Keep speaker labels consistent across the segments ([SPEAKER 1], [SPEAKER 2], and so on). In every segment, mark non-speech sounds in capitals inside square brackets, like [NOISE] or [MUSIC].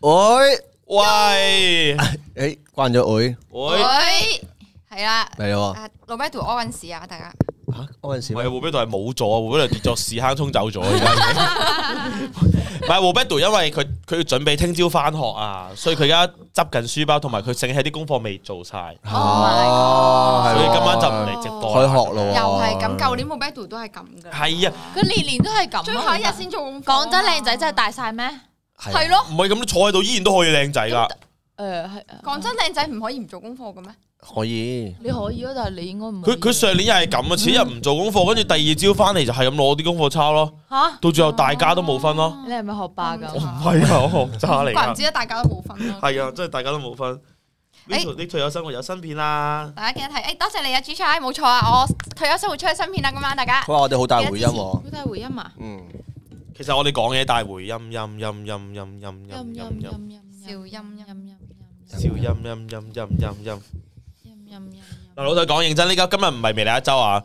[SPEAKER 1] 喂，
[SPEAKER 2] 喂
[SPEAKER 1] 诶，关咗會
[SPEAKER 2] 喂，哦
[SPEAKER 3] 喂，系啦，
[SPEAKER 1] 嚟咯
[SPEAKER 3] 啊老咩度屙緊屎啊，大家
[SPEAKER 1] 喎，吓嗰陣時
[SPEAKER 2] 喂，
[SPEAKER 1] 咩
[SPEAKER 2] 胡碧度係冇咗，胡碧度跌咗屎坑沖走咗，而家已經
[SPEAKER 3] [LAUGHS]
[SPEAKER 2] 唔係胡碧度，因為佢佢要準備聽朝翻學啊，所以佢而家執緊書包，同埋佢剩係啲功課未做晒，
[SPEAKER 1] 哦係
[SPEAKER 2] 所
[SPEAKER 1] 喎
[SPEAKER 2] 以今晚就唔嚟直播啦。
[SPEAKER 1] 開學咯
[SPEAKER 3] 又
[SPEAKER 1] 喎，
[SPEAKER 3] 係咁，舊年冇咩度都係咁噶，
[SPEAKER 2] 係啊，
[SPEAKER 4] 佢年年都係咁啊。
[SPEAKER 3] 最後一日先做功課啊
[SPEAKER 4] 講真，靚仔真係大晒咩？
[SPEAKER 1] 係啊
[SPEAKER 4] 係咯，
[SPEAKER 2] 唔係咁你坐喺度依然都可以靚仔噶，
[SPEAKER 4] 诶係。
[SPEAKER 3] 講真，靚仔唔可以唔做功課嘅咩？
[SPEAKER 1] 可以，
[SPEAKER 4] 你可以啊，但係你應該
[SPEAKER 3] 嗯
[SPEAKER 4] 唔可以
[SPEAKER 2] 佢佢上年又係咁啊，前一日唔做功課，跟住第二朝翻嚟就係咁攞啲功課抄咯，
[SPEAKER 4] 吓，
[SPEAKER 2] 到最後大家都冇分咯。
[SPEAKER 4] 你係咪學霸
[SPEAKER 2] 我唔
[SPEAKER 4] 咁？
[SPEAKER 2] 係啊，我學渣嚟
[SPEAKER 3] 哦怪唔
[SPEAKER 2] 噶，
[SPEAKER 3] 知得大家都冇份啦。
[SPEAKER 2] 係啊，真係大家都冇分。呢
[SPEAKER 3] 哎
[SPEAKER 2] 套呢套有生活有新片啦。
[SPEAKER 3] 大家記得睇，誒多謝你啊，主菜，冇錯啊，我退休生活出去新片啦，今晚大家
[SPEAKER 2] [LAUGHS]
[SPEAKER 1] 佢話我哋好大回音喎，
[SPEAKER 4] 好大回音啊！
[SPEAKER 1] 嗯，
[SPEAKER 2] 其實我哋講嘢大回音音音音音音音
[SPEAKER 4] 音
[SPEAKER 2] 音音
[SPEAKER 4] 音音音
[SPEAKER 3] 笑音音
[SPEAKER 4] 音
[SPEAKER 2] 笑音音音音音音。
[SPEAKER 4] 音音音。
[SPEAKER 2] 嗱，老實講認真，呢家今日唔係微利一周啊。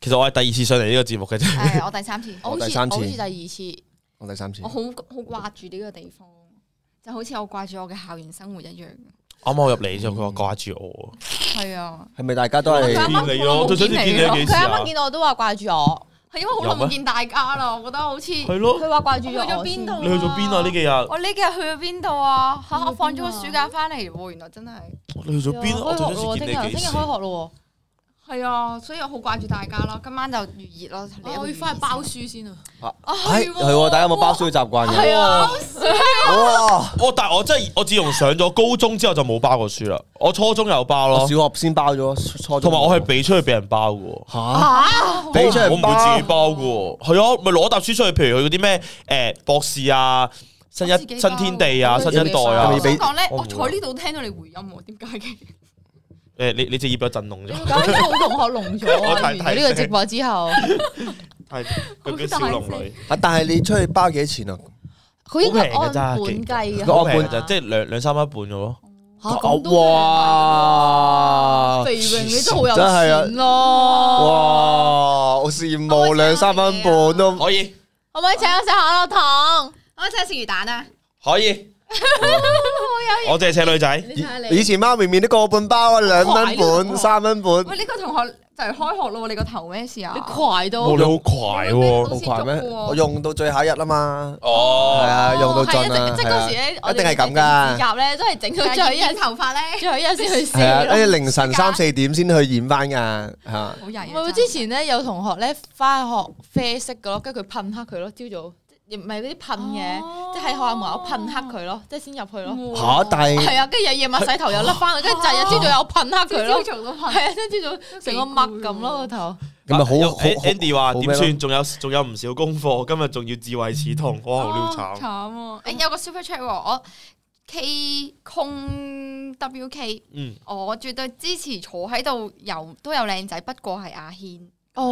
[SPEAKER 2] 其實我係第二次上嚟呢個節目嘅啫。
[SPEAKER 3] 係我第三次，
[SPEAKER 4] 我
[SPEAKER 3] 我
[SPEAKER 4] 好
[SPEAKER 1] 我
[SPEAKER 4] 似
[SPEAKER 1] 第三次
[SPEAKER 4] 我好似第二次。
[SPEAKER 1] 我第三次
[SPEAKER 3] 我，好好掛住呢個地方，就好似我掛住我嘅校園生活一樣。
[SPEAKER 2] 啱啱我入嚟之後，佢話掛住我。
[SPEAKER 3] 係啊。
[SPEAKER 1] 係咪大家都係哎
[SPEAKER 3] 我啱啱
[SPEAKER 2] 見你咯，最想見你有幾
[SPEAKER 4] 佢
[SPEAKER 2] 次
[SPEAKER 4] 啱啱
[SPEAKER 2] 啊？
[SPEAKER 4] 見到我都話掛住我，
[SPEAKER 3] 係因為好耐冇見大家啦，我覺得好似
[SPEAKER 2] 係咯，
[SPEAKER 4] 佢話掛住
[SPEAKER 3] 我去
[SPEAKER 4] 咗
[SPEAKER 3] 咗
[SPEAKER 4] 我
[SPEAKER 3] 邊
[SPEAKER 4] 先
[SPEAKER 3] 度？
[SPEAKER 2] 你去咗邊啊？呢幾日
[SPEAKER 3] 我呢幾日去咗邊度啊？嚇！
[SPEAKER 4] 去咗邊啊
[SPEAKER 3] 我放咗個暑假翻嚟喎，原來真係
[SPEAKER 2] 你去咗邊啊？我
[SPEAKER 4] 開學咯，
[SPEAKER 2] 最
[SPEAKER 4] 聽
[SPEAKER 2] 想見
[SPEAKER 4] 日
[SPEAKER 2] 你幾
[SPEAKER 4] 聽日
[SPEAKER 2] 次。
[SPEAKER 4] 開學咯，
[SPEAKER 3] 係啊，所以我好掛住大家咯。今晚就預熱咯，
[SPEAKER 4] 啊我要翻去包書先啊！
[SPEAKER 1] 啊
[SPEAKER 3] 啊
[SPEAKER 1] 係
[SPEAKER 3] 係喎
[SPEAKER 1] 係喎，大家有冇包書嘅習慣嘅？係啊，哇！
[SPEAKER 2] 我哦但係我真係我自從上咗高中之後就冇包過書啦。我初中有包
[SPEAKER 1] 我
[SPEAKER 2] 咯，
[SPEAKER 1] 小學先包咗，初中
[SPEAKER 2] 同埋我係俾出去俾人包嘅喎。
[SPEAKER 1] 吓俾出
[SPEAKER 2] 我
[SPEAKER 1] 嚟
[SPEAKER 2] 唔會自己
[SPEAKER 1] 包，
[SPEAKER 2] 包噶，係啊，咪攞沓書出去，譬如去嗰啲咩诶博士啊、新一
[SPEAKER 3] 我自己包
[SPEAKER 2] 新天地啊、
[SPEAKER 4] 我
[SPEAKER 2] 新
[SPEAKER 4] 自
[SPEAKER 2] 一
[SPEAKER 4] 己
[SPEAKER 2] 代
[SPEAKER 4] 包
[SPEAKER 2] 啊
[SPEAKER 3] 我
[SPEAKER 1] 你，
[SPEAKER 3] 想
[SPEAKER 1] 俾
[SPEAKER 3] 講咧，
[SPEAKER 2] 我唔
[SPEAKER 3] 我
[SPEAKER 2] 會
[SPEAKER 3] 坐呢度聽到你回音喎，點解嘅？
[SPEAKER 2] 诶呃你你隻耳俾我震聾咗，
[SPEAKER 4] 咁啲好同學聾咗
[SPEAKER 2] 我
[SPEAKER 4] 啊！
[SPEAKER 2] 睇
[SPEAKER 4] 原
[SPEAKER 2] 睇
[SPEAKER 4] 來呢個直播之後，
[SPEAKER 2] 係佢叫小
[SPEAKER 3] 好大聲
[SPEAKER 2] 龍女，
[SPEAKER 1] 啊但係你出去包幾多錢啊？
[SPEAKER 4] 佢應該
[SPEAKER 2] 好平㗎
[SPEAKER 4] 係
[SPEAKER 2] 咋
[SPEAKER 4] 按本計
[SPEAKER 1] 佢
[SPEAKER 4] 嘅，
[SPEAKER 2] 我
[SPEAKER 1] 我
[SPEAKER 2] 平啊
[SPEAKER 1] 半
[SPEAKER 2] 就即係兩兩三一半嘅咯，
[SPEAKER 4] 嚇咁都啊
[SPEAKER 1] 哇！
[SPEAKER 4] 肥榮你都好有
[SPEAKER 1] 哦真係啊
[SPEAKER 4] 錢咯，
[SPEAKER 1] 哇！我羨慕兩三蚊半都，
[SPEAKER 2] 可以
[SPEAKER 4] 可唔可以請我食可樂糖？
[SPEAKER 3] 我真係食魚蛋啊！
[SPEAKER 2] 可以，我淨係請女仔，
[SPEAKER 4] 你睇下
[SPEAKER 1] 以
[SPEAKER 4] 你，
[SPEAKER 1] 前媽咪面都個半包啊，兩蚊
[SPEAKER 4] 哇呢個
[SPEAKER 1] 半、三蚊半，
[SPEAKER 3] 喂，呢個同學就嚟開學咯，你個頭咩事啊
[SPEAKER 4] 你？攰到
[SPEAKER 2] 哇你好快喎，
[SPEAKER 1] 好快咩
[SPEAKER 3] 好似足？喎
[SPEAKER 1] 我用到最後一日啦嘛，係
[SPEAKER 2] 哦，
[SPEAKER 1] 啊，用到盡
[SPEAKER 4] 係啊
[SPEAKER 1] 啦，
[SPEAKER 4] 即即
[SPEAKER 1] 係啊
[SPEAKER 4] 嗰時咧，
[SPEAKER 1] 一定係咁㗎，
[SPEAKER 4] 夾咧都係整到
[SPEAKER 3] 但
[SPEAKER 4] 最後
[SPEAKER 3] 係
[SPEAKER 4] 一
[SPEAKER 3] 染
[SPEAKER 4] 日，哎
[SPEAKER 3] 頭髮咧，
[SPEAKER 4] [LAUGHS] 最後一日先去試
[SPEAKER 1] 係啊，
[SPEAKER 4] 咯哦
[SPEAKER 1] 跟住凌晨三四點先去演翻㗎，嚇，
[SPEAKER 3] 好 [LAUGHS] 曳啊。
[SPEAKER 4] 唔係
[SPEAKER 3] 真
[SPEAKER 4] 喎，
[SPEAKER 3] 係
[SPEAKER 4] 之前咧有同學咧翻學啡色嘅咯，跟住佢噴黑佢咯，朝早即唔係嗰啲噴
[SPEAKER 3] 哦
[SPEAKER 4] 嘅，即係喺學校門口噴黑佢咯，即係先入去咯。
[SPEAKER 1] 嚇，但係
[SPEAKER 4] 係啊，跟住夜晚洗頭又甩翻
[SPEAKER 1] 哦
[SPEAKER 4] 佢，跟住第二日朝早又噴黑佢
[SPEAKER 3] 朝
[SPEAKER 4] 咯
[SPEAKER 3] 早。做到
[SPEAKER 4] 係啊，跟住朝早成個麥咁咯個頭。哦
[SPEAKER 1] 咁咪
[SPEAKER 2] 啊有
[SPEAKER 1] 好好
[SPEAKER 2] Andy 話
[SPEAKER 1] 好咩
[SPEAKER 2] 點
[SPEAKER 1] 咯
[SPEAKER 2] 算？仲有仲有唔少功課，今日仲要智慧齒痛，哇，哦好撩
[SPEAKER 3] 啊
[SPEAKER 2] 慘。
[SPEAKER 3] 啊！誒有個 super chat 喎，我 K 空 WK，
[SPEAKER 2] 嗯，
[SPEAKER 3] 我絕對支持坐喺度有都有靚仔，不過係阿軒。
[SPEAKER 4] 哦，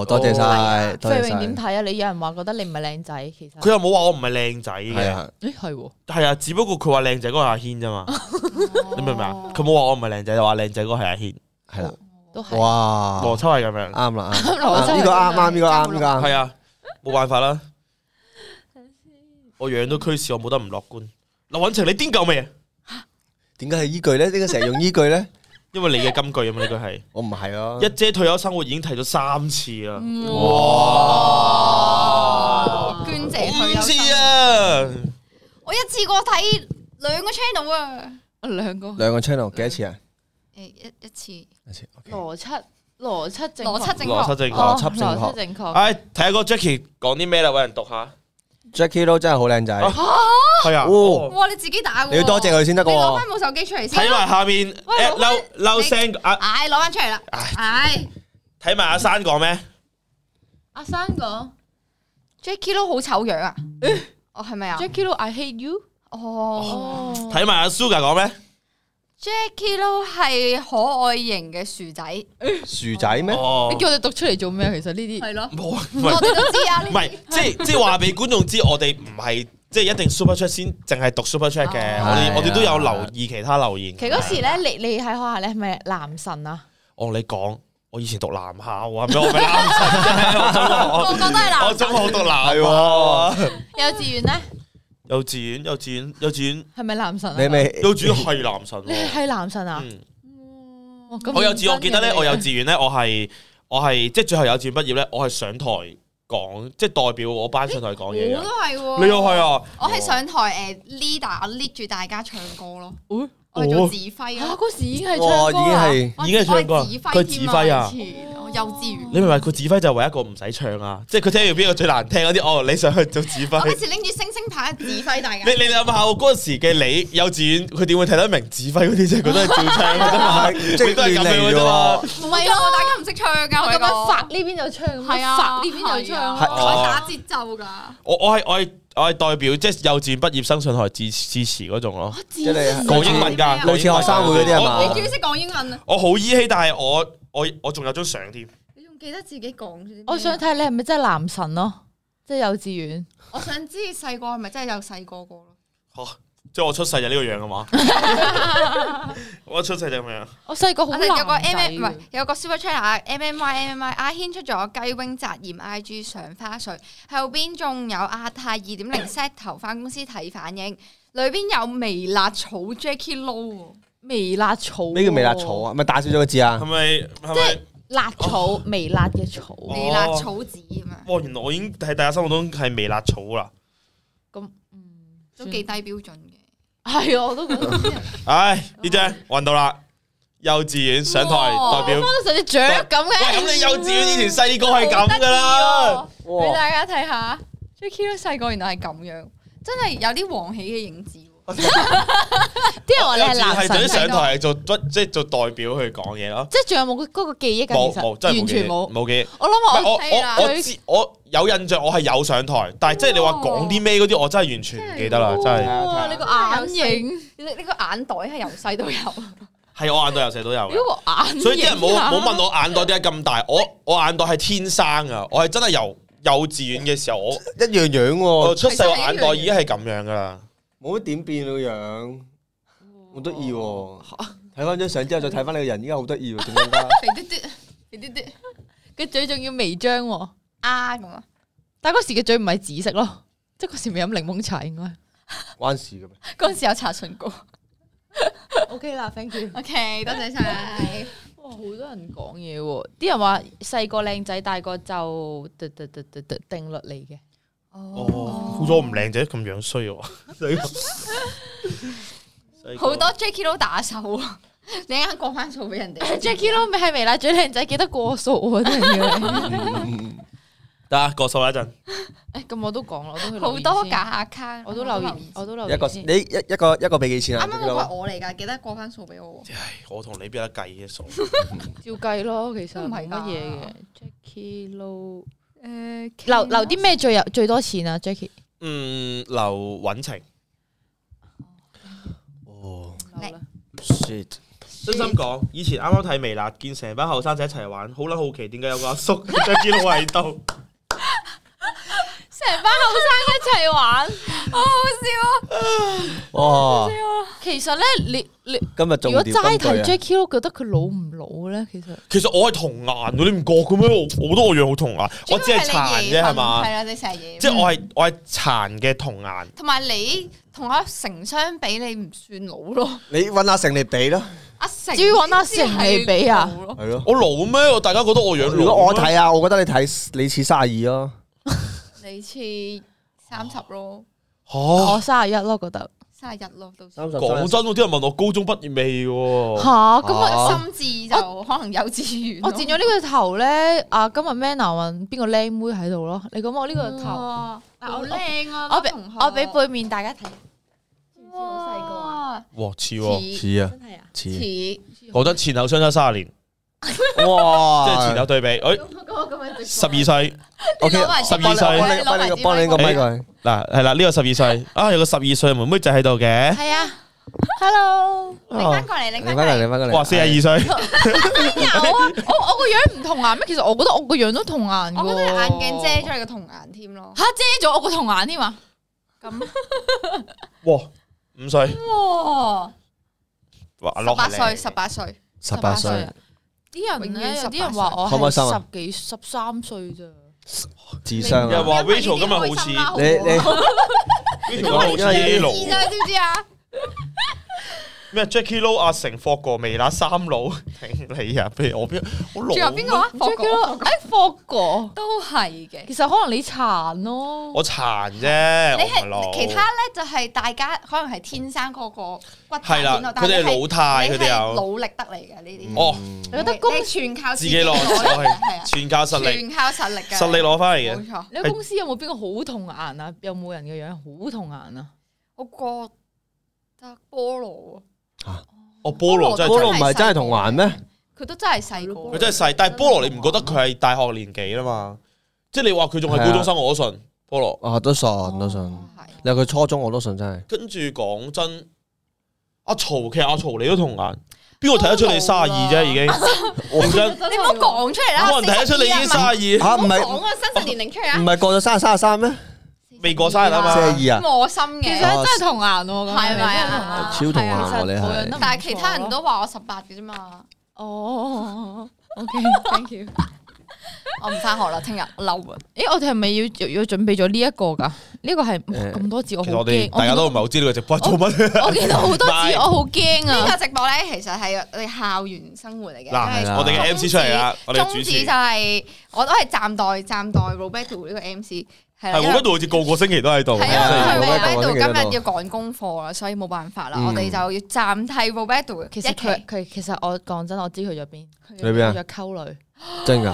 [SPEAKER 1] 哦，多謝晒，多謝
[SPEAKER 4] 費榮
[SPEAKER 1] 晒
[SPEAKER 4] 點，睇啊？你有人話覺得你唔係靚仔，其實
[SPEAKER 2] 佢又冇話我唔係靚仔
[SPEAKER 1] 啊係
[SPEAKER 2] 嘅，
[SPEAKER 1] 啊，
[SPEAKER 4] 誒係喎，
[SPEAKER 2] 係啊，只不過佢話靚仔嗰個係阿軒啫嘛。
[SPEAKER 3] 哦
[SPEAKER 2] 你
[SPEAKER 3] 你
[SPEAKER 2] 明唔明啊？
[SPEAKER 3] 哦
[SPEAKER 2] 佢冇話我唔係靚仔，話靚仔嗰個係阿軒，
[SPEAKER 1] 係啦，
[SPEAKER 4] 都係。
[SPEAKER 1] 哇，
[SPEAKER 2] 羅秋係咁樣，
[SPEAKER 1] 啱啦，啱
[SPEAKER 4] [LAUGHS] 羅
[SPEAKER 1] 哦啊
[SPEAKER 4] 真係
[SPEAKER 1] 呢個啱啱，呢個啱，呢個啱
[SPEAKER 2] 係。啊，冇辦法啦。我養到驅使，我冇得唔樂觀。劉允晴，你癲夠未啊？
[SPEAKER 1] 點解係依句咧？點解成日用依句咧？
[SPEAKER 2] 因為你嘅金句啊嘛，呢句係
[SPEAKER 1] 我唔係啊，
[SPEAKER 2] 一姐退休生活已經提咗三次啊啦，
[SPEAKER 3] 哇！娟姐退
[SPEAKER 2] 五
[SPEAKER 3] 休
[SPEAKER 2] 次
[SPEAKER 3] 生，
[SPEAKER 2] 啊！
[SPEAKER 3] 我一次過睇兩個 channel 啊！
[SPEAKER 4] 兩個
[SPEAKER 1] 兩個 channel 幾多次啊？
[SPEAKER 3] 誒一一次
[SPEAKER 1] 一次，OK。
[SPEAKER 4] 邏輯邏輯正
[SPEAKER 3] 邏輯正
[SPEAKER 2] 邏輯
[SPEAKER 3] 確，
[SPEAKER 2] 正
[SPEAKER 4] 哦
[SPEAKER 2] 確。啊
[SPEAKER 1] 邏輯正確
[SPEAKER 4] 邏輯正確。
[SPEAKER 2] 唉，睇下個 Jackie 講啲咩啦，搵人讀下。
[SPEAKER 1] 哦 Jackie 都真係好靚仔，
[SPEAKER 2] 係啊，
[SPEAKER 1] 哦
[SPEAKER 3] 哇！你自己打嘅喎，
[SPEAKER 1] 你要多謝佢先得
[SPEAKER 3] 你
[SPEAKER 1] 㗎
[SPEAKER 3] 攞翻
[SPEAKER 1] 喎。
[SPEAKER 3] 部手機出嚟
[SPEAKER 2] 睇
[SPEAKER 3] 先
[SPEAKER 2] 埋
[SPEAKER 3] 啦，
[SPEAKER 2] 下面
[SPEAKER 3] 喂
[SPEAKER 2] 誒
[SPEAKER 3] 我
[SPEAKER 2] 嬲嬲
[SPEAKER 3] 你
[SPEAKER 2] 聲啊！
[SPEAKER 3] 唉，攞翻出嚟啦，唉
[SPEAKER 2] 睇埋阿珊講咩？
[SPEAKER 4] 阿生講
[SPEAKER 3] ，Jackie 都好醜樣啊！哦，係咪啊？
[SPEAKER 4] Jackie Lou，I hate you。
[SPEAKER 3] 哦。
[SPEAKER 2] 睇埋阿 Suga 講咩？
[SPEAKER 3] Jackie 都係可愛型嘅薯仔，係
[SPEAKER 1] 薯仔咩？
[SPEAKER 2] 哦
[SPEAKER 4] 你叫我哋讀出嚟做咩啊？其實呢啲
[SPEAKER 3] 咯，
[SPEAKER 2] 冇啊，唔
[SPEAKER 3] 我
[SPEAKER 2] 係
[SPEAKER 3] 哋都知啊。呢
[SPEAKER 2] 唔
[SPEAKER 3] 啲
[SPEAKER 2] 係，即係
[SPEAKER 3] [LAUGHS]
[SPEAKER 2] 即係話俾觀眾知，我哋唔係即係一定 super chat 先，淨係讀 super chat 嘅。
[SPEAKER 3] 哦
[SPEAKER 1] 係
[SPEAKER 2] 我
[SPEAKER 1] 啊
[SPEAKER 2] 哋我哋都有留意其他留言。
[SPEAKER 4] 其實嗰時咧，你你喺學校你係咪男神啊？
[SPEAKER 2] 哦，你講我以前讀男校啊，俾我咪男神啫。我中學
[SPEAKER 3] [LAUGHS] 個個都係男
[SPEAKER 2] 我中學讀男
[SPEAKER 1] 係
[SPEAKER 2] 校
[SPEAKER 1] 喎
[SPEAKER 2] 啊，
[SPEAKER 4] 幼稚園咧，
[SPEAKER 2] 幼稚園，幼稚園，幼稚園，
[SPEAKER 4] 係咪男神啊？
[SPEAKER 1] 你咪
[SPEAKER 2] 幼稚園係男神
[SPEAKER 3] [LAUGHS]
[SPEAKER 4] 你
[SPEAKER 2] 喎。
[SPEAKER 4] 係男神啊？
[SPEAKER 2] 嗯
[SPEAKER 4] 哇咁
[SPEAKER 2] 我幼稚，我
[SPEAKER 4] 認真嘅
[SPEAKER 2] 記得咧，
[SPEAKER 4] 你啊
[SPEAKER 2] 我幼稚園咧，我係我係即係最後幼稚園畢業咧，我係上台講，即係代表我班上台講嘢
[SPEAKER 3] 我
[SPEAKER 2] 嘅。
[SPEAKER 3] 都係喎，
[SPEAKER 2] 你又係啊？
[SPEAKER 3] 我係上台誒 leader，我 lead 住大家唱歌咯，
[SPEAKER 4] 哦
[SPEAKER 3] 我係做指揮
[SPEAKER 4] 嚇
[SPEAKER 3] 啊，
[SPEAKER 4] 嗰時已經係
[SPEAKER 1] 哇，
[SPEAKER 4] 唱
[SPEAKER 1] 已經
[SPEAKER 4] 歌 [LAUGHS] 啊
[SPEAKER 1] 係
[SPEAKER 3] 我
[SPEAKER 2] 已經係唱歌啊
[SPEAKER 3] 我係
[SPEAKER 2] 佢
[SPEAKER 3] 指
[SPEAKER 2] 指
[SPEAKER 3] 揮
[SPEAKER 2] 揮啊
[SPEAKER 3] 添以前我幼稚園。
[SPEAKER 2] 你明白佢指揮就係為一個唔使唱啊，即係佢聽完邊個最難聽嗰啲，哦，你上去做指
[SPEAKER 3] 我嗰
[SPEAKER 2] 揮。
[SPEAKER 3] 時拎住星星牌指揮大
[SPEAKER 2] 你
[SPEAKER 3] 家，
[SPEAKER 2] 你諗下嗰陣時嘅你幼稚園，佢點會睇得明指揮嗰啲啫？佢都係照唱嘅啫 [LAUGHS] 嘛，
[SPEAKER 1] 即係
[SPEAKER 2] 你都係咁樣嘅啫嘛。
[SPEAKER 3] 唔係啊，大家唔識唱噶，
[SPEAKER 4] 我咁樣發
[SPEAKER 3] 發，
[SPEAKER 4] 呢邊就唱，咁
[SPEAKER 3] 係
[SPEAKER 4] 樣發
[SPEAKER 3] 啊，
[SPEAKER 4] 呢邊就唱
[SPEAKER 1] 係
[SPEAKER 4] 咯。
[SPEAKER 1] 啊
[SPEAKER 3] 我打節奏噶，
[SPEAKER 2] 我我係我係我係代表即係幼稚園畢業生上台致致辭嗰種咯，
[SPEAKER 1] 即係你
[SPEAKER 2] 講英文㗎，
[SPEAKER 1] 類似學生會嗰啲係嘛
[SPEAKER 2] 我
[SPEAKER 3] 你仲要識講英文啊？
[SPEAKER 2] 我好依稀，但係我我我仲有張相添，
[SPEAKER 3] 你仲記得自己講咗啲咩
[SPEAKER 4] 我想睇你係咪真係男神咯，即係幼稚園。
[SPEAKER 3] 我想知你細個係咪真係有細個過咯？
[SPEAKER 2] 嚇即係我出世就呢個樣啊嘛， [LAUGHS] 我一出世就咁樣。
[SPEAKER 4] 我細個好
[SPEAKER 3] 我
[SPEAKER 4] 男
[SPEAKER 3] 哋啊
[SPEAKER 4] 仔
[SPEAKER 3] 有個 M M 唔
[SPEAKER 4] 㗎
[SPEAKER 3] 係有個 Super Chat 啊，M M Y M M Y 阿軒出咗雞 wing 摘鹽 I G 上花絮，後邊仲有阿泰二點零 set 頭翻公司睇反應，裏邊有微辣草 Jackie Lou
[SPEAKER 4] 微辣草喎，
[SPEAKER 1] 咩叫微辣草啊？咪打少咗個字啊
[SPEAKER 2] 係？咪係咪？
[SPEAKER 4] 辣草，
[SPEAKER 2] 哦
[SPEAKER 4] 微辣嘅草。
[SPEAKER 3] 喎微辣草子咁樣，
[SPEAKER 2] 哇！原來我已經喺大家心目中係微辣草啦。
[SPEAKER 4] 咁嗯，
[SPEAKER 3] 都幾低標準嘅。
[SPEAKER 4] 係啊，我都覺
[SPEAKER 2] [LAUGHS]
[SPEAKER 4] 得啲人
[SPEAKER 2] 唉，呢張揾到啦，幼稚園上台
[SPEAKER 3] 哇
[SPEAKER 2] 代表。
[SPEAKER 4] 翻到上隻雀咁
[SPEAKER 2] 喂，
[SPEAKER 4] 嘅。
[SPEAKER 2] 咁你幼稚園
[SPEAKER 4] [LAUGHS]
[SPEAKER 2] 以前細個係咁噶啦，
[SPEAKER 1] 哇
[SPEAKER 3] 哦俾大家睇下 Jackie Lou 細個原來係咁樣，真係有啲黃喜嘅影子
[SPEAKER 2] 幼哦稚園係
[SPEAKER 3] 喎。
[SPEAKER 4] 啲人話你係男神
[SPEAKER 2] 總之，上台係做即係做代表去講嘢咯。
[SPEAKER 4] 即係仲有冇嗰個記憶
[SPEAKER 2] 冇
[SPEAKER 4] 㗎？
[SPEAKER 2] 冇，
[SPEAKER 4] 其
[SPEAKER 2] 真係
[SPEAKER 4] 實完
[SPEAKER 2] 冇記
[SPEAKER 4] 全
[SPEAKER 2] 憶
[SPEAKER 4] 冇。
[SPEAKER 2] 冇記憶。
[SPEAKER 4] [LAUGHS] 我
[SPEAKER 2] 唔係
[SPEAKER 4] 諗我啊
[SPEAKER 2] 我我我知我有印象，我係有上台，但係即係你話講啲咩嗰啲，我真係完全唔記得啦，
[SPEAKER 4] 哦
[SPEAKER 2] 真係
[SPEAKER 4] 哇！啊你個眼啊型，
[SPEAKER 3] 啊你你個眼袋係由細到 [LAUGHS] 有。
[SPEAKER 2] 係我眼袋由細都有
[SPEAKER 4] 你
[SPEAKER 2] 嘅。
[SPEAKER 4] 個眼型啊，
[SPEAKER 2] [LAUGHS] 所以啲人冇冇問我眼袋點解咁大，我我眼袋係天生啊，我係真係由幼稚園嘅時候，我
[SPEAKER 4] [LAUGHS]
[SPEAKER 1] 一樣樣
[SPEAKER 2] 我
[SPEAKER 1] 喎，
[SPEAKER 2] 出世我眼袋已經係咁樣噶啦。
[SPEAKER 1] 冇乜點變你個樣，好得意喎！睇翻張相之後，再睇翻你個人，依家好得意喎，點更加
[SPEAKER 3] 肥嘟嘟，肥嘟嘟
[SPEAKER 4] 個嘴仲要微張喎，
[SPEAKER 3] 啊咁啊！
[SPEAKER 4] 但係嗰時嘅嘴唔係紫色咯，即係嗰時未飲檸檬茶應該。
[SPEAKER 1] 關事嘅咩？
[SPEAKER 3] 嗰陣時有擦唇膏。
[SPEAKER 4] OK 啦，thank you。
[SPEAKER 3] OK，多謝晒。
[SPEAKER 4] 哇，好多人講嘢喎，啲人話細個靚仔，大個就得得得得得定律嚟嘅。
[SPEAKER 2] 哦，好咗我唔靚仔咁樣衰
[SPEAKER 4] [LAUGHS]
[SPEAKER 2] 喎。 [LAUGHS] 細個
[SPEAKER 3] 好多 Jackie 都打手啊！你啱啱講翻數俾人 [LAUGHS] 哋
[SPEAKER 4] Jackie 咯，咪係微辣最靚仔，記得過數啊！真係要你。
[SPEAKER 2] 得啊，過數啦一陣。
[SPEAKER 4] 誒咁我都講啦，我都去留
[SPEAKER 3] [LAUGHS] 好
[SPEAKER 4] 言
[SPEAKER 3] 多
[SPEAKER 4] 先
[SPEAKER 3] 假 account，
[SPEAKER 4] 我都留言，我
[SPEAKER 3] 啱
[SPEAKER 4] 都留
[SPEAKER 1] 一個
[SPEAKER 4] 言先。
[SPEAKER 1] 你一一個一個俾幾錢啊？
[SPEAKER 3] 啱嗰個係我嚟㗎，記得過翻數俾我喎。
[SPEAKER 2] 唉我同你邊有得計嘅數？
[SPEAKER 4] 照計咯，其實
[SPEAKER 3] 都唔係
[SPEAKER 4] 冇
[SPEAKER 3] 㗎
[SPEAKER 4] 乜嘢嘅。Jackie Lou
[SPEAKER 3] 誒，
[SPEAKER 4] 留留
[SPEAKER 3] [LAUGHS]
[SPEAKER 4] 啲咩最有最多錢啊？Jackie
[SPEAKER 2] 嗯，留揾情。
[SPEAKER 1] 哦
[SPEAKER 3] 嚟
[SPEAKER 4] 啦
[SPEAKER 1] ，shit！
[SPEAKER 2] 真心講，以前啱啱睇微辣，見成班後生仔一齊玩，好撚好奇點解有個阿 [LAUGHS] 叔着件佬喺度，
[SPEAKER 4] 成班後生一齊玩。
[SPEAKER 3] 哦
[SPEAKER 1] 哇，
[SPEAKER 4] 其實咧，你你
[SPEAKER 1] 今日重
[SPEAKER 4] 如果
[SPEAKER 1] 點
[SPEAKER 4] 齋
[SPEAKER 1] 金
[SPEAKER 4] 睇
[SPEAKER 1] 句啊
[SPEAKER 4] Jackie Lou，覺得佢老唔老咧？其實
[SPEAKER 2] 其實我係童顏，你唔覺嘅咩？我我覺得我樣好童顏，我只係殘啫，係嘛？
[SPEAKER 3] 係啦，你成日嘢。
[SPEAKER 2] 即係我係我係殘嘅童顏，
[SPEAKER 3] 同埋你同阿成相比，你唔算老咯。
[SPEAKER 1] 你揾阿成嚟比啦，
[SPEAKER 3] 阿成
[SPEAKER 4] 至於揾阿成嚟比啊
[SPEAKER 3] 先至係老咯
[SPEAKER 1] 係咯。
[SPEAKER 2] 我老咩？大家覺得我樣老
[SPEAKER 1] 如
[SPEAKER 2] 咩？
[SPEAKER 1] 果我睇啊，我覺得你睇你似卅二咯，
[SPEAKER 3] 你似三十咯，
[SPEAKER 2] 嚇
[SPEAKER 1] 哦
[SPEAKER 4] 我三十一咯，覺得
[SPEAKER 3] 三十一咯，到時。
[SPEAKER 1] 三十
[SPEAKER 2] 講真，啲人問我高中畢業未喎？
[SPEAKER 4] 吓咁
[SPEAKER 1] 啊
[SPEAKER 4] 我
[SPEAKER 3] 咁心智就可能幼稚園咯。
[SPEAKER 4] 我哦剪咗呢個頭咧，啊今日 Manner 問邊個靚妹喺度咯？你講我呢個
[SPEAKER 3] 嗯
[SPEAKER 4] 頭，
[SPEAKER 3] 哇，嗱好靚啊！
[SPEAKER 4] 我
[SPEAKER 3] 班
[SPEAKER 4] 俾
[SPEAKER 3] 同學
[SPEAKER 4] 我俾背面大家睇，
[SPEAKER 3] 哇，
[SPEAKER 2] 哇似喎，
[SPEAKER 3] 似
[SPEAKER 1] 似啊
[SPEAKER 4] 真係啊！
[SPEAKER 1] 似
[SPEAKER 2] 我覺得前後相差三十年，即係前後
[SPEAKER 1] 哇！
[SPEAKER 2] 對比。誒，十二歲
[SPEAKER 1] 即係
[SPEAKER 3] OK，
[SPEAKER 2] 十二歲
[SPEAKER 1] 幫你幫你幫你個咪佢，
[SPEAKER 2] 嗱係啦，呢個十二歲啊，有個十二歲妹妹仔喺度嘅，哦
[SPEAKER 4] 係啊，Hello，
[SPEAKER 3] 拎翻過嚟，拎
[SPEAKER 1] 你
[SPEAKER 3] 翻
[SPEAKER 1] 翻
[SPEAKER 3] 過
[SPEAKER 1] 嚟
[SPEAKER 3] 嚟。
[SPEAKER 1] 你翻嚟，
[SPEAKER 2] 哇四十二歲。
[SPEAKER 4] 有啊，我我個樣唔童顏咩？其實我覺得我個樣都童顏㗎喎，
[SPEAKER 3] 我覺得眼鏡遮咗你個童顏添咯。
[SPEAKER 4] 吓遮咗我個童顏添啊！
[SPEAKER 3] 咁
[SPEAKER 2] 哇，五歲，
[SPEAKER 3] 哇，
[SPEAKER 2] 哇，
[SPEAKER 3] 十八歲，十八歲，
[SPEAKER 1] 十
[SPEAKER 4] 18歲啊，啲人咧有啲人話我
[SPEAKER 1] 開唔開心
[SPEAKER 4] 係
[SPEAKER 1] 啊
[SPEAKER 4] 十幾十三歲咋，
[SPEAKER 1] 智商
[SPEAKER 2] 又
[SPEAKER 1] 啊！
[SPEAKER 2] 話
[SPEAKER 3] 因為呢
[SPEAKER 2] Rachel
[SPEAKER 3] 啲
[SPEAKER 2] 今日好
[SPEAKER 3] 開
[SPEAKER 2] 似
[SPEAKER 3] 心啦
[SPEAKER 1] 你你
[SPEAKER 2] Rachel 好似
[SPEAKER 1] 因為
[SPEAKER 2] Yellow
[SPEAKER 3] 知啦，知唔知啊？
[SPEAKER 2] 咩啊 Jackie Lou 阿成霍過未啦三佬，頂你啊！譬如我邊我老
[SPEAKER 3] 仲有邊個啊？霍哥
[SPEAKER 4] 咯，诶，哎霍哥，
[SPEAKER 3] 都係嘅。
[SPEAKER 4] 其實可能你殘咯，
[SPEAKER 2] 我殘啫，
[SPEAKER 3] 你
[SPEAKER 2] 我唔係老
[SPEAKER 3] 係其他咧，就係大家可能係天生嗰個骨
[SPEAKER 2] 係啦，
[SPEAKER 3] 啊但
[SPEAKER 2] 佢哋係老太，
[SPEAKER 3] 你
[SPEAKER 2] 佢
[SPEAKER 3] 係
[SPEAKER 2] 哋有
[SPEAKER 3] 努力得嚟嘅呢啲。
[SPEAKER 2] 哦
[SPEAKER 1] 嗯
[SPEAKER 4] 你覺得公
[SPEAKER 3] 你全靠
[SPEAKER 2] 自己攞
[SPEAKER 3] 攞
[SPEAKER 2] 攞
[SPEAKER 3] 係啊
[SPEAKER 2] 去，全靠實力，
[SPEAKER 3] 全靠實力嘅，
[SPEAKER 2] 實力攞翻嚟嘅。
[SPEAKER 3] 冇錯。
[SPEAKER 4] 你公司有冇邊個好童顏啊？有冇人嘅樣好童顏啊？
[SPEAKER 3] 我覺得菠蘿啊，
[SPEAKER 2] 哦，菠蘿真
[SPEAKER 3] 菠
[SPEAKER 1] 菠蘿
[SPEAKER 2] 係
[SPEAKER 1] 唔係真係同環咩？
[SPEAKER 3] 佢都真係細個，
[SPEAKER 2] 佢真係細，但係菠蘿你唔覺得佢係大學年紀啊嘛？即係你話佢仲係啊高中生，我都信菠蘿。
[SPEAKER 1] 啊都信都信。
[SPEAKER 3] 哦係
[SPEAKER 1] 你話佢初中我都信真係。
[SPEAKER 2] 跟住講真，阿曹其實阿曹你都同眼，邊個睇得出你卅二啫？已 [LAUGHS] 經認真，
[SPEAKER 3] 你唔好講出嚟啦，
[SPEAKER 2] 冇人睇得出你已經
[SPEAKER 3] 四十二
[SPEAKER 2] 卅
[SPEAKER 3] 啊
[SPEAKER 2] 二，
[SPEAKER 1] 吓
[SPEAKER 3] 唔
[SPEAKER 1] 唔
[SPEAKER 3] 係
[SPEAKER 1] 係
[SPEAKER 3] 講個真實年齡出嚟
[SPEAKER 1] 唔
[SPEAKER 3] 啊！
[SPEAKER 1] 係過咗三十三十三咩？
[SPEAKER 2] 未過生日啊嘛
[SPEAKER 1] 四廿二啊？
[SPEAKER 3] 我心
[SPEAKER 4] 其實
[SPEAKER 3] 嘅，
[SPEAKER 4] 真係哦童顏喎，咁樣
[SPEAKER 3] 係啊咪啊
[SPEAKER 1] 超同顏喎你係
[SPEAKER 3] 但係其他人都話我十八嘅啫嘛，
[SPEAKER 4] 哦，OK，thank [LAUGHS] you。
[SPEAKER 3] 我唔翻學啦，聽日我嬲啊！
[SPEAKER 4] 诶，我哋係咪要要準備咗呢一個㗎？呢個
[SPEAKER 1] 誒
[SPEAKER 4] 係哇咁多字，我
[SPEAKER 2] 其實
[SPEAKER 4] 好
[SPEAKER 2] 我哋
[SPEAKER 4] 驚。
[SPEAKER 2] 大家都唔係好知道佢直播做乜。
[SPEAKER 4] [LAUGHS] 我見到好多字，
[SPEAKER 2] 唔係
[SPEAKER 4] 我好驚
[SPEAKER 3] [LAUGHS] 呢
[SPEAKER 4] 啊！
[SPEAKER 3] 個直播咧，其實係我哋校園生活嚟嘅。
[SPEAKER 2] 嗱
[SPEAKER 3] 因為
[SPEAKER 1] 係啦
[SPEAKER 2] [LAUGHS] 我啊哋嘅 M C 出嚟啦，我哋嘅
[SPEAKER 3] 宗
[SPEAKER 2] 主
[SPEAKER 3] 旨
[SPEAKER 2] 持
[SPEAKER 3] 就。係我都係站代站代 Roberto 呢個 MC 係啦，
[SPEAKER 2] 係，
[SPEAKER 3] 因
[SPEAKER 2] 我
[SPEAKER 3] 為
[SPEAKER 2] 嗰度好似個個星期都喺度。
[SPEAKER 3] 係
[SPEAKER 1] 啊
[SPEAKER 3] 因為
[SPEAKER 1] 係啊
[SPEAKER 3] Roberto
[SPEAKER 1] 我
[SPEAKER 3] 今
[SPEAKER 1] 覺得
[SPEAKER 3] 日要趕功課啦，所以冇辦法啦，
[SPEAKER 1] 嗯
[SPEAKER 3] 我哋就要暫替 Roberto
[SPEAKER 4] 其實佢佢其實我講真，我知佢咗邊，
[SPEAKER 1] 去邊啊
[SPEAKER 4] 咗溝女。
[SPEAKER 1] 真㗎？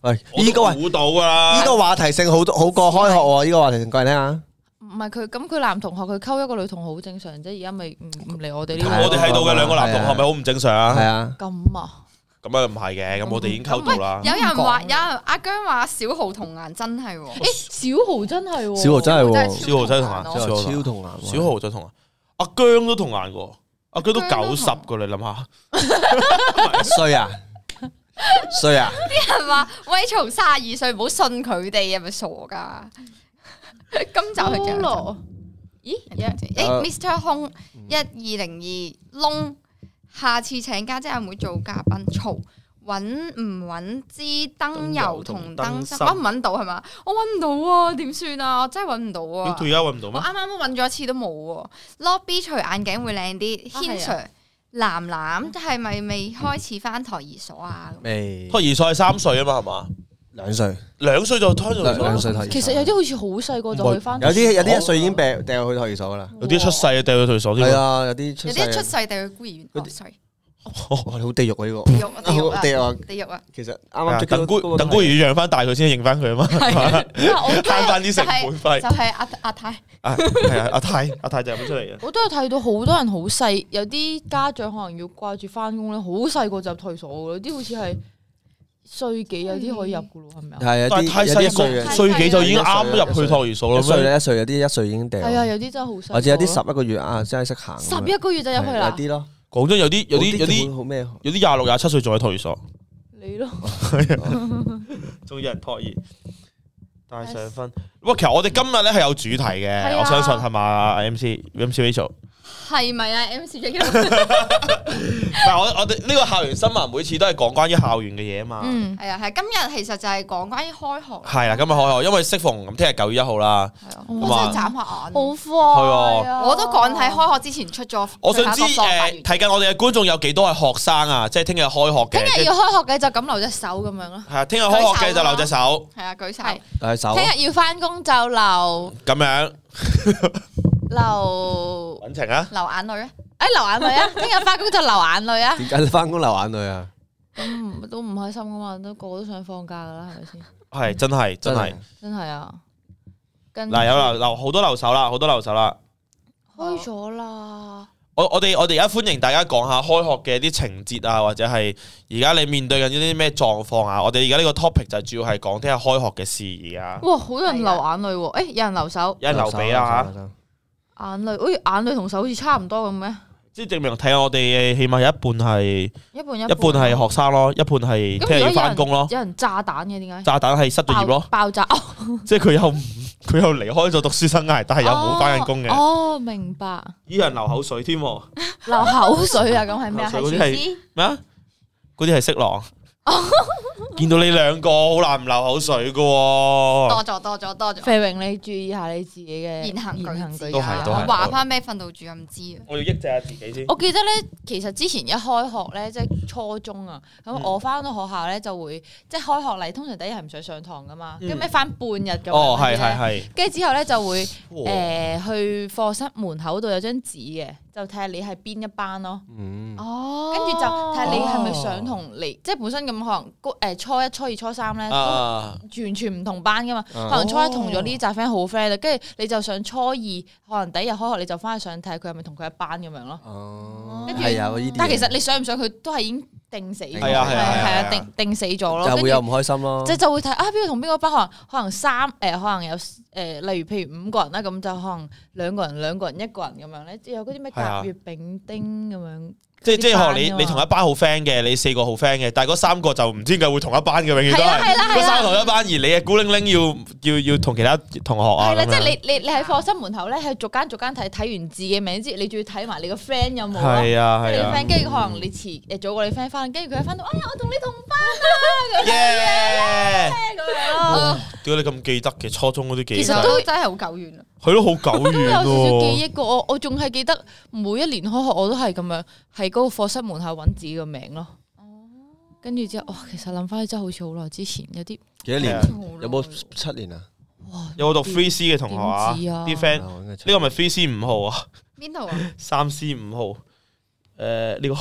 [SPEAKER 1] 喂，
[SPEAKER 2] 我
[SPEAKER 1] 呢個
[SPEAKER 2] 都
[SPEAKER 1] 喂
[SPEAKER 2] 估到㗎啦，
[SPEAKER 1] 呢個話題性好多好過開學喎，呢個話題性過嚟聽下。
[SPEAKER 4] 唔係佢咁，佢男同學佢溝一個女同學好正常啫。而家咪唔唔嚟我哋呢
[SPEAKER 1] 係
[SPEAKER 2] 我
[SPEAKER 4] 度
[SPEAKER 2] 哋喺度嘅兩個男同啊學係咪好唔正常
[SPEAKER 1] 係
[SPEAKER 2] 啊？
[SPEAKER 1] 啊，
[SPEAKER 4] 咁啊！
[SPEAKER 2] 咁啊唔係嘅，咁我哋已經溝到啦。
[SPEAKER 3] 有人話
[SPEAKER 4] 唔講
[SPEAKER 3] 有人阿姜話小豪童顏真係喎，
[SPEAKER 4] 誒，小豪真係喎，
[SPEAKER 1] 小豪真係
[SPEAKER 3] 真
[SPEAKER 1] 喎，
[SPEAKER 3] 係
[SPEAKER 2] 小豪真係同顏
[SPEAKER 3] 顏
[SPEAKER 2] 小豪
[SPEAKER 1] 真係超同顏喎。
[SPEAKER 2] 小豪就同啊阿姜都同眼喎，阿姜都
[SPEAKER 3] 姜都
[SPEAKER 2] 九十噶啦，你諗 [LAUGHS] 下。
[SPEAKER 1] 衰啊，衰啊！
[SPEAKER 3] 人話 Rachel 三十二歲，唔好信佢哋，係咪傻噶？今集係
[SPEAKER 4] 菠
[SPEAKER 3] [LAUGHS] 咁樣。
[SPEAKER 4] 蘿。咦？
[SPEAKER 3] 誒 Mr. 空一二零二窿，下次請家姐阿妹做嘉賓，嘈揾唔揾支燈油
[SPEAKER 2] 燈油同
[SPEAKER 3] 同燈芯？
[SPEAKER 2] 燈芯
[SPEAKER 3] 揾唔揾到係嘛？我揾唔到啊，點算啊？我真係揾唔到
[SPEAKER 2] 咁
[SPEAKER 3] 啊！
[SPEAKER 2] 佢而家搵唔到
[SPEAKER 3] 我
[SPEAKER 2] 咩？
[SPEAKER 3] 啱啱都揾咗一次都冇喎。Lobby 除眼鏡會靚啲
[SPEAKER 4] 啊係
[SPEAKER 3] 軒
[SPEAKER 4] 啊
[SPEAKER 3] Sir 藍藍係咪未開始翻托兒所啊？
[SPEAKER 1] 未
[SPEAKER 2] 托兒所係三歲啊嘛，係嘛？
[SPEAKER 1] 兩歲，
[SPEAKER 2] 兩歲就推
[SPEAKER 1] 兩兩
[SPEAKER 2] 咗，
[SPEAKER 1] 歲托兒所
[SPEAKER 4] 其實有啲好似好細個就去翻，
[SPEAKER 1] 有啲有啲
[SPEAKER 4] 哦
[SPEAKER 1] 一歲已經掉掉去托兒所噶啦。
[SPEAKER 2] 有啲出世啊掉咗托兒所添
[SPEAKER 1] 係
[SPEAKER 2] 喎。
[SPEAKER 1] 啊，有啲出
[SPEAKER 3] 有
[SPEAKER 1] 世
[SPEAKER 3] 啲出
[SPEAKER 1] 啊。
[SPEAKER 3] 世地去孤兒院，哦，sorry，
[SPEAKER 1] 哇，你好地獄啊呢
[SPEAKER 3] 地獄啊
[SPEAKER 2] [LAUGHS]
[SPEAKER 3] 地獄
[SPEAKER 1] 個，
[SPEAKER 3] 啊
[SPEAKER 1] 地獄啊！
[SPEAKER 3] 地獄啊！
[SPEAKER 1] 其實啱
[SPEAKER 2] 啊
[SPEAKER 1] 啱出
[SPEAKER 2] 等姑等姑
[SPEAKER 1] 魚，
[SPEAKER 2] 要養翻大佢先認翻佢啊嘛，
[SPEAKER 3] 啊
[SPEAKER 4] 我
[SPEAKER 2] 慳翻啲成本費
[SPEAKER 3] 就。係阿阿太。
[SPEAKER 2] 啊係啊，阿泰阿泰就係咁出嚟嘅。
[SPEAKER 4] 我都有睇到好多人好細，有啲家長可能要掛住翻工咧，好細個就入退所嘅，有啲好似係歲幾，有啲可以入嘅咯，係咪啊？
[SPEAKER 1] 係有
[SPEAKER 2] 但係
[SPEAKER 1] 啲
[SPEAKER 2] 太
[SPEAKER 1] 有啲一
[SPEAKER 2] 細
[SPEAKER 1] 歲
[SPEAKER 2] 個，
[SPEAKER 1] 嘅，
[SPEAKER 2] 歲幾就已經啱入去托兒所
[SPEAKER 1] 一
[SPEAKER 2] 啦
[SPEAKER 1] 歲
[SPEAKER 2] 咩？
[SPEAKER 1] 咧一歲有啲一歲已經掉，
[SPEAKER 4] 係啊，有啲真係好細個咯，
[SPEAKER 1] 或者有啲十一個月啊，真係識行咁樣。
[SPEAKER 4] 十一個月就入去
[SPEAKER 1] 係啊
[SPEAKER 4] 啦
[SPEAKER 1] 有，啲咯，
[SPEAKER 2] 講真，有啲有啲有啲
[SPEAKER 1] 好咩？
[SPEAKER 2] 有啲廿六廿七歲仲喺托兒所，
[SPEAKER 4] 你咯，
[SPEAKER 2] 仲有人托兒。帶上分，喂，其實我哋今日咧係有主題嘅，
[SPEAKER 4] 係啊
[SPEAKER 2] 我相信係嘛？M C M C Rachel，
[SPEAKER 3] 係咪啊？M C J 係
[SPEAKER 2] 但係我我哋呢個校園新聞每次都係講關於校園嘅嘢嘛。
[SPEAKER 4] 嗯，
[SPEAKER 3] 啊，係今日其實就係講關於開學，啊
[SPEAKER 2] 係啊啦，今日開學，因為適逢咁，聽日九月一號啦。
[SPEAKER 3] 係啊，
[SPEAKER 4] 咁
[SPEAKER 3] 我
[SPEAKER 2] 啊
[SPEAKER 3] 真係眨下
[SPEAKER 4] 嗯
[SPEAKER 3] 眼，
[SPEAKER 4] 好快啊，
[SPEAKER 3] 我都趕喺開學之前出咗。
[SPEAKER 2] 我想知
[SPEAKER 3] 出咗個八月
[SPEAKER 2] 誒，睇緊我哋嘅觀眾有幾多係學生啊？即係聽日開學
[SPEAKER 4] 聽
[SPEAKER 2] 嘅，
[SPEAKER 4] 日
[SPEAKER 2] 即
[SPEAKER 4] 要開學嘅就咁留隻手咁樣咯，
[SPEAKER 2] 係啊，聽日開學嘅就留隻手
[SPEAKER 3] 係啊，舉手
[SPEAKER 4] 係
[SPEAKER 1] 但係手
[SPEAKER 4] 聽日要翻工就留
[SPEAKER 2] 咁樣
[SPEAKER 4] 留，
[SPEAKER 2] 揾情啊！
[SPEAKER 3] 流眼淚啊！
[SPEAKER 4] 哎流眼淚啊，聽日翻工就流眼淚啊，
[SPEAKER 1] 點解你翻工流眼淚啊？
[SPEAKER 4] 咁唔都唔開心噶嘛，都個個都想放假噶啦，係咪
[SPEAKER 2] [LAUGHS]
[SPEAKER 4] 先？
[SPEAKER 2] 係真係真係
[SPEAKER 4] 真係啊，跟
[SPEAKER 2] 嗱，有留留好多留手啦，好多留手啦。
[SPEAKER 3] 哦
[SPEAKER 4] 開咗啦，
[SPEAKER 2] 我我哋我哋而家歡迎大家講下開學嘅啲情節啊，或者係而家你面對緊呢啲咩狀況啊？我哋而家呢個 topic 就主要係講聽日開學嘅事宜啊，
[SPEAKER 4] 哇，好多人流眼淚喎，誒有人留手
[SPEAKER 2] 有人留俾啦嚇，
[SPEAKER 1] 嚇。
[SPEAKER 4] 眼淚，好似眼淚同手好似差唔多咁嘅，
[SPEAKER 2] 即係證明睇下我哋起碼有一半係
[SPEAKER 4] 一半一啊
[SPEAKER 2] 一半係學生咯，一半係聽日要翻工咯，
[SPEAKER 4] 有人炸彈嘅點解？
[SPEAKER 2] 炸彈係失咗業咯
[SPEAKER 4] 爆。爆炸哦，
[SPEAKER 2] 即係佢又唔佢又離開咗讀書生涯，但係又冇翻緊工嘅，
[SPEAKER 4] 哦，明白。
[SPEAKER 2] 依人流口水添喎 [LAUGHS]
[SPEAKER 4] 流口水啊！咁係咩啊？
[SPEAKER 2] 流
[SPEAKER 4] 係
[SPEAKER 2] 口水
[SPEAKER 4] 廚師
[SPEAKER 2] 咩啊？嗰啲係色狼，見到你兩個好難唔流口水噶喎，
[SPEAKER 3] 多咗多咗多咗，
[SPEAKER 4] 肥榮，你注意下你自己嘅
[SPEAKER 3] 言行舉止啊
[SPEAKER 4] 啊
[SPEAKER 2] 都係都係
[SPEAKER 3] 我話翻俾訓導主任知啊，
[SPEAKER 2] 我要抑制下自己先。
[SPEAKER 4] 我記得咧，其實之前一開學咧，即係初中啊，咁
[SPEAKER 2] 嗯
[SPEAKER 4] 我翻到學校咧就會，即係開學嚟，通常第一日唔想上堂噶嘛，
[SPEAKER 2] 嗯
[SPEAKER 4] 咁咪翻半日咁樣
[SPEAKER 2] 哦，係
[SPEAKER 4] 嘅啫
[SPEAKER 2] 係哦係
[SPEAKER 4] 跟住之後咧就會誒、
[SPEAKER 2] 哇，
[SPEAKER 4] 去課室門口度有張紙嘅，就睇下你係邊一班咯。
[SPEAKER 1] 嗯，
[SPEAKER 3] 哦
[SPEAKER 4] 跟住就睇下你係咪想同你，即係本身咁可能高誒初一、初二、初三咧，都
[SPEAKER 2] 啊哦
[SPEAKER 4] 完全唔同班噶嘛。
[SPEAKER 1] 啊
[SPEAKER 4] 可能初一同咗呢扎 friend 好 friend 啦，跟住你就上初二，可能第一日開學你就翻去想睇下佢係咪同佢一班咁樣咯。
[SPEAKER 1] 哦，
[SPEAKER 4] 跟住
[SPEAKER 1] 係啊，呢啲嘢
[SPEAKER 4] 但係其實你想唔想佢都係已經定死咗，
[SPEAKER 1] 係啊係啊
[SPEAKER 4] 係啊
[SPEAKER 2] 係啊
[SPEAKER 4] 係啊定定死咗咯。
[SPEAKER 1] 就
[SPEAKER 4] 跟
[SPEAKER 1] 會有
[SPEAKER 4] 住
[SPEAKER 1] 唔開心咯
[SPEAKER 4] 即。係就會睇啊，邊個同邊個班可能可能三誒，可能有誒，例如譬如五個人啦，咁就可能兩個人兩個人一個人咁樣咧，即係有嗰啲咩
[SPEAKER 2] 係啊
[SPEAKER 4] 甲乙丙丁咁樣。
[SPEAKER 2] 即係即係可能
[SPEAKER 4] 嗰啲班㗎
[SPEAKER 2] 你
[SPEAKER 4] 嘛
[SPEAKER 2] 你同一班好 friend 嘅，你四個好 friend 嘅，但係嗰三個就唔知點解會同一班嘅，永遠都
[SPEAKER 4] 係啦
[SPEAKER 2] 係
[SPEAKER 4] 係啦係
[SPEAKER 2] 嗰
[SPEAKER 4] 啦
[SPEAKER 2] 三個同一班，而你係孤零零要要要同其他同學啊
[SPEAKER 4] 係啦，
[SPEAKER 2] 咁
[SPEAKER 4] 即係
[SPEAKER 2] 樣。
[SPEAKER 4] 你你你喺課室門口咧，係逐間逐間睇，睇完自己名之後，你仲要睇埋你個 friend 有冇咯。
[SPEAKER 2] 係啊
[SPEAKER 4] 你
[SPEAKER 2] 係
[SPEAKER 4] 個
[SPEAKER 2] 啊
[SPEAKER 4] friend，跟住可能你遲誒早過你 friend 翻，跟住佢一翻到，哎呀，我同你同班
[SPEAKER 2] 耶！
[SPEAKER 4] 咁樣咯，
[SPEAKER 2] 屌你咁記得嘅，初中嗰啲記
[SPEAKER 3] 其
[SPEAKER 2] 得
[SPEAKER 3] 實，都真係好久
[SPEAKER 4] 啊
[SPEAKER 3] 遠啦，
[SPEAKER 2] 係咯，好久
[SPEAKER 4] 都
[SPEAKER 2] 遠
[SPEAKER 4] 有少少記
[SPEAKER 2] 喎。
[SPEAKER 4] 憶個。我我仲係記得每一年開學我都係咁樣，喺嗰個課室門口揾自己個名咯。跟住之後，哇！其實諗翻起真係好似好耐之前，有啲
[SPEAKER 1] 幾多
[SPEAKER 2] 係
[SPEAKER 1] 年
[SPEAKER 2] 啊？
[SPEAKER 1] 有冇七年啊？
[SPEAKER 4] 哇，
[SPEAKER 2] 有我讀 three C 嘅同學啊，
[SPEAKER 4] 點知啊
[SPEAKER 2] 啲 friend 呢
[SPEAKER 1] 啊我應該七
[SPEAKER 2] 個咪 three C 五號啊， [LAUGHS]
[SPEAKER 3] 邊度啊？
[SPEAKER 2] 三 C 五號，誒呢個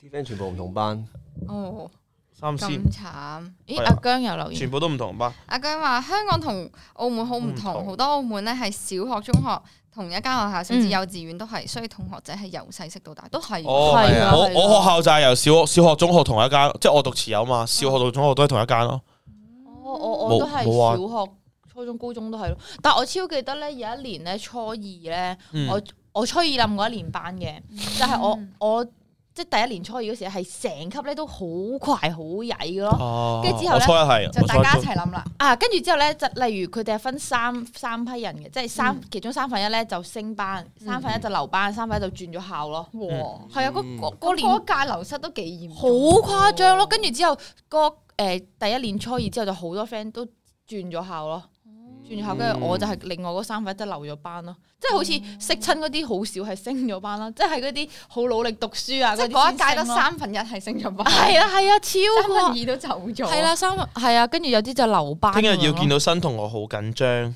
[SPEAKER 1] 啲 friend 全部唔同班，
[SPEAKER 3] 哦，
[SPEAKER 2] 三 C
[SPEAKER 3] 咁慘。
[SPEAKER 4] 咦？阿姜有留言
[SPEAKER 2] 全，部都唔同班，
[SPEAKER 3] 阿姜話香港同澳門好唔
[SPEAKER 2] 唔同
[SPEAKER 3] 同，好多澳門咧係小學、中學同一間學校，甚至
[SPEAKER 4] 嗯
[SPEAKER 3] 幼稚園都係，所以同學仔係由細識到大都係。
[SPEAKER 2] 哦，
[SPEAKER 4] 係啊
[SPEAKER 2] 我
[SPEAKER 4] 係啊嗯
[SPEAKER 2] 我學校就係由小學、小學、中學同一間，即係我讀持有嘛，小學到中學都係同一間咯。
[SPEAKER 4] 我我哦我都係
[SPEAKER 2] 冇冇啊
[SPEAKER 4] 小學、初中、高中都係咯。但我超記得咧，有一年咧初二咧，
[SPEAKER 2] 嗯
[SPEAKER 4] 我我初二冧嗰一年班嘅，就係我
[SPEAKER 3] 嗯
[SPEAKER 4] 我即係第一年初二嗰時係成級咧都好快好曳嘅咯。
[SPEAKER 2] 哦
[SPEAKER 4] 跟住之後
[SPEAKER 2] 我
[SPEAKER 4] 呢
[SPEAKER 2] 初一係，
[SPEAKER 3] 就
[SPEAKER 2] 我初
[SPEAKER 3] 大
[SPEAKER 2] 一
[SPEAKER 3] 家
[SPEAKER 2] 中
[SPEAKER 3] 一齊諗啦，
[SPEAKER 4] 啊，跟住之後咧，就例如佢哋係分三三批人嘅，即係
[SPEAKER 3] 嗯
[SPEAKER 4] 三、其中三分一咧就升班，三分一就留班，三分一就轉咗校咯。
[SPEAKER 3] 哇！
[SPEAKER 2] 嗯
[SPEAKER 4] 係啊，
[SPEAKER 1] 嗯
[SPEAKER 4] 嗰嗰嗰
[SPEAKER 3] 嗰哦
[SPEAKER 4] 年
[SPEAKER 3] 年屆流失都幾嚴
[SPEAKER 4] 好
[SPEAKER 3] 重，
[SPEAKER 4] 誇張咯。跟住之後，嗰誒、第一年初二之後就好多 friend 都轉咗校咯，
[SPEAKER 3] 嗯
[SPEAKER 4] 轉咗校，跟住我就係另外嗰三分一就留咗班咯。即係好似
[SPEAKER 3] 嗯
[SPEAKER 4] 識親嗰啲好少係升咗班啦，即係嗰啲好努力讀書啊
[SPEAKER 3] 即
[SPEAKER 4] 嗰
[SPEAKER 3] 係
[SPEAKER 4] 啲
[SPEAKER 3] 嗰
[SPEAKER 4] 先
[SPEAKER 3] 一屆得
[SPEAKER 4] 升咯。
[SPEAKER 3] 三分一係升咗班，
[SPEAKER 4] 係啊係啊，
[SPEAKER 3] 三
[SPEAKER 4] 超
[SPEAKER 3] 分
[SPEAKER 4] 過
[SPEAKER 3] 二都走咗。
[SPEAKER 4] 係啦，三分係啊，跟住有啲就留班咁樣咯。
[SPEAKER 2] 聽日要見到新同學好緊張，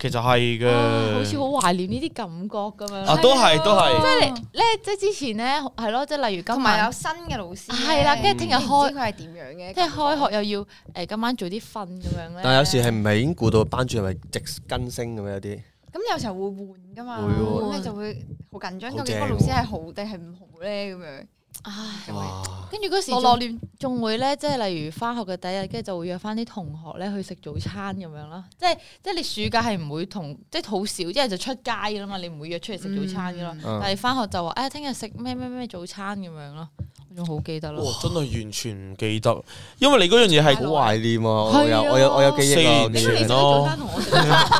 [SPEAKER 2] 其實係
[SPEAKER 4] 啊好似
[SPEAKER 2] 嘅
[SPEAKER 4] 好。懷念呢啲感覺咁樣。
[SPEAKER 2] 啊，都係都係。
[SPEAKER 4] 即係咧，即係之前咧，係咯，即係例如
[SPEAKER 3] 同
[SPEAKER 4] 今
[SPEAKER 3] 埋有
[SPEAKER 4] 晚，
[SPEAKER 3] 新嘅老師，
[SPEAKER 4] 係啦，跟住聽日
[SPEAKER 3] 你唔
[SPEAKER 4] 開
[SPEAKER 3] 知，佢係點樣嘅，
[SPEAKER 4] 即係開學又要誒今晚早啲瞓咁樣咧。
[SPEAKER 1] 但有時係唔係已經估到班主任係直跟升咁樣有啲？
[SPEAKER 3] 咁有時候會換噶嘛，
[SPEAKER 1] 會喎
[SPEAKER 3] 咁你就會好緊張，
[SPEAKER 1] 好
[SPEAKER 3] 究竟個
[SPEAKER 1] 正
[SPEAKER 3] 老
[SPEAKER 1] 喎
[SPEAKER 3] 師係好定係唔好咧？咁樣
[SPEAKER 4] 唉，
[SPEAKER 3] 就會
[SPEAKER 1] 哇！
[SPEAKER 4] 跟住嗰時
[SPEAKER 3] 囉囉
[SPEAKER 4] 仲
[SPEAKER 3] 攣。
[SPEAKER 4] 仲會咧，即係例如翻學嘅第一日，跟住就會約翻啲同學咧去食早餐咁樣啦。即係即係你暑假係唔會同，即係好少，一係就出街噶啦嘛，你唔會約出嚟食早餐噶啦。
[SPEAKER 1] 嗯
[SPEAKER 4] 但係翻學就話誒，聽日食咩咩咩早餐咁樣咯，我仲好記得咯。
[SPEAKER 2] 哇！真係完全唔記得，因為你嗰樣嘢係
[SPEAKER 1] 好懷念啊！我
[SPEAKER 4] 係
[SPEAKER 1] 有
[SPEAKER 4] 啊
[SPEAKER 1] 我有我有記憶啊！我記
[SPEAKER 2] 四
[SPEAKER 4] 你嗰
[SPEAKER 2] 年
[SPEAKER 4] 年
[SPEAKER 1] 憶
[SPEAKER 4] 食
[SPEAKER 2] 前
[SPEAKER 1] 啊
[SPEAKER 2] 咯
[SPEAKER 4] 早餐同我食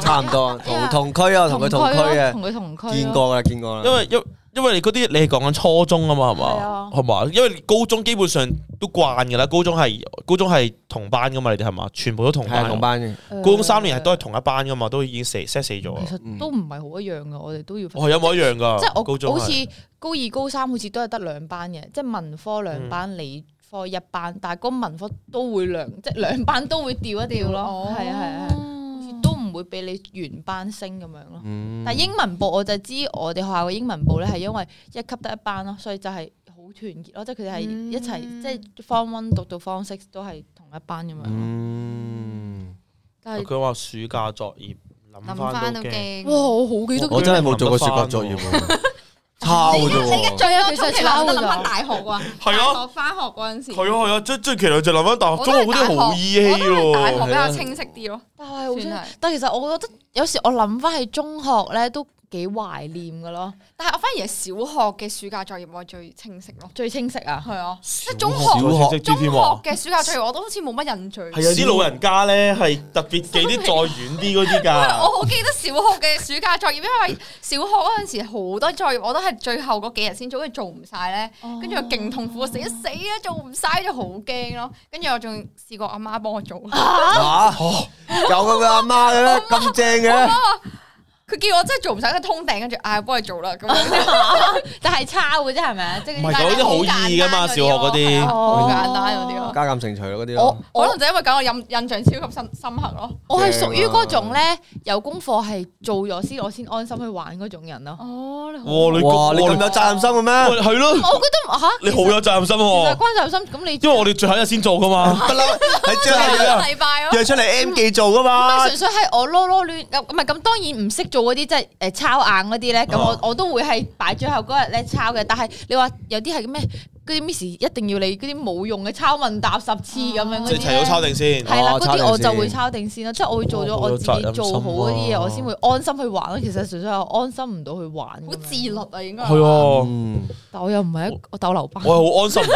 [SPEAKER 1] 差唔多同同區啊，同佢同區
[SPEAKER 4] 咯，
[SPEAKER 1] 啊，
[SPEAKER 4] 同佢同區咯。
[SPEAKER 1] 見過啦，見過啦。
[SPEAKER 2] 因為因因為你嗰啲你係講緊初中啊嘛，係
[SPEAKER 4] 係
[SPEAKER 2] 嘛
[SPEAKER 4] 啊，
[SPEAKER 2] 係嘛？因為高中基本上都慣㗎啦，高中係高中係同班㗎嘛，你哋係嘛？全部都同
[SPEAKER 1] 係啊
[SPEAKER 2] 班。
[SPEAKER 1] 同班嘅，
[SPEAKER 4] 誒
[SPEAKER 2] 高中三年係都係同一班㗎嘛，都已經死 set 死咗啊哦
[SPEAKER 4] 其。實都唔係好一樣嘅，我哋都要分。
[SPEAKER 2] 我有冇一樣㗎？
[SPEAKER 4] 即係
[SPEAKER 2] 高
[SPEAKER 4] 我
[SPEAKER 2] 中
[SPEAKER 4] 好
[SPEAKER 2] 係
[SPEAKER 4] 似高二、高三好似都係得兩班嘅，即係文科兩班，理科一班，但係嗰文科都
[SPEAKER 2] [LAUGHS]
[SPEAKER 4] 會兩，即係兩班都會調一調咯。
[SPEAKER 3] 哦
[SPEAKER 2] 哦
[SPEAKER 4] 係啊係啊，係啊好似都唔會俾你原班升咁樣咯。
[SPEAKER 1] 嗯
[SPEAKER 4] 但係英文部我就知我哋學校嘅英文部咧係因為一級得一班咯，所以就係好團結咯，即係佢哋係一齊，
[SPEAKER 3] 嗯
[SPEAKER 4] 即係 form one 讀到 form six 都係同一班咁樣咯。
[SPEAKER 1] 嗯，
[SPEAKER 4] 但係
[SPEAKER 2] 啊佢話暑假作業諗
[SPEAKER 3] 諗
[SPEAKER 2] 翻
[SPEAKER 3] 翻都
[SPEAKER 2] 都驚。
[SPEAKER 3] 驚。
[SPEAKER 4] 哇，我好記得
[SPEAKER 1] 我
[SPEAKER 4] 佢
[SPEAKER 1] 真係冇做過雪國作業喎，抄嘅啫喎。
[SPEAKER 4] 最有其實抄
[SPEAKER 3] 得諗
[SPEAKER 4] 㗎
[SPEAKER 3] 翻。大學喎，
[SPEAKER 2] 係啊
[SPEAKER 3] 大學翻學嗰陣時，
[SPEAKER 2] 係啊係啊，即最其實就諗翻大學
[SPEAKER 3] 我
[SPEAKER 2] 中
[SPEAKER 3] 都
[SPEAKER 2] 學嗰
[SPEAKER 3] 係
[SPEAKER 2] 啲好
[SPEAKER 3] 大學
[SPEAKER 2] 依稀
[SPEAKER 3] 我
[SPEAKER 2] 喎
[SPEAKER 3] 覺得。啊大學比較清晰啲咯。
[SPEAKER 4] 但係好
[SPEAKER 3] 算
[SPEAKER 4] 想
[SPEAKER 3] 係，
[SPEAKER 4] 但其實我覺得有時我諗翻係中學咧，都幾懷念噶咯，
[SPEAKER 3] 但係我反而係小學嘅暑假作業我最清晰咯，
[SPEAKER 4] 最清晰
[SPEAKER 3] [LAUGHS]
[SPEAKER 4] 啊！
[SPEAKER 3] 係啊，即係
[SPEAKER 2] 小
[SPEAKER 3] 中
[SPEAKER 2] 學
[SPEAKER 3] 學
[SPEAKER 2] 小學
[SPEAKER 3] 中學
[SPEAKER 2] 知添啊喎
[SPEAKER 3] 嘅暑假作業我都好似冇乜印象。
[SPEAKER 1] 係啊
[SPEAKER 2] 啲老人家咧係特別記啲再遠啲嗰啲㗎。
[SPEAKER 3] [LAUGHS] 我好記得小學嘅暑假作業，因為小學嗰陣時好多作業，我都係最後嗰幾日先做，跟住做唔晒咧，跟住我勁痛苦，死死啊，做唔晒就好驚咯。跟住我仲試過阿媽幫我做，佢
[SPEAKER 1] 吓，有咁嘅阿媽嘅
[SPEAKER 4] 啊
[SPEAKER 1] 咩？咁正嘅，
[SPEAKER 3] 叫我真係做唔晒，佢通頂，跟住哎嗌我幫佢做啦咁樣。 [LAUGHS]
[SPEAKER 4] 但係抄嘅啫，係咪啊？即係
[SPEAKER 2] 唔係嗰啲好易㗎嘛小學嗰啲
[SPEAKER 3] 係啊好
[SPEAKER 4] 哦
[SPEAKER 3] 簡單哦嗰啲咯。
[SPEAKER 1] 加減乘除嗰啲咯
[SPEAKER 4] 我。
[SPEAKER 3] 可能就因為咁，我印印象超級深深刻咯。
[SPEAKER 4] 我係屬於嗰種咧，有功課係做咗先，我先安心去玩嗰種人咯。
[SPEAKER 3] 哦，你
[SPEAKER 2] 哇！你
[SPEAKER 1] 哇，你咁
[SPEAKER 2] 哇
[SPEAKER 1] 有責任心嘅
[SPEAKER 2] 你
[SPEAKER 1] 咩？
[SPEAKER 2] 哇係
[SPEAKER 4] 我
[SPEAKER 2] 咯，
[SPEAKER 4] 覺得嚇，
[SPEAKER 2] 嗯你好有責哦任心
[SPEAKER 4] 其實
[SPEAKER 2] 喎。
[SPEAKER 4] 關心心咁你，
[SPEAKER 2] 因為我哋最後一日先做㗎嘛。 [LAUGHS]
[SPEAKER 1] 不嬲，喺
[SPEAKER 2] 啊
[SPEAKER 1] 最後
[SPEAKER 3] 一
[SPEAKER 1] 約
[SPEAKER 3] 個啊
[SPEAKER 4] 啊
[SPEAKER 3] 禮拜咯，
[SPEAKER 1] 約出嚟 M 記做噶
[SPEAKER 4] 唔
[SPEAKER 1] 嘛
[SPEAKER 4] 係？純粹係我囉囉攣，咁唔係咁當然唔識做嗰啲即係誒抄硬嗰啲咧，咁
[SPEAKER 2] 啊
[SPEAKER 4] 我我都會係擺最後嗰日咧抄嘅。但係你話有啲係咩嗰啲 miss 一定要你嗰啲冇用嘅抄問答十次咁樣嗰
[SPEAKER 2] 即係
[SPEAKER 4] 啲
[SPEAKER 2] 提早
[SPEAKER 4] 呢
[SPEAKER 2] 抄定先。
[SPEAKER 4] 係啦，
[SPEAKER 1] 哦
[SPEAKER 4] 嗰啲
[SPEAKER 1] 抄
[SPEAKER 4] 我
[SPEAKER 1] 定先
[SPEAKER 4] 就會抄定先啦，即係我會做咗
[SPEAKER 2] 哦
[SPEAKER 4] 我自己
[SPEAKER 2] 好有責任心
[SPEAKER 4] 做好嗰啲嘢，
[SPEAKER 2] 啊
[SPEAKER 4] 我先會安心去玩咯。其實純粹係安心唔到去玩咁樣，
[SPEAKER 3] 好自律啊，應該。
[SPEAKER 2] 係啊。
[SPEAKER 1] 嗯，
[SPEAKER 4] 但我又唔係一個鬥留班 [LAUGHS]
[SPEAKER 2] 我，係好安心，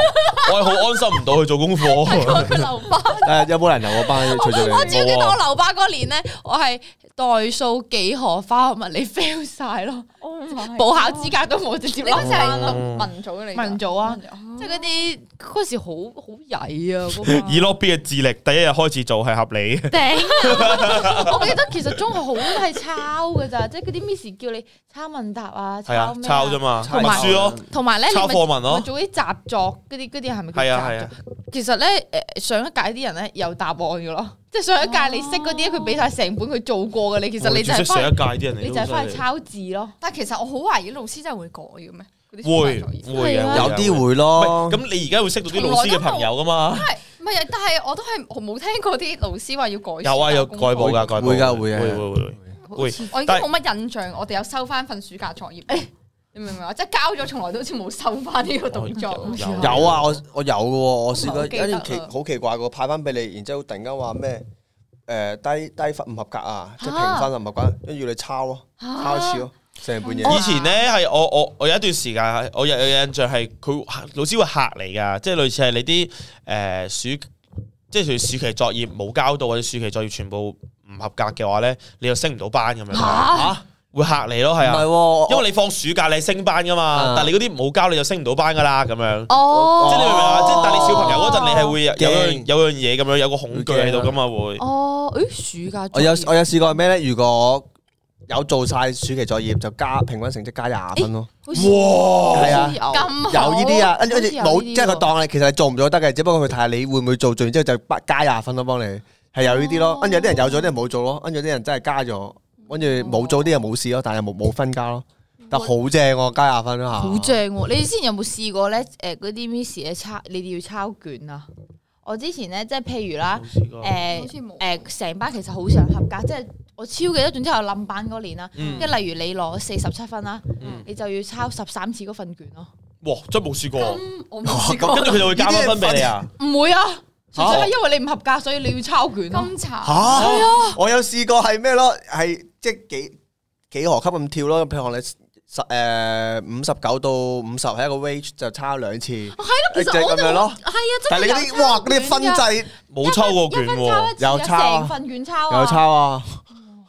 [SPEAKER 2] 我係好安心唔到去做功課。
[SPEAKER 3] 佢留班，
[SPEAKER 1] 誒，有冇人留我班除咗
[SPEAKER 4] 我
[SPEAKER 1] 你？
[SPEAKER 4] 只要記
[SPEAKER 2] 啊
[SPEAKER 4] 得我留班嗰年咧，我係代數幾何化學物理 fail 晒咯，
[SPEAKER 3] Oh [LAUGHS]
[SPEAKER 4] 補考資格都冇，直
[SPEAKER 1] 啊
[SPEAKER 3] 啊
[SPEAKER 4] 接
[SPEAKER 3] 你嗰
[SPEAKER 4] 攞
[SPEAKER 3] 陣時
[SPEAKER 4] 晒
[SPEAKER 3] 係
[SPEAKER 4] 咯。
[SPEAKER 3] 讀文組嚟㗎，
[SPEAKER 4] 文組啊
[SPEAKER 3] 哦，
[SPEAKER 4] 即係嗰啲嗰時好好曳
[SPEAKER 2] [LAUGHS]
[SPEAKER 4] 啊！嗰班
[SPEAKER 2] 以 lobby 嘅智力，第一日開始做係合理
[SPEAKER 1] [LAUGHS]
[SPEAKER 2] 嘅。
[SPEAKER 4] 頂啊！我記得其實中學好多係抄㗎咋，即係嗰啲 miss 叫你抄問答啊，
[SPEAKER 2] 係啊
[SPEAKER 4] 抄，咩啊
[SPEAKER 2] 抄啫嘛，
[SPEAKER 1] 抄
[SPEAKER 2] 咪書咯，
[SPEAKER 4] 同埋咧，你
[SPEAKER 2] 抄
[SPEAKER 4] 咪
[SPEAKER 2] 課文
[SPEAKER 4] 咪
[SPEAKER 2] 咯。
[SPEAKER 4] 做啲習作嗰啲嗰啲係咪叫
[SPEAKER 2] 係啊係
[SPEAKER 4] 習
[SPEAKER 2] 啊
[SPEAKER 4] 作？，其實咧誒上一屆啲人咧有答案㗎咯， [LAUGHS] 即係上一屆你識嗰啲，佢俾晒成本佢做過嘅你，其實你就
[SPEAKER 2] 識
[SPEAKER 4] 係
[SPEAKER 2] 上
[SPEAKER 4] 翻
[SPEAKER 2] 一屆啲人嚟，
[SPEAKER 4] 你就係翻去抄字咯。
[SPEAKER 3] 但係其實我好懷疑老師真係會改嘅咩？嗰啲
[SPEAKER 2] 會
[SPEAKER 3] 暑假作業
[SPEAKER 2] 會
[SPEAKER 4] 係
[SPEAKER 2] 嘅，
[SPEAKER 4] 啊
[SPEAKER 1] 有啲會
[SPEAKER 2] 唔
[SPEAKER 1] 咯
[SPEAKER 2] 係。咁你而家會識到啲老師嘅朋友噶嘛
[SPEAKER 3] 因？為唔係，但係我都係我冇聽過啲老師話要改。
[SPEAKER 2] 有啊有改補。噶，改補
[SPEAKER 1] 會㗎會啊
[SPEAKER 2] 會會會會。
[SPEAKER 3] 我已經冇乜印象，我哋有收翻份暑假作業。你明唔明啊？即係交咗，從來都好似冇收翻呢個動作。
[SPEAKER 1] 有啊，我我有嘅喎，我試過
[SPEAKER 3] 我
[SPEAKER 1] 一
[SPEAKER 3] 記得
[SPEAKER 1] 件奇
[SPEAKER 3] 啊
[SPEAKER 1] 好奇怪嘅派翻俾你，然之後突然間話咩誒低低分唔合格啊，即係評分唔合格，跟住你抄咯，抄一次咯，成半
[SPEAKER 2] 以
[SPEAKER 1] 嘢。
[SPEAKER 2] 前咧係我我我有一段時間，我有有印象係佢老師會嚇你㗎，即係類似係你啲誒暑，即係譬如暑期作業冇交到或者暑期作業全部唔合格嘅話咧，你又升唔到班咁樣，
[SPEAKER 1] 嚇
[SPEAKER 2] 會嚇你咯，係
[SPEAKER 1] 唔係
[SPEAKER 2] 啊，
[SPEAKER 1] 喎，
[SPEAKER 2] 因為
[SPEAKER 1] 你
[SPEAKER 2] 你放暑假你升班㗎嘛
[SPEAKER 1] 啊，
[SPEAKER 2] 但係你嗰啲冇交你就升唔到班㗎啦，咁樣。
[SPEAKER 4] 哦
[SPEAKER 2] 即係你明唔明啊？即係但係你小朋友嗰陣，你係會有有樣
[SPEAKER 1] 驚
[SPEAKER 2] 有樣嘢咁樣，有個恐懼喺度噶嘛會。
[SPEAKER 4] 哦，誒暑假
[SPEAKER 1] 我有我有試過咩咧？如果有做晒暑期作業，就加平均成績加廿分咯。
[SPEAKER 4] 哇
[SPEAKER 1] 係啊
[SPEAKER 3] 咁
[SPEAKER 1] 有呢啲啊，跟住
[SPEAKER 4] 好似有呢啲
[SPEAKER 1] 冇，
[SPEAKER 4] 喎
[SPEAKER 1] 即係佢當你其實你做唔做都得嘅，只不過佢睇下你會唔會做，做完之後就加廿分咯，幫你係有呢啲咯。跟住有啲人有咗，有啲人冇做咯，跟住有啲人真係加咗，跟住冇做啲人冇事咯，但係冇冇分加咯，但好正喎，加廿分咯啊嚇，
[SPEAKER 4] 好正喎！你之前有冇試過咧？誒嗰啲 miss 咧抄，你哋要抄卷啊？我之前咧，即係譬如啦，
[SPEAKER 2] 啊
[SPEAKER 3] 好
[SPEAKER 4] 誒
[SPEAKER 3] 似冇
[SPEAKER 4] 誒，成班其實好想合格，即係我超記得。總之我冧班嗰年啦，
[SPEAKER 2] 嗯
[SPEAKER 4] 即係例如你攞四十七分啦
[SPEAKER 2] 嗯，
[SPEAKER 4] 你就要抄十三次嗰份卷咯。
[SPEAKER 2] 哇！真係冇試過，
[SPEAKER 3] 咁，我冇試過
[SPEAKER 2] 跟住佢就會加翻分俾你啊！
[SPEAKER 4] 唔會啊，純粹
[SPEAKER 2] 嚇
[SPEAKER 4] 係因為你唔合格，所以你要抄卷咯。
[SPEAKER 3] 咁慘。
[SPEAKER 1] 啊嚇，我有試過係咩咯？係即係幾幾何級咁跳咯，譬如學你十誒五十九到五十係一個 range 就差兩次，係
[SPEAKER 4] 其實
[SPEAKER 1] 就係
[SPEAKER 4] 我
[SPEAKER 1] 咁
[SPEAKER 4] 都
[SPEAKER 1] 樣咯。
[SPEAKER 4] 係啊，真
[SPEAKER 1] 但係你嗰
[SPEAKER 4] 係有
[SPEAKER 1] 啲哇
[SPEAKER 4] 抄
[SPEAKER 1] 嗰啲
[SPEAKER 4] 卷
[SPEAKER 1] 分
[SPEAKER 4] 㗎
[SPEAKER 1] 制
[SPEAKER 2] 冇抽過卷
[SPEAKER 4] 一分抄
[SPEAKER 2] 喎
[SPEAKER 4] 一，次啊
[SPEAKER 1] 有抄啊
[SPEAKER 4] 成份卷抄啊，
[SPEAKER 1] 有抄啊！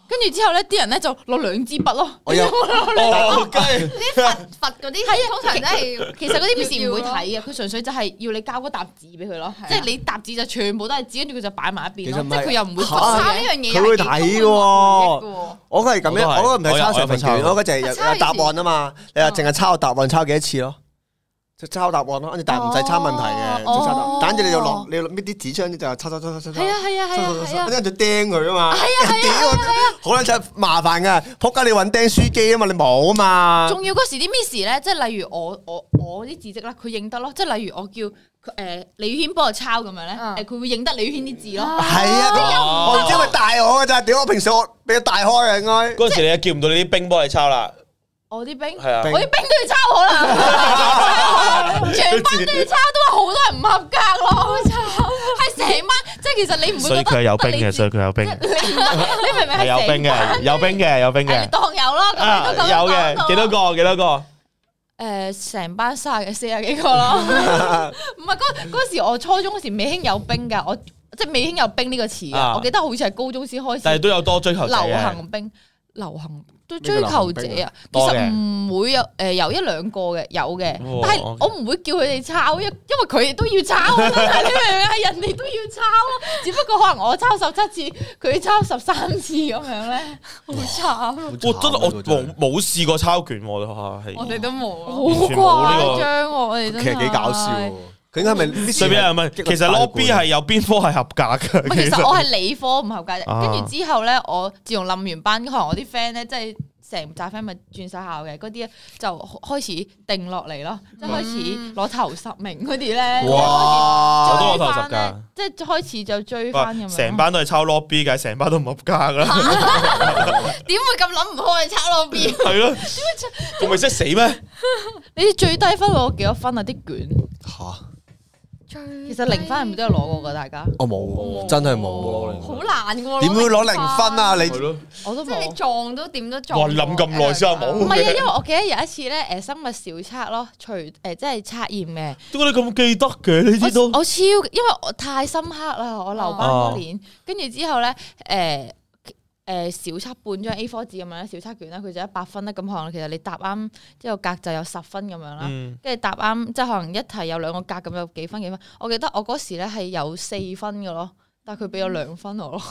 [SPEAKER 4] 跟住之後咧，啲人咧就攞兩支筆咯。
[SPEAKER 1] 我有
[SPEAKER 2] 哦，雞
[SPEAKER 3] 罰嗰啲
[SPEAKER 4] 係啊
[SPEAKER 3] 通常都係
[SPEAKER 4] 其實嗰啲 miss
[SPEAKER 3] 要
[SPEAKER 4] 唔會
[SPEAKER 1] 啊
[SPEAKER 4] 睇嘅，佢純粹就係要你交嗰沓紙俾佢咯
[SPEAKER 3] 係啊，
[SPEAKER 4] 即係你沓紙就全部都係紙，跟住佢就擺埋一邊咯，
[SPEAKER 1] 其實唔
[SPEAKER 4] 即
[SPEAKER 1] 係
[SPEAKER 4] 係佢又唔會
[SPEAKER 1] 嚇
[SPEAKER 4] 分
[SPEAKER 3] 抄呢
[SPEAKER 4] 嘅。
[SPEAKER 3] 樣嘢，
[SPEAKER 1] 佢會睇嘅喎
[SPEAKER 3] 喎。
[SPEAKER 1] 我嗰係咁樣，我
[SPEAKER 2] 我都係
[SPEAKER 1] 嗰個唔係抄成份
[SPEAKER 2] 我有
[SPEAKER 1] 卷，
[SPEAKER 2] 我有
[SPEAKER 1] 我嗰就係有
[SPEAKER 3] 啊抄
[SPEAKER 1] 有
[SPEAKER 3] 完
[SPEAKER 1] 答案啊嘛。你話淨係抄答案，抄幾多次咯？就抄答案咯，跟住但係唔使抄問題嘅，
[SPEAKER 4] 哦
[SPEAKER 1] 就抄答
[SPEAKER 4] 哦
[SPEAKER 1] 案。等住你就攞，你要搣啲紙張就抄抄抄抄抄抄
[SPEAKER 4] 係。啊係啊係啊係啊！
[SPEAKER 1] 跟住就釘佢啊嘛， [LAUGHS] 屌好撚柒麻煩噶，仆街你揾釘書機啊嘛，你冇啊嘛，
[SPEAKER 4] 仲要嗰時啲 miss 咧，即係例如我我我啲字跡啦，佢認得咯，即係例如我叫佢誒李宇軒幫我抄咁樣咧，
[SPEAKER 3] 嗯
[SPEAKER 4] 誒佢會認得李宇軒啲字咯。
[SPEAKER 1] 啊係啊，
[SPEAKER 2] 哦
[SPEAKER 1] 我唔知係咪大我㗎咋，屌我平時我俾佢大開嘅應
[SPEAKER 2] [LAUGHS]
[SPEAKER 1] 該，
[SPEAKER 2] 嗰陣時你又叫唔到你啲兵幫你抄啦，
[SPEAKER 4] 我啲兵，
[SPEAKER 2] 係啊
[SPEAKER 4] 我啲兵都要抄我
[SPEAKER 2] [LAUGHS]
[SPEAKER 4] 啊啦，全班都要抄，都話好多人唔合格咯，好慘！係成班即即係其實你唔會
[SPEAKER 2] 所以
[SPEAKER 4] 覺
[SPEAKER 2] 佢
[SPEAKER 4] 得
[SPEAKER 2] 係有兵嘅，所以佢有兵，
[SPEAKER 4] [LAUGHS] 你明唔
[SPEAKER 2] 係
[SPEAKER 4] 明係
[SPEAKER 2] 有
[SPEAKER 4] 成
[SPEAKER 2] 兵嘅，有兵嘅，有兵
[SPEAKER 4] 係你
[SPEAKER 2] 嘅，
[SPEAKER 4] 當有咯，
[SPEAKER 2] 啊
[SPEAKER 4] 咁你都咁樣
[SPEAKER 2] 有
[SPEAKER 4] 講到
[SPEAKER 2] 嘅，幾多個？幾多個？
[SPEAKER 4] 誒成班卅嘅四十幾個咯，
[SPEAKER 2] [LAUGHS]
[SPEAKER 4] 唔係嗰嗰時我初中嗰時未興有兵㗎，我即係未興有兵呢個詞
[SPEAKER 2] 啊
[SPEAKER 4] 㗎，我記得好似係高中先開
[SPEAKER 2] 但係
[SPEAKER 4] 始
[SPEAKER 2] 都有多追求者
[SPEAKER 4] 流
[SPEAKER 2] 嘅，
[SPEAKER 4] 行兵，流行對
[SPEAKER 1] 咩
[SPEAKER 4] 追
[SPEAKER 1] 叫
[SPEAKER 4] 求
[SPEAKER 1] 流行
[SPEAKER 4] 者
[SPEAKER 1] 兵
[SPEAKER 4] 啊，其
[SPEAKER 2] 多嘅
[SPEAKER 4] 實唔會有誒有一兩個嘅有嘅
[SPEAKER 2] 哇，
[SPEAKER 4] 但係
[SPEAKER 2] OK
[SPEAKER 4] 我唔會叫佢哋抄，因因為佢哋都要抄啊，你明唔明啊？人哋都要抄咯，只不過可能我抄十七次，佢抄十三次咁樣咧，
[SPEAKER 3] 啊好慘，
[SPEAKER 1] 我
[SPEAKER 2] 我啊真係我冇冇試過抄卷喎，我哋學校
[SPEAKER 3] 我
[SPEAKER 2] 係
[SPEAKER 3] 哋都冇啊。
[SPEAKER 4] 好
[SPEAKER 2] 完全冇呢個
[SPEAKER 4] 誇張喎我哋真
[SPEAKER 1] 其實幾搞笑
[SPEAKER 4] 係
[SPEAKER 1] 喎。佢應該係咪呢次係
[SPEAKER 2] 隨便有問，
[SPEAKER 1] 激
[SPEAKER 2] 其
[SPEAKER 1] 勵
[SPEAKER 2] 實
[SPEAKER 1] 大
[SPEAKER 2] law
[SPEAKER 1] 過
[SPEAKER 2] B 係有邊科係合格嘅？
[SPEAKER 4] 唔係
[SPEAKER 2] [LAUGHS] 其
[SPEAKER 4] 其實
[SPEAKER 2] 實
[SPEAKER 4] 我
[SPEAKER 2] 啊
[SPEAKER 4] 係理科唔合格啫，跟住之後咧，我自從冧完班，可能我啲 friend 咧，即係成扎 friend 咪轉晒校嘅，嗰啲咧就開始定落嚟咯，即係開始攞頭十名嗰啲咧，
[SPEAKER 2] 哇，我都
[SPEAKER 4] 即係
[SPEAKER 2] 攞頭十㗎
[SPEAKER 4] 開始追翻咧。，即係開始就追
[SPEAKER 2] 哇
[SPEAKER 4] 翻咁樣。
[SPEAKER 2] 成班都係抄 law B 嘅，成班都唔合格啦，
[SPEAKER 3] 點會咁諗唔開去抄落邊？
[SPEAKER 2] 係
[SPEAKER 4] [LAUGHS]
[SPEAKER 2] 咯，仲未識死咩？
[SPEAKER 4] 你哋最低分攞幾多分啊？啲卷
[SPEAKER 1] 嚇，
[SPEAKER 4] 其實零分係咪都有攞過噶？大家
[SPEAKER 1] 我冇，真係冇。
[SPEAKER 3] 好難嘅喎，
[SPEAKER 1] 點會攞零分啊？？你
[SPEAKER 2] 係咯，
[SPEAKER 4] 我都
[SPEAKER 3] 即係你
[SPEAKER 4] 冇。
[SPEAKER 3] 撞都點都撞。
[SPEAKER 2] 哇諗咁耐先有
[SPEAKER 4] 唔
[SPEAKER 2] 冇
[SPEAKER 4] 係啊，因為我記得有一次咧，誒生物小測咯，除誒即係測驗嘅，
[SPEAKER 2] 點解你咁記得嘅呢啲
[SPEAKER 4] 我
[SPEAKER 2] 都？
[SPEAKER 4] 我超，因為我太深刻啦，我留班嗰
[SPEAKER 2] 哦
[SPEAKER 4] 年，跟住之後咧，誒、誒小測半張 A4 紙咁樣咧，小測卷咧，佢就一百分咧，咁可能其實你答啱之後格就有十分咁樣啦，
[SPEAKER 2] 嗯，
[SPEAKER 4] 跟住、答啱即係可能一題有兩個格咁有幾分幾分，我記得我嗰時咧係有四分嘅咯，但係佢俾咗兩
[SPEAKER 2] [LAUGHS]
[SPEAKER 4] 分我咯，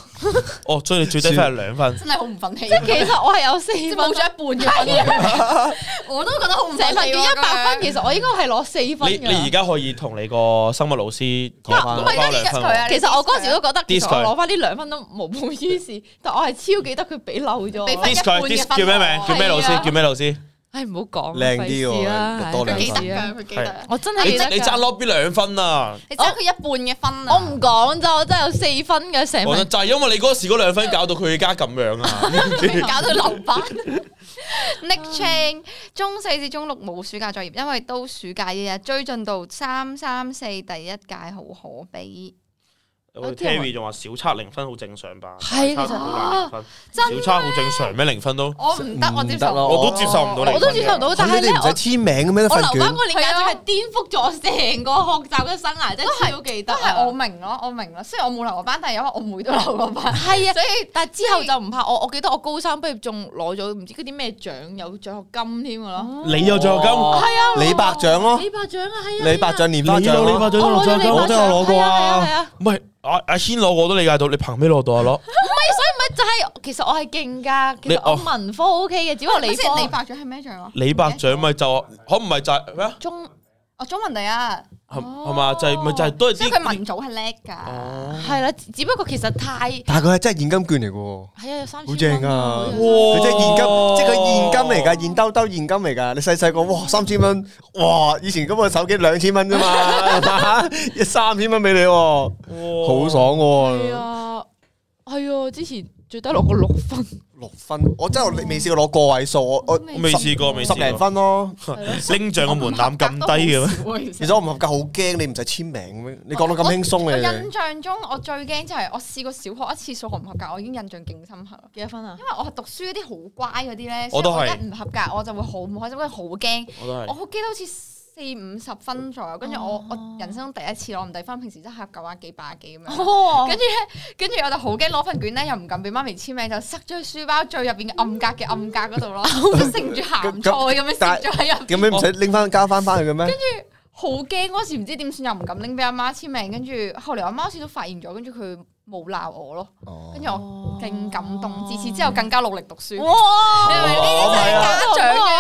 [SPEAKER 2] 哦，所以你最低分係兩分。
[SPEAKER 3] 真係好唔忿氣，
[SPEAKER 4] 即係其實我係有四
[SPEAKER 3] 即係
[SPEAKER 4] 分
[SPEAKER 3] 冇
[SPEAKER 4] 啊咯，
[SPEAKER 3] 咗一半嘅分。我都覺得好唔忿
[SPEAKER 4] 成份
[SPEAKER 3] 氣
[SPEAKER 4] 卷
[SPEAKER 3] 喎
[SPEAKER 4] 一百分，
[SPEAKER 3] 咁樣
[SPEAKER 4] 其實我應該係攞四分
[SPEAKER 2] 你
[SPEAKER 4] 嘅。
[SPEAKER 2] 你而家可以同你個生物老師講翻
[SPEAKER 1] 唔
[SPEAKER 3] 係
[SPEAKER 2] 攞
[SPEAKER 3] 因為
[SPEAKER 2] 兩分
[SPEAKER 3] 佢
[SPEAKER 2] 喎。
[SPEAKER 3] 啊係
[SPEAKER 4] 其實我嗰時都覺得，其
[SPEAKER 2] Diss
[SPEAKER 4] 實
[SPEAKER 2] 佢
[SPEAKER 4] 我攞翻呢兩分都無補
[SPEAKER 3] [LAUGHS]
[SPEAKER 4] 於事，但我係超記得佢俾漏咗我。
[SPEAKER 3] 俾分
[SPEAKER 2] dis 佢
[SPEAKER 3] 一
[SPEAKER 2] dis
[SPEAKER 3] 半嘅
[SPEAKER 2] 叫咩
[SPEAKER 3] 分
[SPEAKER 2] 名？
[SPEAKER 3] 喎
[SPEAKER 2] 叫咩老
[SPEAKER 4] 啊係啊
[SPEAKER 2] 師？叫咩老師？
[SPEAKER 4] 唉，唔好講啦，
[SPEAKER 1] 靚啲喎
[SPEAKER 4] 費事啊啦，
[SPEAKER 1] 多
[SPEAKER 4] 唉
[SPEAKER 1] 兩
[SPEAKER 3] 佢記得
[SPEAKER 1] 分
[SPEAKER 4] 費事啦
[SPEAKER 3] 㗎，佢記得。
[SPEAKER 4] 我真係
[SPEAKER 2] 你
[SPEAKER 4] 記
[SPEAKER 2] 你
[SPEAKER 4] 得㗎
[SPEAKER 2] 爭 lobby 兩分啊！
[SPEAKER 3] 你爭佢一半嘅分啊！
[SPEAKER 4] 我唔講咋，我真係有四分嘅成
[SPEAKER 2] 我覺得
[SPEAKER 4] 份，
[SPEAKER 2] 就係因為你嗰時嗰兩分搞到佢而家咁樣
[SPEAKER 4] [LAUGHS]
[SPEAKER 2] 啊！
[SPEAKER 3] 搞到留班。Nick Chang 中四至中六冇暑假作業，因為都暑假一日追進到三三四第一屆，好可悲。
[SPEAKER 4] 有啲人話
[SPEAKER 2] 仲話小測零分好正常吧？
[SPEAKER 4] 係
[SPEAKER 2] 大
[SPEAKER 4] 其實
[SPEAKER 2] 難分
[SPEAKER 3] 真
[SPEAKER 2] 測好正常咩？零分都
[SPEAKER 3] 我唔得，我接受
[SPEAKER 1] 唔得咯
[SPEAKER 2] 我都接受唔到你
[SPEAKER 4] 哦我都接受唔到，
[SPEAKER 1] 咁
[SPEAKER 4] 但係
[SPEAKER 1] 你
[SPEAKER 4] 咧
[SPEAKER 1] 哋唔使
[SPEAKER 4] 我。
[SPEAKER 1] 簽名嘅咩？呢
[SPEAKER 4] 我
[SPEAKER 1] 份
[SPEAKER 4] 留
[SPEAKER 1] 卷
[SPEAKER 4] 班嗰年
[SPEAKER 3] 係啊
[SPEAKER 4] 簡直係顛覆咗我成個學習嘅生涯，真係超記得
[SPEAKER 3] 都係
[SPEAKER 4] 啊！
[SPEAKER 3] 我明咯，我明咯。雖然我冇留過班，但係因為我妹都留過班，
[SPEAKER 4] 係啊，
[SPEAKER 3] 所以
[SPEAKER 4] [LAUGHS] 但係之後就唔怕我。我記得我高三畢業仲攞咗唔知嗰啲咩獎，有獎學金添㗎
[SPEAKER 1] 哦
[SPEAKER 4] 咯。
[SPEAKER 2] 你有獎金，
[SPEAKER 1] 係啊，李伯獎咯，
[SPEAKER 4] 李伯獎啊，係啊，
[SPEAKER 1] 李伯獎、年花
[SPEAKER 2] 你
[SPEAKER 1] 獎
[SPEAKER 2] 攞你
[SPEAKER 1] 咯
[SPEAKER 2] 把獎
[SPEAKER 4] 我攞咗
[SPEAKER 2] 獎
[SPEAKER 4] 李伯
[SPEAKER 2] 金，我
[SPEAKER 4] 獎
[SPEAKER 2] 都有攞過
[SPEAKER 4] 係啊係啊係啊
[SPEAKER 2] 啊！唔係阿阿軒攞我都理解到，你憑咩攞到啊？攞
[SPEAKER 4] 咪就係其實我係勁㗎，其
[SPEAKER 2] 你
[SPEAKER 4] 實我
[SPEAKER 2] 哦
[SPEAKER 4] 文科 O K 嘅，只不過理
[SPEAKER 3] 即係李
[SPEAKER 4] 科
[SPEAKER 3] 白獎係咩獎啊？
[SPEAKER 2] 李伯獎咪就可唔係就係咩啊？
[SPEAKER 4] 中
[SPEAKER 3] 我哦中文第一，
[SPEAKER 2] 係係嘛？就係咪就係都係
[SPEAKER 3] 所以
[SPEAKER 2] 啲
[SPEAKER 3] 佢文組係叻㗎。
[SPEAKER 2] 哦
[SPEAKER 4] 係啦，只只不過其實太係
[SPEAKER 1] 但係佢係真係現金券嚟嘅喎，
[SPEAKER 4] 啊，有三
[SPEAKER 1] 好
[SPEAKER 4] 千
[SPEAKER 1] 正
[SPEAKER 4] 蚊啊
[SPEAKER 1] 啊！
[SPEAKER 4] 好
[SPEAKER 1] 佢真係現金，即係佢現金嚟㗎，現兜兜現金嚟㗎。你細細個哇三千蚊，哇以前咁個手機兩千蚊啫 [LAUGHS] 嘛，一三千蚊俾你喎，好爽
[SPEAKER 4] 似係
[SPEAKER 1] 喎！
[SPEAKER 4] 啊，係啊，之前最低落過六分，
[SPEAKER 1] 六分，我真係未試過攞個位數，我我
[SPEAKER 2] 我未試過，未
[SPEAKER 1] 十
[SPEAKER 2] 試
[SPEAKER 1] 零
[SPEAKER 2] 過。
[SPEAKER 1] 分咯。
[SPEAKER 2] 拎獎嘅門檻咁低嘅咩？
[SPEAKER 3] 咩
[SPEAKER 1] 其實我唔合格好驚，你唔使簽名咩？你講到咁輕鬆
[SPEAKER 3] 我
[SPEAKER 1] 嘅
[SPEAKER 3] 印，象中我最驚就係我試過小學一次數學唔合格，我已經印象勁深刻啦。
[SPEAKER 4] 幾多分啊
[SPEAKER 3] 因？為我係讀書嗰啲好乖嗰啲咧，
[SPEAKER 2] 我都
[SPEAKER 3] 所以
[SPEAKER 2] 係
[SPEAKER 3] 一唔合格我就會好唔開心，跟住好驚。
[SPEAKER 2] 我都
[SPEAKER 3] 我好記得好似四五十分左右，跟住我我人生中第一次攞唔低分，平時真係合格啊幾百幾咁樣。
[SPEAKER 4] 哦
[SPEAKER 3] 跟，住咧，跟住我就好驚攞份卷咧，又唔敢俾媽咪簽名，就塞咗去書包最入邊嘅暗格嘅暗格嗰度
[SPEAKER 1] [LAUGHS]
[SPEAKER 3] 咯，即係盛住鹹菜咁樣
[SPEAKER 1] 但
[SPEAKER 3] 食咗喺入邊。
[SPEAKER 1] 咁你唔使拎翻交翻翻去嘅咩？
[SPEAKER 3] 好驚嗰時唔知點算，又唔敢拎俾阿媽簽名，跟住後嚟我媽好似都發現咗，跟住佢冇鬧我咯，
[SPEAKER 1] 哦
[SPEAKER 3] 跟住我勁感動，自此之後更加努力讀書。 [LAUGHS]
[SPEAKER 4] 哇，
[SPEAKER 3] 你明唔明呢啲就係家長嘅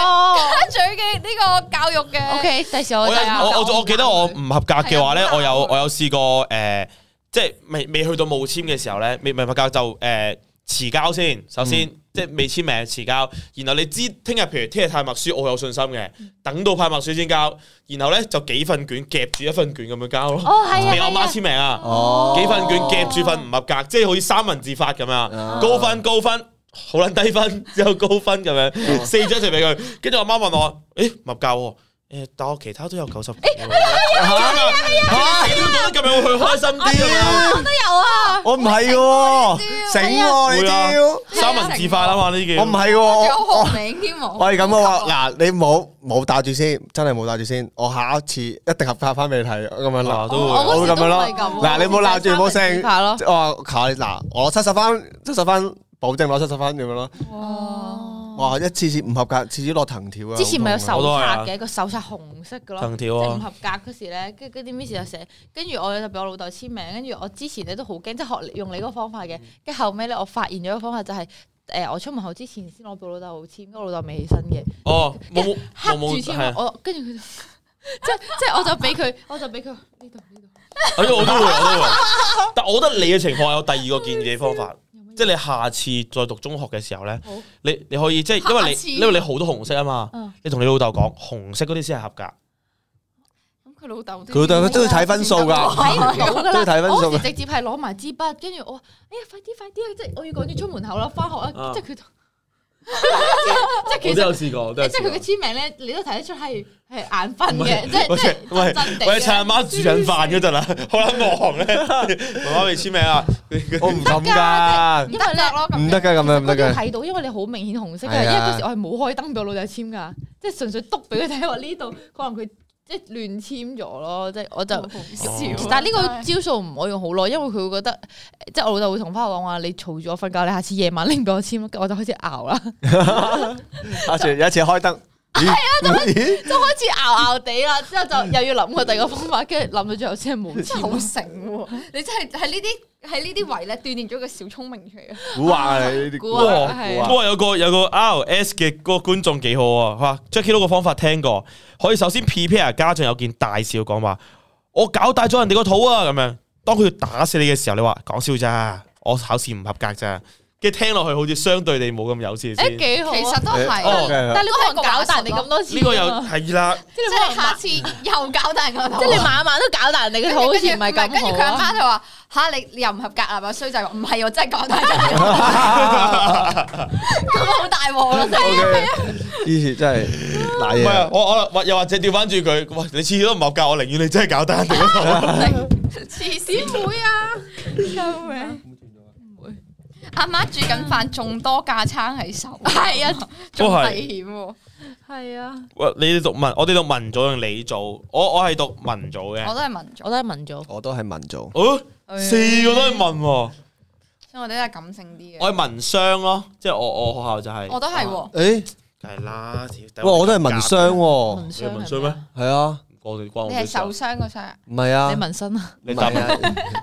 [SPEAKER 4] 嘅。
[SPEAKER 3] 家長嘅呢個教育嘅。
[SPEAKER 4] O K，第時我
[SPEAKER 2] 我有
[SPEAKER 4] 就
[SPEAKER 2] 我我我記得我唔合格嘅話咧，
[SPEAKER 3] 係啊
[SPEAKER 2] 我有我有試過誒，即係未未去到冇簽嘅時候咧，未未合格就誒遲交先，
[SPEAKER 1] 嗯
[SPEAKER 2] 首先。即係未簽名遲交，然後你知聽日譬如聽日派默書，我有信心嘅，等到派默書先交，然後咧就幾份卷夾住一份卷咁樣交咯，
[SPEAKER 4] 哦係啊
[SPEAKER 2] 俾我媽
[SPEAKER 4] 係啊
[SPEAKER 2] 簽名啊，
[SPEAKER 1] 哦
[SPEAKER 2] 幾份卷夾住份唔合格，即係好似三文治法咁啊，
[SPEAKER 1] 哦
[SPEAKER 2] 高分高分， [LAUGHS]
[SPEAKER 1] 哦
[SPEAKER 2] 好撚低分，之後高分咁樣，四張一齊俾佢。跟住我媽問我：，誒唔合格喎，诶，但我其他都有九十。诶，你啊
[SPEAKER 4] 啊
[SPEAKER 2] 都覺得咁樣會開心啲啊嘛？
[SPEAKER 1] 我唔係喎，醒喎你
[SPEAKER 2] 會啊
[SPEAKER 1] 屌，
[SPEAKER 2] 三文治化啊嘛呢件
[SPEAKER 1] 我唔，係喎，
[SPEAKER 3] 仲有
[SPEAKER 1] 我我
[SPEAKER 3] 學名添喎。
[SPEAKER 1] 我係咁嘅話，嗱你冇冇打住先，真係冇打住先，我下一次一定合格翻俾你睇，咁樣
[SPEAKER 2] 啊
[SPEAKER 1] 啦。
[SPEAKER 2] 都
[SPEAKER 4] 我
[SPEAKER 2] 會。
[SPEAKER 1] 我會咁樣咯
[SPEAKER 4] 我嗰時都唔係咁
[SPEAKER 1] 嗱，你冇鬧住冇聲，
[SPEAKER 4] 咯
[SPEAKER 1] 即係我話求你嗱，我七十分，七十分，保證攞七十分咁樣咯。
[SPEAKER 4] 哦，
[SPEAKER 1] 哇！一次次唔合格，次次落藤條啊！
[SPEAKER 4] 之前咪有
[SPEAKER 1] 好痛啊
[SPEAKER 4] 手冊嘅，個手冊紅色嘅咯。
[SPEAKER 2] 藤條
[SPEAKER 4] 即係唔
[SPEAKER 2] 啊，
[SPEAKER 4] 合格嗰時咧，跟住嗰啲 miss 就寫，跟住我就俾我老豆簽名，跟住我之前咧都好驚，即係學用你嗰個方法
[SPEAKER 1] 嗯
[SPEAKER 4] 嘅，跟住後尾咧我發現咗個方法就係、誒、我出門口之前先攞俾老豆簽，跟住我老豆未起身嘅，
[SPEAKER 2] 哦，冇冇
[SPEAKER 4] 黑
[SPEAKER 2] 冇
[SPEAKER 4] 住
[SPEAKER 2] 冇，
[SPEAKER 1] 啊
[SPEAKER 4] 簽
[SPEAKER 2] 係，啊
[SPEAKER 4] 我，跟住佢就 [LAUGHS] 即即係我就
[SPEAKER 1] [LAUGHS]
[SPEAKER 4] 俾佢，我就俾佢呢度呢度
[SPEAKER 2] 哎呀我都會，我都會。但我覺得你嘅情況有第二個建議嘅方法，
[SPEAKER 4] 有乜嘢
[SPEAKER 2] 即係你下次再讀中學嘅時候咧
[SPEAKER 4] 好，
[SPEAKER 2] 你你可以即係因為
[SPEAKER 3] 下次
[SPEAKER 2] 你因為你好多紅色啊嘛
[SPEAKER 4] 嗯，
[SPEAKER 2] 你同你老豆講紅色嗰啲先係合格。
[SPEAKER 3] 咁佢老豆
[SPEAKER 1] 佢都都要睇分數 [LAUGHS] 㗎，
[SPEAKER 4] 睇唔到㗎啦
[SPEAKER 1] 都要睇分數㗎
[SPEAKER 4] 我嗰時直接係攞埋支筆，跟住我話：哎呀，快啲快啲啊！即係我要趕住出門口啦，翻學
[SPEAKER 2] 啊
[SPEAKER 4] 啦！即係佢， [LAUGHS] 即係其實
[SPEAKER 2] 有試過，
[SPEAKER 4] 即係佢嘅簽名咧，你都睇得出係係眼瞓
[SPEAKER 2] 唔係
[SPEAKER 4] 嘅，即係即
[SPEAKER 2] 喂
[SPEAKER 4] 係真真地嘅
[SPEAKER 2] 喂，趁阿媽煮緊飯嗰陣啊，
[SPEAKER 4] [LAUGHS]
[SPEAKER 2] 好啦，忙 [LAUGHS] 咧，媽媽未簽名啊，
[SPEAKER 1] 我唔敢㗎，
[SPEAKER 3] 唔得㗎咯，
[SPEAKER 1] 唔得㗎咁樣唔得
[SPEAKER 4] 嗰啲
[SPEAKER 1] 㗎。
[SPEAKER 4] 睇到，因為你好明顯紅色
[SPEAKER 1] 係啊
[SPEAKER 4] 嘅，因為嗰時我係冇開燈俾我老豆簽㗎，即係純粹督俾佢睇話呢度，可能佢即係亂簽咗咯，即係我就。
[SPEAKER 1] 嗯
[SPEAKER 2] 笑
[SPEAKER 3] 就
[SPEAKER 1] 哦
[SPEAKER 4] 但係呢個招數唔可以用好耐，因為佢會覺得，即係我老豆會同翻我講話，你嘈住我瞓覺，你下次夜晚拎俾我簽，跟住我就開始
[SPEAKER 1] [LAUGHS]
[SPEAKER 4] 拗啦，
[SPEAKER 1] 下次有一次開燈，係啊，咦
[SPEAKER 4] 即係開始拗拗地啦，之後就
[SPEAKER 1] 嗯
[SPEAKER 4] 又要諗個第二個方法，跟住諗到最後先係
[SPEAKER 2] [LAUGHS]
[SPEAKER 4] 冇
[SPEAKER 3] 真係
[SPEAKER 4] 簽。
[SPEAKER 3] 好醒喎！你真係喺呢啲喺呢啲位咧鍛鍊咗個小聰明出嚟啊！
[SPEAKER 1] 古惑啊你呢啲
[SPEAKER 4] 古
[SPEAKER 1] 惑
[SPEAKER 4] 惑係
[SPEAKER 2] 哇！有個有個 RS 嘅嗰個觀眾幾好啊，佢話 Jackie 都個方法聽過，可以首先 prepare 家長有件大事要講話，我搞大咗人哋個肚啊咁樣。當佢要打死你嘅時候，你話講笑咋，我考試唔合格咋，跟住聽落去好似相對地冇咁有事
[SPEAKER 4] 誒
[SPEAKER 2] 先。
[SPEAKER 4] 幾好
[SPEAKER 3] 其
[SPEAKER 4] 啊！
[SPEAKER 3] 實都係
[SPEAKER 2] 哦
[SPEAKER 3] 啊，
[SPEAKER 1] 哦
[SPEAKER 4] 但係你可能搞大你咁多次啊
[SPEAKER 2] 呢個又
[SPEAKER 4] 㗎嘛
[SPEAKER 2] 係啦，
[SPEAKER 4] 即
[SPEAKER 3] 即係
[SPEAKER 4] 係你
[SPEAKER 3] 你
[SPEAKER 4] 可能
[SPEAKER 3] 下次又搞大個頭。
[SPEAKER 4] 即係你晚晚都搞大人哋嘅肚，好似唔係
[SPEAKER 3] 跟住跟
[SPEAKER 4] 咁
[SPEAKER 3] 住佢阿
[SPEAKER 4] 好啊。
[SPEAKER 3] 媽就話：吓，你你又唔合格啊！咪衰仔話唔係，我真係搞
[SPEAKER 4] [LAUGHS]
[SPEAKER 3] 大咗你，咁好大
[SPEAKER 4] [LAUGHS]
[SPEAKER 3] 鑊咯！真係
[SPEAKER 1] ，OK，呢次真係賴
[SPEAKER 2] 唔係啊
[SPEAKER 1] 嘢，
[SPEAKER 2] 我我或又或者調翻轉佢，喂你次次都唔合格，我寧願你真係搞單定
[SPEAKER 3] 黐線會啊！救命！阿媽煮緊飯，仲多架撐喺手，係啊，仲危險喎！
[SPEAKER 4] 係啊，
[SPEAKER 2] 喂，你哋讀文，我哋讀文組定理組？我我係讀文組
[SPEAKER 3] 我
[SPEAKER 2] 嘅。
[SPEAKER 3] 都係文組，
[SPEAKER 4] 我都係文組，
[SPEAKER 1] 我都係文組，
[SPEAKER 2] 哦，
[SPEAKER 4] 哎
[SPEAKER 2] 四個都係文喎，
[SPEAKER 3] 所以我哋都係感性啲嘅。
[SPEAKER 2] 我係文商咯，即係我我學校就係。
[SPEAKER 3] 我都係喎，
[SPEAKER 1] 誒，
[SPEAKER 2] 梗係啦，屌
[SPEAKER 1] 哇，我都係文商，喎，
[SPEAKER 4] 文
[SPEAKER 2] 你
[SPEAKER 4] 商
[SPEAKER 2] 文商咩？
[SPEAKER 1] 係啊，
[SPEAKER 2] 我哋關我
[SPEAKER 3] 你
[SPEAKER 2] 咩
[SPEAKER 3] 係
[SPEAKER 2] 事
[SPEAKER 3] 受
[SPEAKER 2] 啊？
[SPEAKER 3] 傷
[SPEAKER 4] [LAUGHS]
[SPEAKER 3] 嗰傷，
[SPEAKER 1] 唔係啊
[SPEAKER 4] 你，文身啊？
[SPEAKER 2] 你
[SPEAKER 1] 唔
[SPEAKER 2] 大
[SPEAKER 1] 係
[SPEAKER 2] 文
[SPEAKER 1] 啊，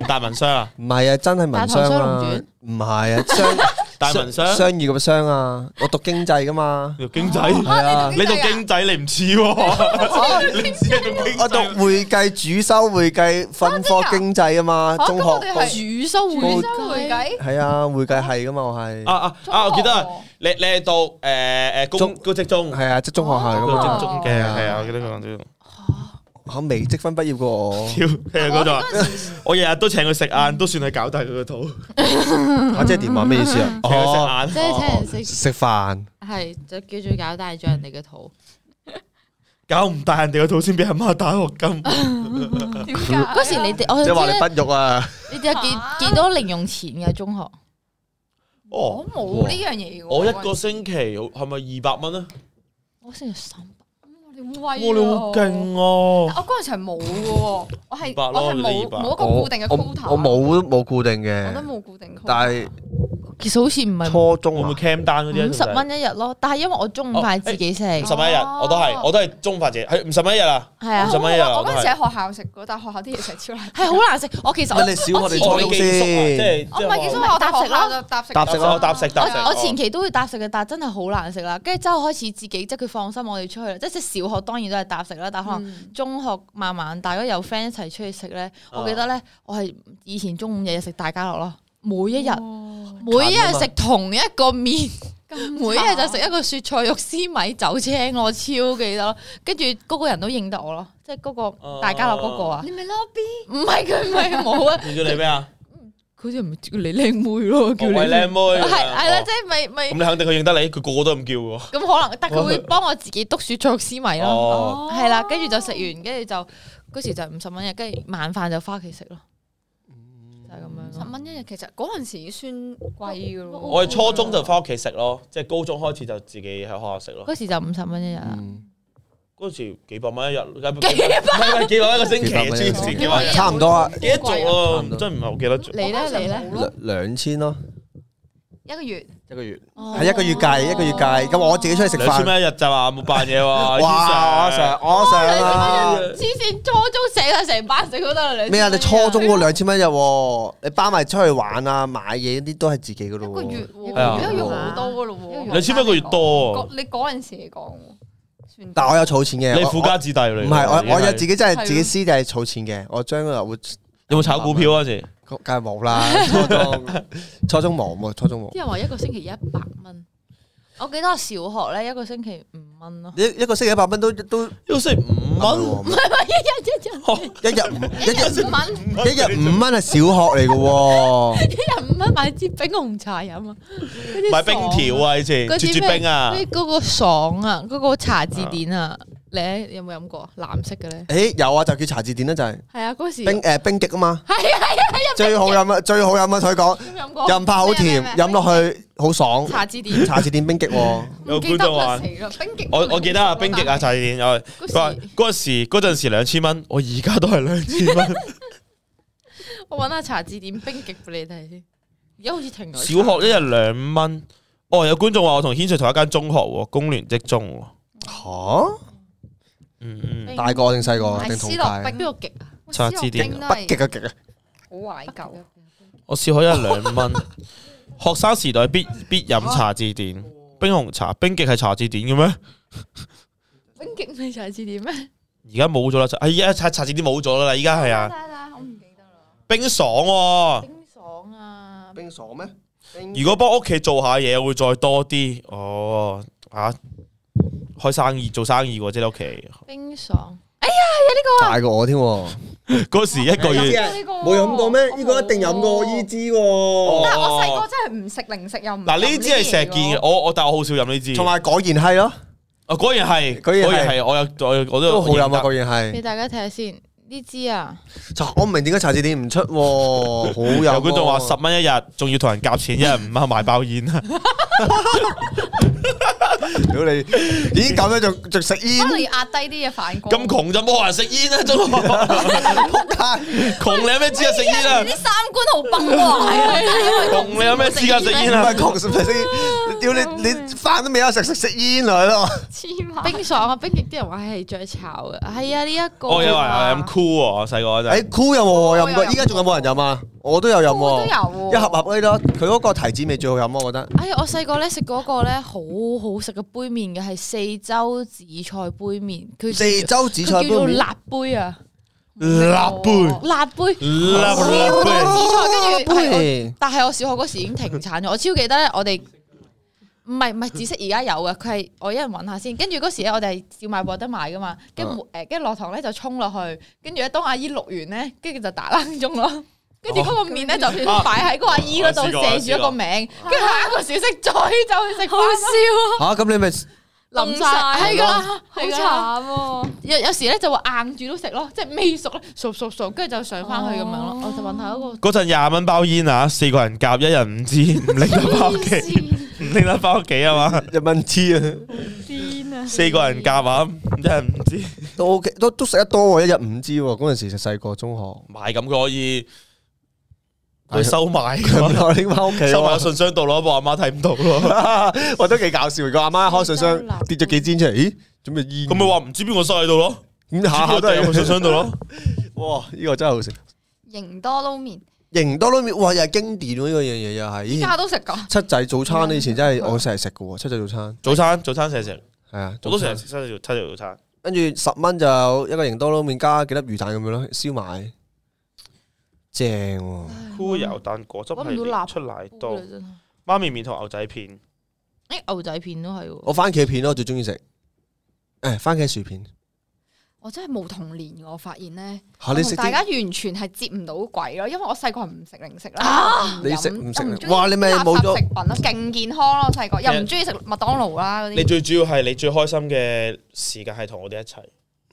[SPEAKER 2] 大文商啊？
[SPEAKER 1] 唔係啊，真係文商
[SPEAKER 4] 大唐雙
[SPEAKER 1] 啊
[SPEAKER 4] 龍，
[SPEAKER 1] 唔 [LAUGHS] 係啊，商
[SPEAKER 2] 大文商，
[SPEAKER 1] 商業嘅商啊，我讀經濟噶嘛，
[SPEAKER 2] 你讀經濟，
[SPEAKER 1] 係啊。
[SPEAKER 2] 你讀經濟你唔似喎， [LAUGHS] 你只係讀經
[SPEAKER 1] 我讀
[SPEAKER 2] 濟。
[SPEAKER 1] 會計主修會計分科經濟啊嘛，
[SPEAKER 3] 嚇
[SPEAKER 1] 中
[SPEAKER 3] 咁我
[SPEAKER 1] 學
[SPEAKER 3] 哋
[SPEAKER 1] 高
[SPEAKER 3] 係
[SPEAKER 4] 主修
[SPEAKER 3] 本
[SPEAKER 4] 會
[SPEAKER 3] 身會
[SPEAKER 4] 計，
[SPEAKER 3] 計，
[SPEAKER 1] 係啊，會計係噶嘛，我係
[SPEAKER 2] 啊啊啊！我記得啊，你你係讀誒誒
[SPEAKER 1] 中
[SPEAKER 2] 公高職中，
[SPEAKER 1] 係啊，即係中學係
[SPEAKER 2] 高
[SPEAKER 1] 咁
[SPEAKER 2] 職
[SPEAKER 1] 嘛，
[SPEAKER 2] 中嘅
[SPEAKER 1] 係啊
[SPEAKER 2] 係啊，我記得佢講呢個。
[SPEAKER 1] 我微積分畢業過我，
[SPEAKER 2] 屌，佢嗰度話，我日日都請佢食晏，都算係搞大佢個肚，
[SPEAKER 1] 啊即係點啊？咩 [LAUGHS] 意思啊？
[SPEAKER 2] 請
[SPEAKER 1] 哦，
[SPEAKER 2] 佢食
[SPEAKER 4] 即
[SPEAKER 2] 晏，
[SPEAKER 4] 係
[SPEAKER 2] 哦
[SPEAKER 4] 請人食，
[SPEAKER 1] 食飯
[SPEAKER 4] 係就叫做搞大咗人哋嘅肚。
[SPEAKER 2] 搞唔大人哋個肚先俾阿媽打學金，
[SPEAKER 3] 點
[SPEAKER 2] 哎
[SPEAKER 3] 解啊
[SPEAKER 4] 嗰時你哋，我
[SPEAKER 1] 即係話
[SPEAKER 4] 想
[SPEAKER 1] 你
[SPEAKER 4] 知
[SPEAKER 1] 不育啊？
[SPEAKER 4] 你哋有
[SPEAKER 3] 嚇
[SPEAKER 4] 幾幾多零用錢嘅中學？
[SPEAKER 2] 哦
[SPEAKER 3] 我。冇呢樣嘢喎。
[SPEAKER 2] 我一個星期係咪二百蚊啊？
[SPEAKER 4] 我先至三百，
[SPEAKER 3] 我哋好
[SPEAKER 2] 哇！
[SPEAKER 3] 威喎，
[SPEAKER 2] 你好勁啊！
[SPEAKER 3] 我嗰陣時係冇嘅喎，我係
[SPEAKER 2] 二百咯
[SPEAKER 3] 我係
[SPEAKER 2] 你
[SPEAKER 3] 冇
[SPEAKER 2] 二百
[SPEAKER 3] 冇一個固定嘅
[SPEAKER 1] 我
[SPEAKER 3] quota，
[SPEAKER 1] 我冇冇固定
[SPEAKER 3] 我都
[SPEAKER 1] 嘅，
[SPEAKER 3] 冇固定 quota。
[SPEAKER 1] 但係
[SPEAKER 4] 其實好似唔係
[SPEAKER 1] 初
[SPEAKER 2] 會
[SPEAKER 1] 中
[SPEAKER 2] 唔會
[SPEAKER 1] 啊
[SPEAKER 2] cam 單嗰啲啊
[SPEAKER 4] 五十蚊哦一日咯。但係因為我中午飯自己食，
[SPEAKER 2] 五
[SPEAKER 4] 係
[SPEAKER 2] 十蚊一日，我都係我都係中法姐，係五十蚊一日啊！
[SPEAKER 4] 啊
[SPEAKER 2] 五十，蚊一日
[SPEAKER 3] 我
[SPEAKER 2] 我
[SPEAKER 3] 我
[SPEAKER 2] 都
[SPEAKER 3] 嗰陣時
[SPEAKER 2] 係。
[SPEAKER 3] 喺學校食嘅，但係學校啲嘢食超難。
[SPEAKER 4] 係好難食。我其實
[SPEAKER 1] 乜你小
[SPEAKER 4] 我
[SPEAKER 1] 我哋
[SPEAKER 4] 前
[SPEAKER 1] 初
[SPEAKER 2] 哦，
[SPEAKER 1] 中
[SPEAKER 2] 你寄宿啊
[SPEAKER 1] 先
[SPEAKER 2] 即係
[SPEAKER 4] 哦
[SPEAKER 3] 我唔係
[SPEAKER 2] 即
[SPEAKER 3] 其
[SPEAKER 2] 係
[SPEAKER 3] 實
[SPEAKER 4] 我
[SPEAKER 3] 我
[SPEAKER 4] 搭
[SPEAKER 3] 學
[SPEAKER 4] 食咯
[SPEAKER 3] 校就搭食
[SPEAKER 1] 搭食咯
[SPEAKER 2] 搭食搭哦食
[SPEAKER 4] 我我前期都會搭食嘅，但係真係好難食啦。跟住之後開始自己即係佢放心我哋出去啦，即係小學當然都係搭食啦，但可能
[SPEAKER 3] 嗯
[SPEAKER 4] 中學慢慢大家有 friend 一齊出去食咧，
[SPEAKER 2] 啊
[SPEAKER 4] 我記得咧我係以前中午日日食大家樂咯，每一日
[SPEAKER 3] 哦
[SPEAKER 4] 每一日食同一個面，
[SPEAKER 3] 咁
[SPEAKER 2] 啊
[SPEAKER 4] 每一日就食一個雪菜肉絲米酒青，我超記得咯。跟住嗰個人都認得我咯，
[SPEAKER 2] 哦
[SPEAKER 4] 即係嗰個大家樂嗰個啊
[SPEAKER 3] 慘，你咪
[SPEAKER 2] [LAUGHS]
[SPEAKER 3] lobby
[SPEAKER 4] 唔係佢唔係冇啊，
[SPEAKER 2] 你叫你咩啊？
[SPEAKER 4] 佢好似唔叫你靚妹咯， [LAUGHS] 叫
[SPEAKER 2] 我
[SPEAKER 4] 你
[SPEAKER 2] 喂靚妹，
[SPEAKER 4] [LAUGHS] 係係啦，
[SPEAKER 2] 哦
[SPEAKER 4] 即係咪咪
[SPEAKER 2] 咁你肯定佢認得你，佢個個都咁叫喎。
[SPEAKER 4] 咁可能，但佢會幫我自己篤雪作絲米咯，
[SPEAKER 2] 哦，
[SPEAKER 4] 係啦，跟住就食完，跟住就嗰時就五十蚊一日，跟住晚飯就翻屋企食咯，就係咁樣
[SPEAKER 3] 十
[SPEAKER 4] 咯。
[SPEAKER 1] 嗯
[SPEAKER 3] 蚊一日，其實嗰陣時已經算貴噶咯。
[SPEAKER 4] 哦
[SPEAKER 2] 我哋初中就翻屋企食咯，即係高中開始就自己喺學校食咯。
[SPEAKER 4] 嗰時就五十蚊一
[SPEAKER 3] 啊
[SPEAKER 4] 日啦，
[SPEAKER 1] 嗯
[SPEAKER 2] 嗰時幾百蚊一日，
[SPEAKER 4] [LAUGHS]
[SPEAKER 2] 唔係唔係幾百蚊一個星期，
[SPEAKER 1] 幾百蚊一
[SPEAKER 2] 黐
[SPEAKER 1] 個星期
[SPEAKER 2] 線幾百蚊一日
[SPEAKER 1] 差唔多啊
[SPEAKER 2] 幾多做
[SPEAKER 1] 差
[SPEAKER 2] 咯
[SPEAKER 1] 唔，多
[SPEAKER 2] 真係唔係好記得做。
[SPEAKER 4] 你呢你呢
[SPEAKER 3] 啊
[SPEAKER 1] 兩兩千咯，
[SPEAKER 3] 一個月，
[SPEAKER 1] 一個月
[SPEAKER 4] 哦
[SPEAKER 1] 係一個月計，一個月計。咁我自己出去食
[SPEAKER 2] 兩
[SPEAKER 1] 飯，
[SPEAKER 2] 千蚊一日咋嘛，冇扮嘢
[SPEAKER 1] [LAUGHS]
[SPEAKER 2] 喎。
[SPEAKER 1] 哇！我上我啊上啦
[SPEAKER 4] 黐線，初中成日成班食都得啦。
[SPEAKER 1] 咩啊？你
[SPEAKER 4] 兩
[SPEAKER 1] 初
[SPEAKER 4] 千蚊一日
[SPEAKER 1] 中嗰兩千蚊一日喎，你包埋出去玩啊、買嘢啲都係自己噶
[SPEAKER 3] 一
[SPEAKER 1] 咯
[SPEAKER 3] 個
[SPEAKER 1] 喎。
[SPEAKER 3] 月
[SPEAKER 4] 係啊
[SPEAKER 3] 喎，一個月好多噶咯喎。
[SPEAKER 2] 兩千蚊一個月多啊
[SPEAKER 3] 嗰。你嗰陣時嚟講喎，算
[SPEAKER 1] 但我有儲錢嘅，
[SPEAKER 2] 你
[SPEAKER 1] 我
[SPEAKER 2] 富家子弟嚟㗎。
[SPEAKER 1] 唔係
[SPEAKER 2] 已經
[SPEAKER 1] 我我有自己真
[SPEAKER 4] 係
[SPEAKER 1] 係自己私底係儲錢嘅，我將來會
[SPEAKER 2] 有冇炒股票嗰陣時？
[SPEAKER 1] 梗係冇啦。初中 [LAUGHS] 初中冇冇初中冇
[SPEAKER 4] 啲，人話一個星期一百蚊，我記得我小學咧一個星期五蚊咯，
[SPEAKER 1] 一一個星期一百蚊都都
[SPEAKER 2] 一個星期五蚊，
[SPEAKER 1] [LAUGHS] 唔係
[SPEAKER 4] 一日一
[SPEAKER 1] 一
[SPEAKER 4] 日
[SPEAKER 1] 日五一日
[SPEAKER 3] 五蚊，
[SPEAKER 1] 一日五蚊係小學嚟嘅喎，
[SPEAKER 4] 一日五蚊買支冰紅茶飲啊，嗰啲
[SPEAKER 2] 買冰
[SPEAKER 4] 爽
[SPEAKER 2] 條啊，以前
[SPEAKER 4] 嗰
[SPEAKER 2] 絕
[SPEAKER 4] 啲
[SPEAKER 2] 絕冰啊
[SPEAKER 4] 咩，嗰個爽啊，嗰個茶字典啊，你有冇飲過啊？藍色嘅咧，
[SPEAKER 1] 誒有啊，就叫茶字典啦，就係
[SPEAKER 4] 係啊，嗰時
[SPEAKER 1] 冰誒冰極啊嘛，
[SPEAKER 4] 係啊係啊，
[SPEAKER 1] 最好飲啊最好飲啊，同佢講。
[SPEAKER 4] 有冇飲過
[SPEAKER 1] 又唔怕好甜，
[SPEAKER 3] 咩咩咩
[SPEAKER 1] 飲落去好爽。
[SPEAKER 4] 茶字典，
[SPEAKER 1] 茶字典冰激喎，
[SPEAKER 2] 有觀
[SPEAKER 3] 唔記得
[SPEAKER 2] 眾
[SPEAKER 3] 啦，
[SPEAKER 2] 話
[SPEAKER 3] 死。啦！冰極，
[SPEAKER 2] 我我記得啊，冰極啊，就係點啊？佢話
[SPEAKER 4] 嗰
[SPEAKER 2] 嗰
[SPEAKER 4] 時
[SPEAKER 2] 時嗰陣時兩千蚊，我而家都係兩千蚊。
[SPEAKER 4] 我揾下茶字典冰極俾你睇先，而家好似停咗。
[SPEAKER 2] 小學一日兩蚊。哦，有觀眾話我同軒 Sir 同一間中學喎，工聯職中喎。
[SPEAKER 1] 吓？
[SPEAKER 2] 嗯嗯，
[SPEAKER 1] 大個定細個
[SPEAKER 3] 係
[SPEAKER 1] 定同
[SPEAKER 3] 思樂
[SPEAKER 1] 屆？
[SPEAKER 3] 冰
[SPEAKER 4] 邊個極啊？
[SPEAKER 2] 查字典
[SPEAKER 3] 思樂冰都
[SPEAKER 1] 北極
[SPEAKER 3] 係
[SPEAKER 1] 嘅極啊！
[SPEAKER 3] 好懷舊。
[SPEAKER 2] 我小學一日兩蚊。學生時代必必飲茶字典，冰紅茶、冰極係茶字典嘅咩？
[SPEAKER 4] 冰極咪茶字典咩？
[SPEAKER 2] 而家冇咗啦，哎呀，茶茶字典冇咗啦，依家係啊，
[SPEAKER 3] 得啦，我唔記得啦。
[SPEAKER 2] 冰爽喎。
[SPEAKER 4] 冰爽啊！
[SPEAKER 1] 冰爽咩？
[SPEAKER 2] 如果幫屋企做下嘢，會再多啲。哦，吓、開生意做生意喎，即係你屋企
[SPEAKER 4] 冰爽，
[SPEAKER 1] 大過我添喎，
[SPEAKER 2] [LAUGHS] 嗰時一個
[SPEAKER 1] 啊
[SPEAKER 2] 月
[SPEAKER 3] 呢個
[SPEAKER 1] 冇飲過咩？呢個一定飲過
[SPEAKER 3] 依
[SPEAKER 1] 依支喎，
[SPEAKER 3] 但係我細個真係唔食零食又唔
[SPEAKER 2] 嗱呢支係成日見嘅，我我但我好少飲呢支。
[SPEAKER 1] 同埋果然係咯，
[SPEAKER 2] 啊，果然係，
[SPEAKER 1] 果然係
[SPEAKER 2] 果然係，我有我有我都
[SPEAKER 1] 都好飲啊！
[SPEAKER 2] 我認
[SPEAKER 1] 果然係
[SPEAKER 4] 俾。大家睇下先。呢支啊，
[SPEAKER 1] 茶我唔明點解茶字典唔出喎，好
[SPEAKER 2] 得
[SPEAKER 1] 飲。
[SPEAKER 2] 有觀眾話十蚊一日，仲要同人夾錢，一人五蚊買
[SPEAKER 1] [LAUGHS]
[SPEAKER 2] 包煙 [LAUGHS] 啊！
[SPEAKER 1] 屌你，咦咁樣仲仲食煙
[SPEAKER 3] 可？能要壓低啲嘢反光。
[SPEAKER 2] 咁窮就冇人食
[SPEAKER 1] [LAUGHS]
[SPEAKER 2] 煙啦，中學窮你有咩資格食煙
[SPEAKER 1] 哎
[SPEAKER 2] 啊
[SPEAKER 3] [LAUGHS] 你？啲三觀好崩
[SPEAKER 4] 哦啊 [LAUGHS]
[SPEAKER 3] 啊壞
[SPEAKER 2] 窮你有咩資格食煙
[SPEAKER 1] 唔
[SPEAKER 2] 啊？
[SPEAKER 1] 係窮食咪食煙？屌你，你飯都未有食，食食煙嚟咯。
[SPEAKER 3] 黐孖。
[SPEAKER 4] 冰爽啊！冰極啲人話係最炒嘅，係啊呢一個。
[SPEAKER 2] 我哦有人啊係咁 cool 喎，我細個嗰
[SPEAKER 1] 誒
[SPEAKER 2] 陣。
[SPEAKER 1] ，cool 有冇
[SPEAKER 3] 有
[SPEAKER 1] 飲過？
[SPEAKER 3] 有
[SPEAKER 1] 依家仲有冇人飲啊？我都有飲
[SPEAKER 3] 我都有
[SPEAKER 1] 喎，
[SPEAKER 3] 喎。
[SPEAKER 1] 一盒盒呢咯。佢嗰個提子味最好飲啊，我覺得。
[SPEAKER 4] 哎呀，我細個咧食嗰個咧好好食嘅杯麵嘅係四洲紫菜杯麵，佢叫
[SPEAKER 1] 四洲紫
[SPEAKER 4] 佢
[SPEAKER 1] 菜
[SPEAKER 4] 叫
[SPEAKER 1] 杯
[SPEAKER 4] 做
[SPEAKER 1] 麵，
[SPEAKER 4] 辣杯啊，
[SPEAKER 2] 辣杯，
[SPEAKER 4] 辣杯。
[SPEAKER 2] 辣
[SPEAKER 4] 네,
[SPEAKER 1] 아,
[SPEAKER 2] 杯，
[SPEAKER 4] 紫菜跟住係我，
[SPEAKER 1] 杯
[SPEAKER 4] 但係我小學嗰時已經停產咗。我超記得咧，我哋唔係唔係紫色而家有嘅，佢係我一人揾下先。跟住嗰時咧，我哋係照賣冇得賣噶嘛，跟住誒跟住落堂咧就衝落去，跟住咧當阿姨錄完咧，跟住就打冷鐘咯。跟住嗰個面咧就
[SPEAKER 2] 啊
[SPEAKER 4] 擺喺個阿姨嗰
[SPEAKER 2] 我
[SPEAKER 4] 度
[SPEAKER 2] 試過我試
[SPEAKER 4] 寫住一
[SPEAKER 2] 過
[SPEAKER 4] 個名，跟住下一個小息再就去食飯
[SPEAKER 3] 好
[SPEAKER 4] 咯。
[SPEAKER 3] 笑
[SPEAKER 1] 嚇咁你咪
[SPEAKER 3] 啊，
[SPEAKER 4] 啊淋晒
[SPEAKER 3] 係
[SPEAKER 4] 係
[SPEAKER 3] 噶，
[SPEAKER 4] 噶，
[SPEAKER 3] 好
[SPEAKER 4] 係
[SPEAKER 3] 慘啊
[SPEAKER 4] 噶。
[SPEAKER 3] 喎。
[SPEAKER 4] 有有時咧就會硬住都食咯，即係未熟咧，熟熟熟，跟住就上翻去咁樣咯
[SPEAKER 3] 哦。
[SPEAKER 4] 我就揾下嗰個
[SPEAKER 2] 嗰陣廿蚊包煙啊，四個人夾，一人五支，唔拎得翻屋
[SPEAKER 4] [LAUGHS]
[SPEAKER 2] 企，唔拎得翻屋企啊嘛，
[SPEAKER 1] 一蚊支啊，
[SPEAKER 3] 癲啊！
[SPEAKER 2] 四個人夾啊，一人五支，
[SPEAKER 1] 都 OK，都都食得多喎，一日五支喎。嗰陣時就細個中學，
[SPEAKER 2] 買咁佢可以佢收埋㗎嘛，
[SPEAKER 1] 我拎翻屋企
[SPEAKER 2] 收埋個
[SPEAKER 1] [LAUGHS] 喎，
[SPEAKER 2] 信箱度咯，我阿媽睇唔到咯，
[SPEAKER 1] 我都幾搞笑。個阿媽開信箱跌咗幾支出嚟，咦？做咩煙？
[SPEAKER 2] 咁咪話唔知邊個收喺度咯，
[SPEAKER 1] 咁下
[SPEAKER 2] 下
[SPEAKER 1] 下
[SPEAKER 2] 下
[SPEAKER 1] 都
[SPEAKER 2] 都
[SPEAKER 1] 係
[SPEAKER 2] 係個信箱度咯，
[SPEAKER 1] 哇！呢個真係好食，
[SPEAKER 3] 型多撈麵，
[SPEAKER 1] 型多撈麵哇！又係經典喎，呢個樣嘢又係。以
[SPEAKER 3] 依
[SPEAKER 1] 前
[SPEAKER 3] 家都食噶。
[SPEAKER 1] 七仔早餐呢以前真係哦我成日食嘅喎，七仔早餐
[SPEAKER 2] 早餐早餐成日食，
[SPEAKER 1] 係啊，
[SPEAKER 2] 我都成日食七條七條早餐，
[SPEAKER 1] 跟住十蚊就有一個型多撈麵加幾粒魚蛋咁樣咯，燒賣正喎。
[SPEAKER 2] 酷油蛋果汁
[SPEAKER 4] 搵唔到辣
[SPEAKER 2] 係出奶多，
[SPEAKER 4] 真係。
[SPEAKER 2] 媽咪麵同牛仔片，
[SPEAKER 4] 誒牛仔片都係喎，
[SPEAKER 1] 我番茄片咯，最中意食。誒，番茄薯片，
[SPEAKER 3] 我真係冇童年㗎，我發現咧，
[SPEAKER 1] 吓你
[SPEAKER 3] 我
[SPEAKER 1] 食
[SPEAKER 3] 同大家
[SPEAKER 1] 啲
[SPEAKER 3] 完全係接唔到鬼咯，因為我細個係唔食零食
[SPEAKER 4] 啊
[SPEAKER 3] 啦，
[SPEAKER 1] 你食唔
[SPEAKER 3] 我唔
[SPEAKER 1] 食？
[SPEAKER 3] 中意
[SPEAKER 1] 哇！你咪
[SPEAKER 3] 垃
[SPEAKER 1] 冇
[SPEAKER 3] 圾
[SPEAKER 1] 咗
[SPEAKER 3] 食品咯，勁健康咯，我細個又唔中意食麥當勞啦嗰
[SPEAKER 2] 你
[SPEAKER 3] 啲，
[SPEAKER 2] 最主要係你最開心嘅時間係同我哋一齊，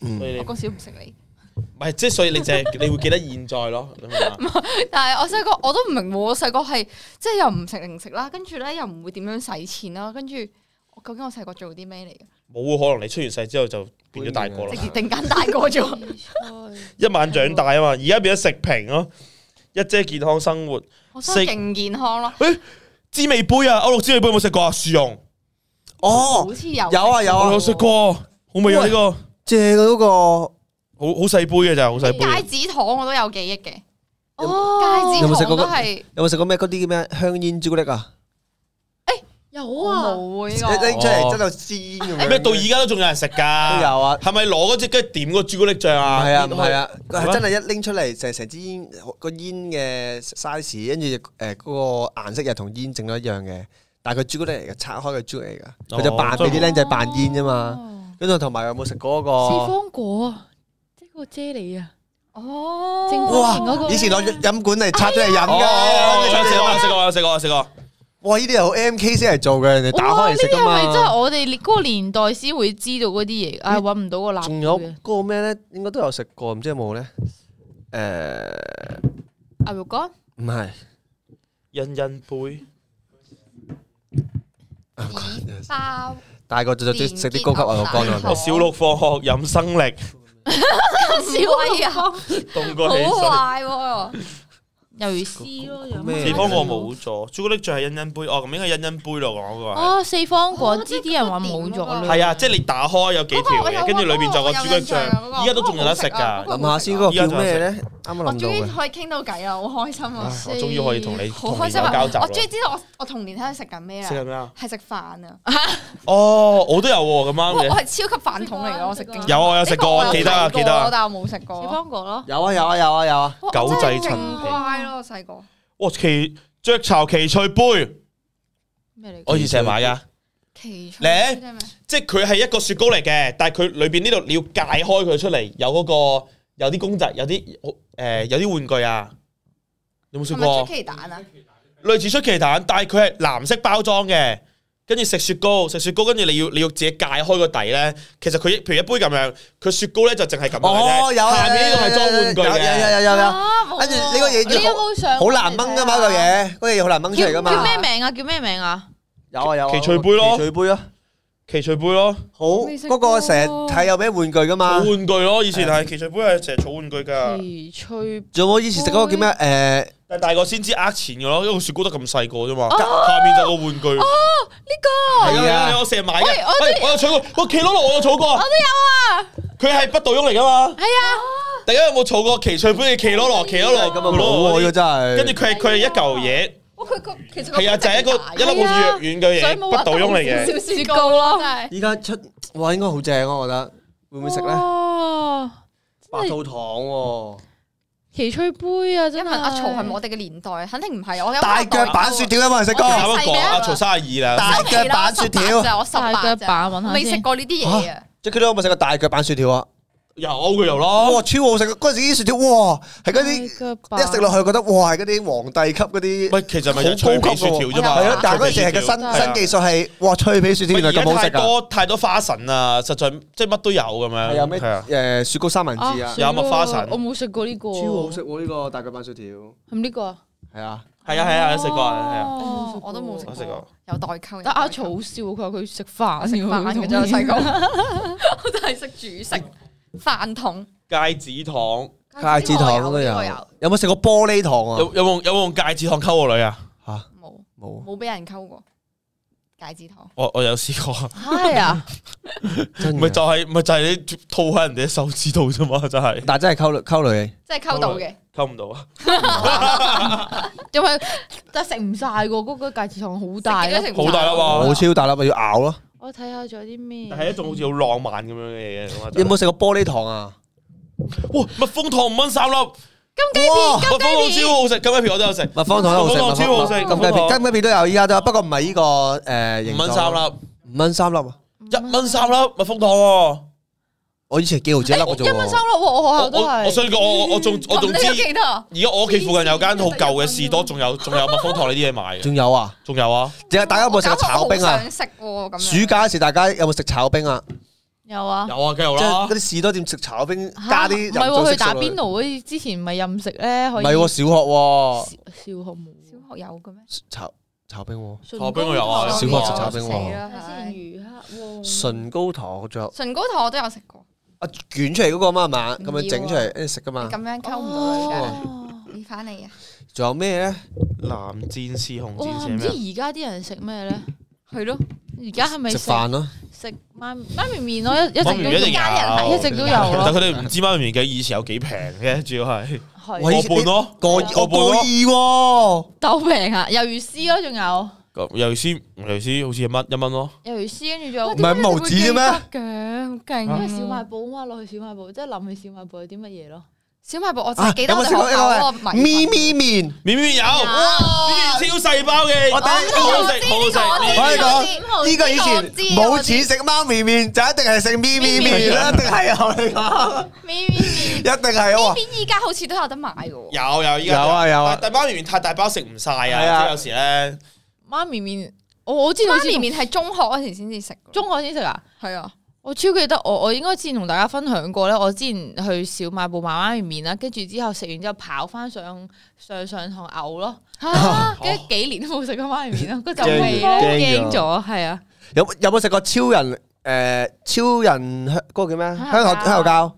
[SPEAKER 1] 嗯
[SPEAKER 2] 所以你
[SPEAKER 3] 我嗰時都唔食你。
[SPEAKER 2] 唔係即係所以你就係你會記得現在咯，你明唔明啊
[SPEAKER 3] 但係我細個我都唔明喎，我細個係即係又唔食零食啦，跟住咧又唔會點樣使錢啦，跟住我究竟我細個做啲咩嚟嘅？
[SPEAKER 2] 冇可能你出完世之後就變咗大個啦
[SPEAKER 1] 會
[SPEAKER 3] 直，接突然間大個咗，
[SPEAKER 2] 一晚長大啊嘛，而家變咗食評咯，一姐健康生活
[SPEAKER 3] 我真係勁健康咯，
[SPEAKER 2] 滋味杯啊，歐陸滋味杯有冇食過啊？薯蓉
[SPEAKER 1] 哦，
[SPEAKER 3] 好似有
[SPEAKER 1] 有啊有啊
[SPEAKER 2] 我有食過，好味啊呢個，好
[SPEAKER 1] 借嗰個
[SPEAKER 2] 好細杯嘅咋，好細杯嘅。
[SPEAKER 3] 戒指糖我都有記憶嘅，
[SPEAKER 4] 哦，
[SPEAKER 3] 戒
[SPEAKER 1] 有
[SPEAKER 3] 指
[SPEAKER 1] 冇食
[SPEAKER 3] 糖
[SPEAKER 1] 過
[SPEAKER 3] 都係
[SPEAKER 1] 有冇食過咩嗰啲叫咩香煙朱古力啊？
[SPEAKER 4] 有
[SPEAKER 3] 我
[SPEAKER 4] 啊，
[SPEAKER 3] 冇
[SPEAKER 1] 一
[SPEAKER 3] 呢個
[SPEAKER 1] 拎出嚟真係煎咁樣。
[SPEAKER 2] 哦咩到而家都仲有人食噶？
[SPEAKER 1] 都有啊
[SPEAKER 2] 係咪攞嗰隻跟住點個朱古力醬啊？
[SPEAKER 1] 係啊，唔係啊，
[SPEAKER 2] 係咩
[SPEAKER 1] 係真係一拎出嚟，成成支煙個煙嘅 size，跟住誒嗰個顏色又同煙整咗一樣嘅，但係佢朱古力嚟嘅，拆開嘅朱古力嚟㗎，佢就扮俾啲僆仔扮煙啫嘛。
[SPEAKER 4] 嘛。
[SPEAKER 1] 跟住同埋有冇食過
[SPEAKER 4] 四
[SPEAKER 1] 嗰
[SPEAKER 4] 方果啊，即係個啫喱啊，
[SPEAKER 3] 哦，
[SPEAKER 4] 政
[SPEAKER 1] 個？
[SPEAKER 4] 府
[SPEAKER 1] 哇
[SPEAKER 4] 以前嗰個！哎
[SPEAKER 1] 以前攞飲管嚟插咗嚟飲
[SPEAKER 2] 哦我有食過，我
[SPEAKER 1] 㗎
[SPEAKER 2] 有。食過，我有食過，我有食過。
[SPEAKER 1] 哇！呢啲係好 M K 先嚟做嘅，人哋打開嚟食㗎
[SPEAKER 4] 哇呢啲係咪真
[SPEAKER 1] 嘛。
[SPEAKER 4] 係我哋嗰個年代先會知道嗰啲嘢？啊，搵唔到個辣
[SPEAKER 1] 仲
[SPEAKER 4] 妹
[SPEAKER 1] 有
[SPEAKER 4] 嘅
[SPEAKER 1] 嗰個咩咧？應該都有食過，唔知有冇咧？誒，
[SPEAKER 4] 牛肉乾，
[SPEAKER 1] 唔係。
[SPEAKER 2] 欣欣杯，
[SPEAKER 3] 紙包
[SPEAKER 1] 大個就就食啲高級牛肉乾啊
[SPEAKER 3] 連結牛
[SPEAKER 1] 啦
[SPEAKER 2] 我
[SPEAKER 3] 奶糖，
[SPEAKER 2] 小六放學飲生力，
[SPEAKER 3] 小威啊，
[SPEAKER 2] 凍
[SPEAKER 3] [LAUGHS] 好
[SPEAKER 2] 過汽水。
[SPEAKER 3] 壞喎，
[SPEAKER 4] 魷魚絲咯，有
[SPEAKER 1] 咩
[SPEAKER 2] 四方果冇咗，朱古力醬係欣欣杯，哦咁應該係欣欣杯咯，我嗰個係。
[SPEAKER 4] 哦，四方果
[SPEAKER 3] 哦
[SPEAKER 4] 知
[SPEAKER 3] 即係
[SPEAKER 4] 啲人話冇咗
[SPEAKER 3] 嗰個
[SPEAKER 4] 啦，
[SPEAKER 2] 係啊，即係你打開有幾條
[SPEAKER 3] 嗯嗰個我有
[SPEAKER 2] 嘅，
[SPEAKER 3] 啊
[SPEAKER 2] 跟住裏邊就有個
[SPEAKER 3] 嗰個我
[SPEAKER 2] 朱
[SPEAKER 3] 有
[SPEAKER 2] 古力
[SPEAKER 3] 印象啊嗰個
[SPEAKER 2] 醬，依家都仲有得食㗎
[SPEAKER 3] 嗰。個
[SPEAKER 1] 諗下先嗰個叫咩咧？啱啱
[SPEAKER 3] 我
[SPEAKER 1] 諗到
[SPEAKER 3] 終於
[SPEAKER 1] 嘅。
[SPEAKER 3] 可以傾到偈啦，好開心
[SPEAKER 2] 唉
[SPEAKER 3] 啊！
[SPEAKER 2] 我終於可以同你
[SPEAKER 3] 好
[SPEAKER 2] 同
[SPEAKER 3] 開
[SPEAKER 2] 年
[SPEAKER 3] 心
[SPEAKER 2] 有
[SPEAKER 3] 啊
[SPEAKER 2] 交集！
[SPEAKER 3] 我
[SPEAKER 2] 啦。
[SPEAKER 3] 終於知道我我童年喺度食緊咩
[SPEAKER 2] 食
[SPEAKER 3] 啦
[SPEAKER 2] 緊，咩啊？
[SPEAKER 3] 係食飯啊！
[SPEAKER 2] 哦，我都有喎，咁
[SPEAKER 3] 我
[SPEAKER 2] 啱
[SPEAKER 3] 我
[SPEAKER 2] 嘅。
[SPEAKER 3] 係超級飯桶嚟嘅，我食勁
[SPEAKER 2] 有啊我有食過
[SPEAKER 3] 呢個我有
[SPEAKER 2] 記得啊
[SPEAKER 3] 睇過
[SPEAKER 2] 記得啊
[SPEAKER 3] 但我冇食過
[SPEAKER 4] 四。方果咯，
[SPEAKER 1] 有啊有啊有啊有啊！
[SPEAKER 3] 哇
[SPEAKER 2] 狗仔
[SPEAKER 3] 我真係
[SPEAKER 2] 陳
[SPEAKER 3] 勁
[SPEAKER 2] 皮
[SPEAKER 3] 乖咯，我細個。
[SPEAKER 2] 哇，奇雀巢奇趣杯，
[SPEAKER 4] 咩嚟？
[SPEAKER 2] 我以前係買㗎。
[SPEAKER 3] 奇趣
[SPEAKER 2] 咧
[SPEAKER 3] 咩？
[SPEAKER 2] 即係佢係一個雪糕嚟嘅，但係佢裏邊呢度你要解開佢出嚟，有嗰、個有啲公仔，有啲誒、呃有啲玩具啊，你有冇食
[SPEAKER 3] 係咪
[SPEAKER 2] 過
[SPEAKER 3] 出？奇蛋啊？
[SPEAKER 2] 類似出奇蛋，但係佢係藍色包裝嘅，跟住食雪糕，食雪糕跟住你要你要自己解開個底咧。其實佢譬如一杯咁樣，佢雪糕咧就淨係咁樣嘅
[SPEAKER 1] 哦
[SPEAKER 2] 啫
[SPEAKER 1] 有啊，
[SPEAKER 2] 下面呢個係裝玩具
[SPEAKER 1] 有啊有
[SPEAKER 2] 嘅。
[SPEAKER 1] 有有有有，
[SPEAKER 4] 啊冇
[SPEAKER 1] 跟住呢個嘢
[SPEAKER 4] 你有冇上？
[SPEAKER 1] 好難掹㗎嘛嗰嚿。
[SPEAKER 3] 啊
[SPEAKER 1] 嘢，嗰個嘢好難掹出嚟㗎
[SPEAKER 4] 叫叫
[SPEAKER 1] 嘛。
[SPEAKER 4] 咩名啊？叫咩名啊？
[SPEAKER 1] 有啊有啊，
[SPEAKER 2] 奇趣杯咯
[SPEAKER 1] 奇趣杯咯，
[SPEAKER 2] 奇趣杯咯，
[SPEAKER 1] 好
[SPEAKER 3] 未食
[SPEAKER 1] 嗰
[SPEAKER 3] 過
[SPEAKER 1] 個成日睇有咩玩具㗎
[SPEAKER 2] 儲
[SPEAKER 1] 嘛？
[SPEAKER 2] 玩具咯，以前係奇趣杯係成日儲玩具㗎，
[SPEAKER 4] 奇趣
[SPEAKER 1] 仲有冇以前食嗰個叫咩？誒，
[SPEAKER 2] 但係大個先知呃錢嘅咯，因為個雪糕得咁細個啫嘛，下面就有個玩具。
[SPEAKER 3] 哦
[SPEAKER 4] 呢
[SPEAKER 2] 係
[SPEAKER 1] 係
[SPEAKER 2] 啊，
[SPEAKER 1] 啊，
[SPEAKER 2] 我成日買
[SPEAKER 4] 喂
[SPEAKER 2] 嘅，
[SPEAKER 4] 我
[SPEAKER 2] 喂我有儲過，我奇羅羅我有儲過，我都有啊。佢係不倒翁嚟噶嘛？
[SPEAKER 4] 個係啊，
[SPEAKER 2] 大家有冇儲過奇趣杯嘅奇羅羅、奇羅羅
[SPEAKER 1] 咁啊
[SPEAKER 2] 羅
[SPEAKER 1] 冇喎，
[SPEAKER 2] 羅
[SPEAKER 1] 要真係。
[SPEAKER 2] 跟住佢係佢係一嚿嘢，
[SPEAKER 3] 哇！佢個其實個
[SPEAKER 2] 係啊，就係一個一粒好似藥丸嘅
[SPEAKER 4] 水
[SPEAKER 2] 嘢，
[SPEAKER 4] 母
[SPEAKER 2] 不倒翁嚟嘅。
[SPEAKER 3] 少
[SPEAKER 4] 雪
[SPEAKER 3] 雪
[SPEAKER 4] 糕
[SPEAKER 3] 糕
[SPEAKER 4] 咯
[SPEAKER 3] 咯，真係
[SPEAKER 1] 依家出哇，應該好正啊！我覺得會唔會食咧？
[SPEAKER 3] 哦
[SPEAKER 4] 哇
[SPEAKER 1] 白兔糖喎，
[SPEAKER 4] 奇趣杯啊，
[SPEAKER 3] 因
[SPEAKER 4] 真
[SPEAKER 3] 為
[SPEAKER 4] 係
[SPEAKER 3] 阿曹係我哋嘅年代，肯定唔係我有
[SPEAKER 1] 大腳板雪條啊有冇人食過？
[SPEAKER 2] 啊啱啱講
[SPEAKER 3] 細嘅
[SPEAKER 2] 阿曹三廿二啦，
[SPEAKER 1] 大腳板雪條
[SPEAKER 3] 就我十
[SPEAKER 4] 大
[SPEAKER 3] 八
[SPEAKER 4] 腳
[SPEAKER 3] 咋，
[SPEAKER 4] 板揾下
[SPEAKER 3] 未食過呢啲嘢啊！
[SPEAKER 1] Jackie 都有冇食過大腳板雪條啊？
[SPEAKER 2] 有佢有
[SPEAKER 1] 哇，
[SPEAKER 2] 咯。
[SPEAKER 1] 哦超好食！啊嗰陣時啲雪條，哇，係嗰啲。
[SPEAKER 4] 啲
[SPEAKER 1] 一食落去覺得哇係嗰啲皇帝級嗰啲，
[SPEAKER 2] 喂，其實咪就脆皮雪條啫嘛。
[SPEAKER 1] 係咯，但係嗰陣時係個
[SPEAKER 2] 脆皮雪條啊
[SPEAKER 1] 新新技術係哇脆皮雪條原來
[SPEAKER 2] 而家
[SPEAKER 1] 咁好食啊
[SPEAKER 2] 太
[SPEAKER 1] 㗎，
[SPEAKER 2] 多太多花神啊，實在即係乜都有咁樣。
[SPEAKER 1] 係有咩
[SPEAKER 2] 係啊？
[SPEAKER 1] 誒雪糕三文治啊，
[SPEAKER 2] 有麥花臣
[SPEAKER 4] 我冇食過呢個，
[SPEAKER 1] 超好食喎呢個大腳板雪條，
[SPEAKER 4] 係咪呢個啊？
[SPEAKER 1] 係啊，
[SPEAKER 2] 係啊係啊，有食過係啊。
[SPEAKER 3] 哦，我都冇食
[SPEAKER 2] 我食過
[SPEAKER 3] 過，有代溝。
[SPEAKER 4] 但阿曹好笑，佢話佢食飯，
[SPEAKER 3] 食飯嘅啫，我細個，我真係識煮食飯桶。
[SPEAKER 2] 戒指糖
[SPEAKER 1] 戒指糖都
[SPEAKER 3] 呢個
[SPEAKER 1] 有，有冇食過玻璃糖啊？
[SPEAKER 2] 有有冇有冇用戒指糖溝我女啊？
[SPEAKER 1] 嚇
[SPEAKER 3] 冇
[SPEAKER 1] 冇，
[SPEAKER 3] 冇俾人溝過戒指糖。
[SPEAKER 2] 我我有試
[SPEAKER 1] [LAUGHS]
[SPEAKER 2] 過。
[SPEAKER 4] 係啊，
[SPEAKER 1] 真
[SPEAKER 2] 咪
[SPEAKER 1] 嘅
[SPEAKER 2] 就係咪就係你套喺人哋手指度啫嘛，真係
[SPEAKER 1] 但係真係溝女溝女，
[SPEAKER 3] 即係溝到嘅，
[SPEAKER 2] 溝唔到啊！
[SPEAKER 4] 因為但係食唔晒喎，嗰個戒指糖好大
[SPEAKER 3] [LAUGHS] 食幾
[SPEAKER 4] 啊
[SPEAKER 3] 多食唔
[SPEAKER 2] 好大粒啊
[SPEAKER 1] 我超大粒咪要咬咯。
[SPEAKER 4] 我睇下仲有啲咩？
[SPEAKER 2] 但係一種好似好浪漫咁樣嘅嘢咁啊！
[SPEAKER 1] 有冇食過玻璃糖啊？
[SPEAKER 2] 哇蜜蜂糖五蚊三粒，
[SPEAKER 1] 哇！
[SPEAKER 2] 蜜蜂糖超好食，金雞皮我都有食，
[SPEAKER 1] 蜜蜂糖都好食，
[SPEAKER 2] 蜜蜂糖超好食
[SPEAKER 1] 金雞
[SPEAKER 2] 蜜蜂
[SPEAKER 1] 皮
[SPEAKER 2] 糖
[SPEAKER 1] 金雞皮都有，依家都有，不過唔係呢個誒
[SPEAKER 2] 五蚊三，粒，
[SPEAKER 1] 五蚊三粒啊！
[SPEAKER 2] 一蚊三粒蜜蜂糖喎，
[SPEAKER 1] 我以前幾毫子一粒
[SPEAKER 4] 誒
[SPEAKER 1] 嘅啫
[SPEAKER 4] 一蚊
[SPEAKER 1] 喎
[SPEAKER 4] 收。落喎，
[SPEAKER 2] 我
[SPEAKER 4] 我學校哦都
[SPEAKER 2] 我我
[SPEAKER 4] 係。
[SPEAKER 2] 想講，我我我
[SPEAKER 4] [LAUGHS]
[SPEAKER 2] 仲我仲
[SPEAKER 4] 咁你
[SPEAKER 2] 知，
[SPEAKER 4] 都記
[SPEAKER 2] 而
[SPEAKER 4] 得啊？
[SPEAKER 2] 家我屋企附近有間好舊嘅士多，仲有仲有蜜蜂糖呢啲嘢
[SPEAKER 4] 嗯
[SPEAKER 2] 賣嘅，
[SPEAKER 1] 仲有啊，
[SPEAKER 2] 仲有啊，
[SPEAKER 1] 淨係大家有冇食過炒冰啊？
[SPEAKER 3] 想食喎咁樣
[SPEAKER 1] 暑假嗰時大家有冇食炒冰啊？
[SPEAKER 4] 有啊。
[SPEAKER 2] 有啊，梗有
[SPEAKER 1] 即係
[SPEAKER 2] 啦
[SPEAKER 1] 嗰。啲士多店食炒冰，
[SPEAKER 4] 嚇
[SPEAKER 1] 加啲
[SPEAKER 4] 唔
[SPEAKER 1] 人
[SPEAKER 4] 係
[SPEAKER 1] 造
[SPEAKER 4] 喎，
[SPEAKER 1] 色
[SPEAKER 4] 去打
[SPEAKER 1] 素
[SPEAKER 4] 邊
[SPEAKER 1] 落
[SPEAKER 4] 爐嗰啲之前咪任食咧，
[SPEAKER 1] 去
[SPEAKER 4] 可
[SPEAKER 1] 唔
[SPEAKER 4] 以
[SPEAKER 1] 係喎，小學喎
[SPEAKER 4] 小小學冇哦
[SPEAKER 3] 小學有嘅咩？
[SPEAKER 1] 炒炒冰喎，
[SPEAKER 4] 唇
[SPEAKER 2] 學俾我有
[SPEAKER 3] 어,
[SPEAKER 2] 啊
[SPEAKER 4] 膏
[SPEAKER 1] 小學
[SPEAKER 4] 糖
[SPEAKER 1] 食炒冰喎
[SPEAKER 3] 死啦
[SPEAKER 4] 睇先魚黑
[SPEAKER 1] 唇膏糖仲有
[SPEAKER 3] 唇膏糖我都有食過，
[SPEAKER 1] 啊捲出嚟嗰個嘛係嘛，
[SPEAKER 4] 唔
[SPEAKER 1] 咁樣
[SPEAKER 4] 要啊
[SPEAKER 1] 整出嚟跟住食噶嘛
[SPEAKER 3] 你。咁樣溝唔
[SPEAKER 4] 어.
[SPEAKER 3] 到女㗎，
[SPEAKER 4] 哦，
[SPEAKER 3] 你翻嚟啊！
[SPEAKER 1] 仲有咩咧？
[SPEAKER 2] 男戰士、紅
[SPEAKER 4] 哇！
[SPEAKER 2] 戰士
[SPEAKER 4] 唔知
[SPEAKER 2] 咩？
[SPEAKER 4] 而家啲人食咩咧？係咯，而家係咪
[SPEAKER 1] 食
[SPEAKER 4] 食
[SPEAKER 1] 飯咯，
[SPEAKER 4] 食媽媽咪面咯？一一直
[SPEAKER 2] 媽咪
[SPEAKER 4] 都
[SPEAKER 2] 一定有，
[SPEAKER 4] 一直都有啊
[SPEAKER 2] 但
[SPEAKER 4] 咯，
[SPEAKER 2] 佢哋唔知媽咪嘅以前有幾平嘅，主要係
[SPEAKER 1] 喂
[SPEAKER 4] 係
[SPEAKER 2] 個半咯，
[SPEAKER 1] 個
[SPEAKER 4] 係啊
[SPEAKER 1] 我
[SPEAKER 2] 個半
[SPEAKER 1] 過二
[SPEAKER 2] 咯。
[SPEAKER 1] 喎，
[SPEAKER 4] 豆餅啊，魷魚絲咯，仲有
[SPEAKER 2] 尤其是尤其是好似一蚊一蚊咯，
[SPEAKER 4] 魷魚絲，跟住仲有
[SPEAKER 1] 唔
[SPEAKER 4] 嗯
[SPEAKER 1] 係五
[SPEAKER 3] 뭐
[SPEAKER 1] 毫子啫咩？
[SPEAKER 3] 嘅，好
[SPEAKER 4] 因
[SPEAKER 3] 勁
[SPEAKER 4] 為小賣部啊嘛，落去小賣部，即係諗起小賣部有啲乜嘢咯？
[SPEAKER 3] 小賣部我
[SPEAKER 1] 啊
[SPEAKER 3] 就記得
[SPEAKER 1] 有
[SPEAKER 3] 我
[SPEAKER 1] 冇
[SPEAKER 3] 哋
[SPEAKER 1] 食過
[SPEAKER 3] 學
[SPEAKER 1] 一
[SPEAKER 3] 校
[SPEAKER 1] 個
[SPEAKER 4] 哦
[SPEAKER 3] 嗰個
[SPEAKER 1] 咩咪
[SPEAKER 3] 米
[SPEAKER 1] 咪面？
[SPEAKER 2] 面面有，哇！超細包嘅，
[SPEAKER 1] 我
[SPEAKER 2] 好
[SPEAKER 1] 第一個
[SPEAKER 2] 好食，好好食。
[SPEAKER 1] 我哋講
[SPEAKER 4] 哦
[SPEAKER 3] 講
[SPEAKER 1] 呢個以前冇錢食媽咪面，就一定係食咪咪面啦，一定係我哋
[SPEAKER 4] [LAUGHS]
[SPEAKER 1] 講，
[SPEAKER 3] 咪咪咪
[SPEAKER 1] 一定係我話
[SPEAKER 3] 邊依家好似都有得買嘅喎。
[SPEAKER 2] 有有依家
[SPEAKER 1] 有啊有啊
[SPEAKER 2] 但但媽咪面太大包食唔晒
[SPEAKER 1] 係啊
[SPEAKER 2] 啊，即係有時咧。
[SPEAKER 4] 媽咪面，我我知道好
[SPEAKER 3] 媽
[SPEAKER 4] 似
[SPEAKER 3] 咪面係中學嗰時先至食，
[SPEAKER 4] 中國先食啊！
[SPEAKER 3] 係啊，
[SPEAKER 4] 我超記得我我應該之前同大家分享過咧，我之前去小賣部買媽咪面啦，跟住之後食完之後跑翻上上上堂嘔咯，跟住幾年都冇食過媽咪面咯，嗰陣味咧
[SPEAKER 1] 驚咗
[SPEAKER 4] 驚咗，係啊，
[SPEAKER 1] 有有冇食過超人誒超人香嗰個叫咩
[SPEAKER 4] 口
[SPEAKER 1] 香口香口膠？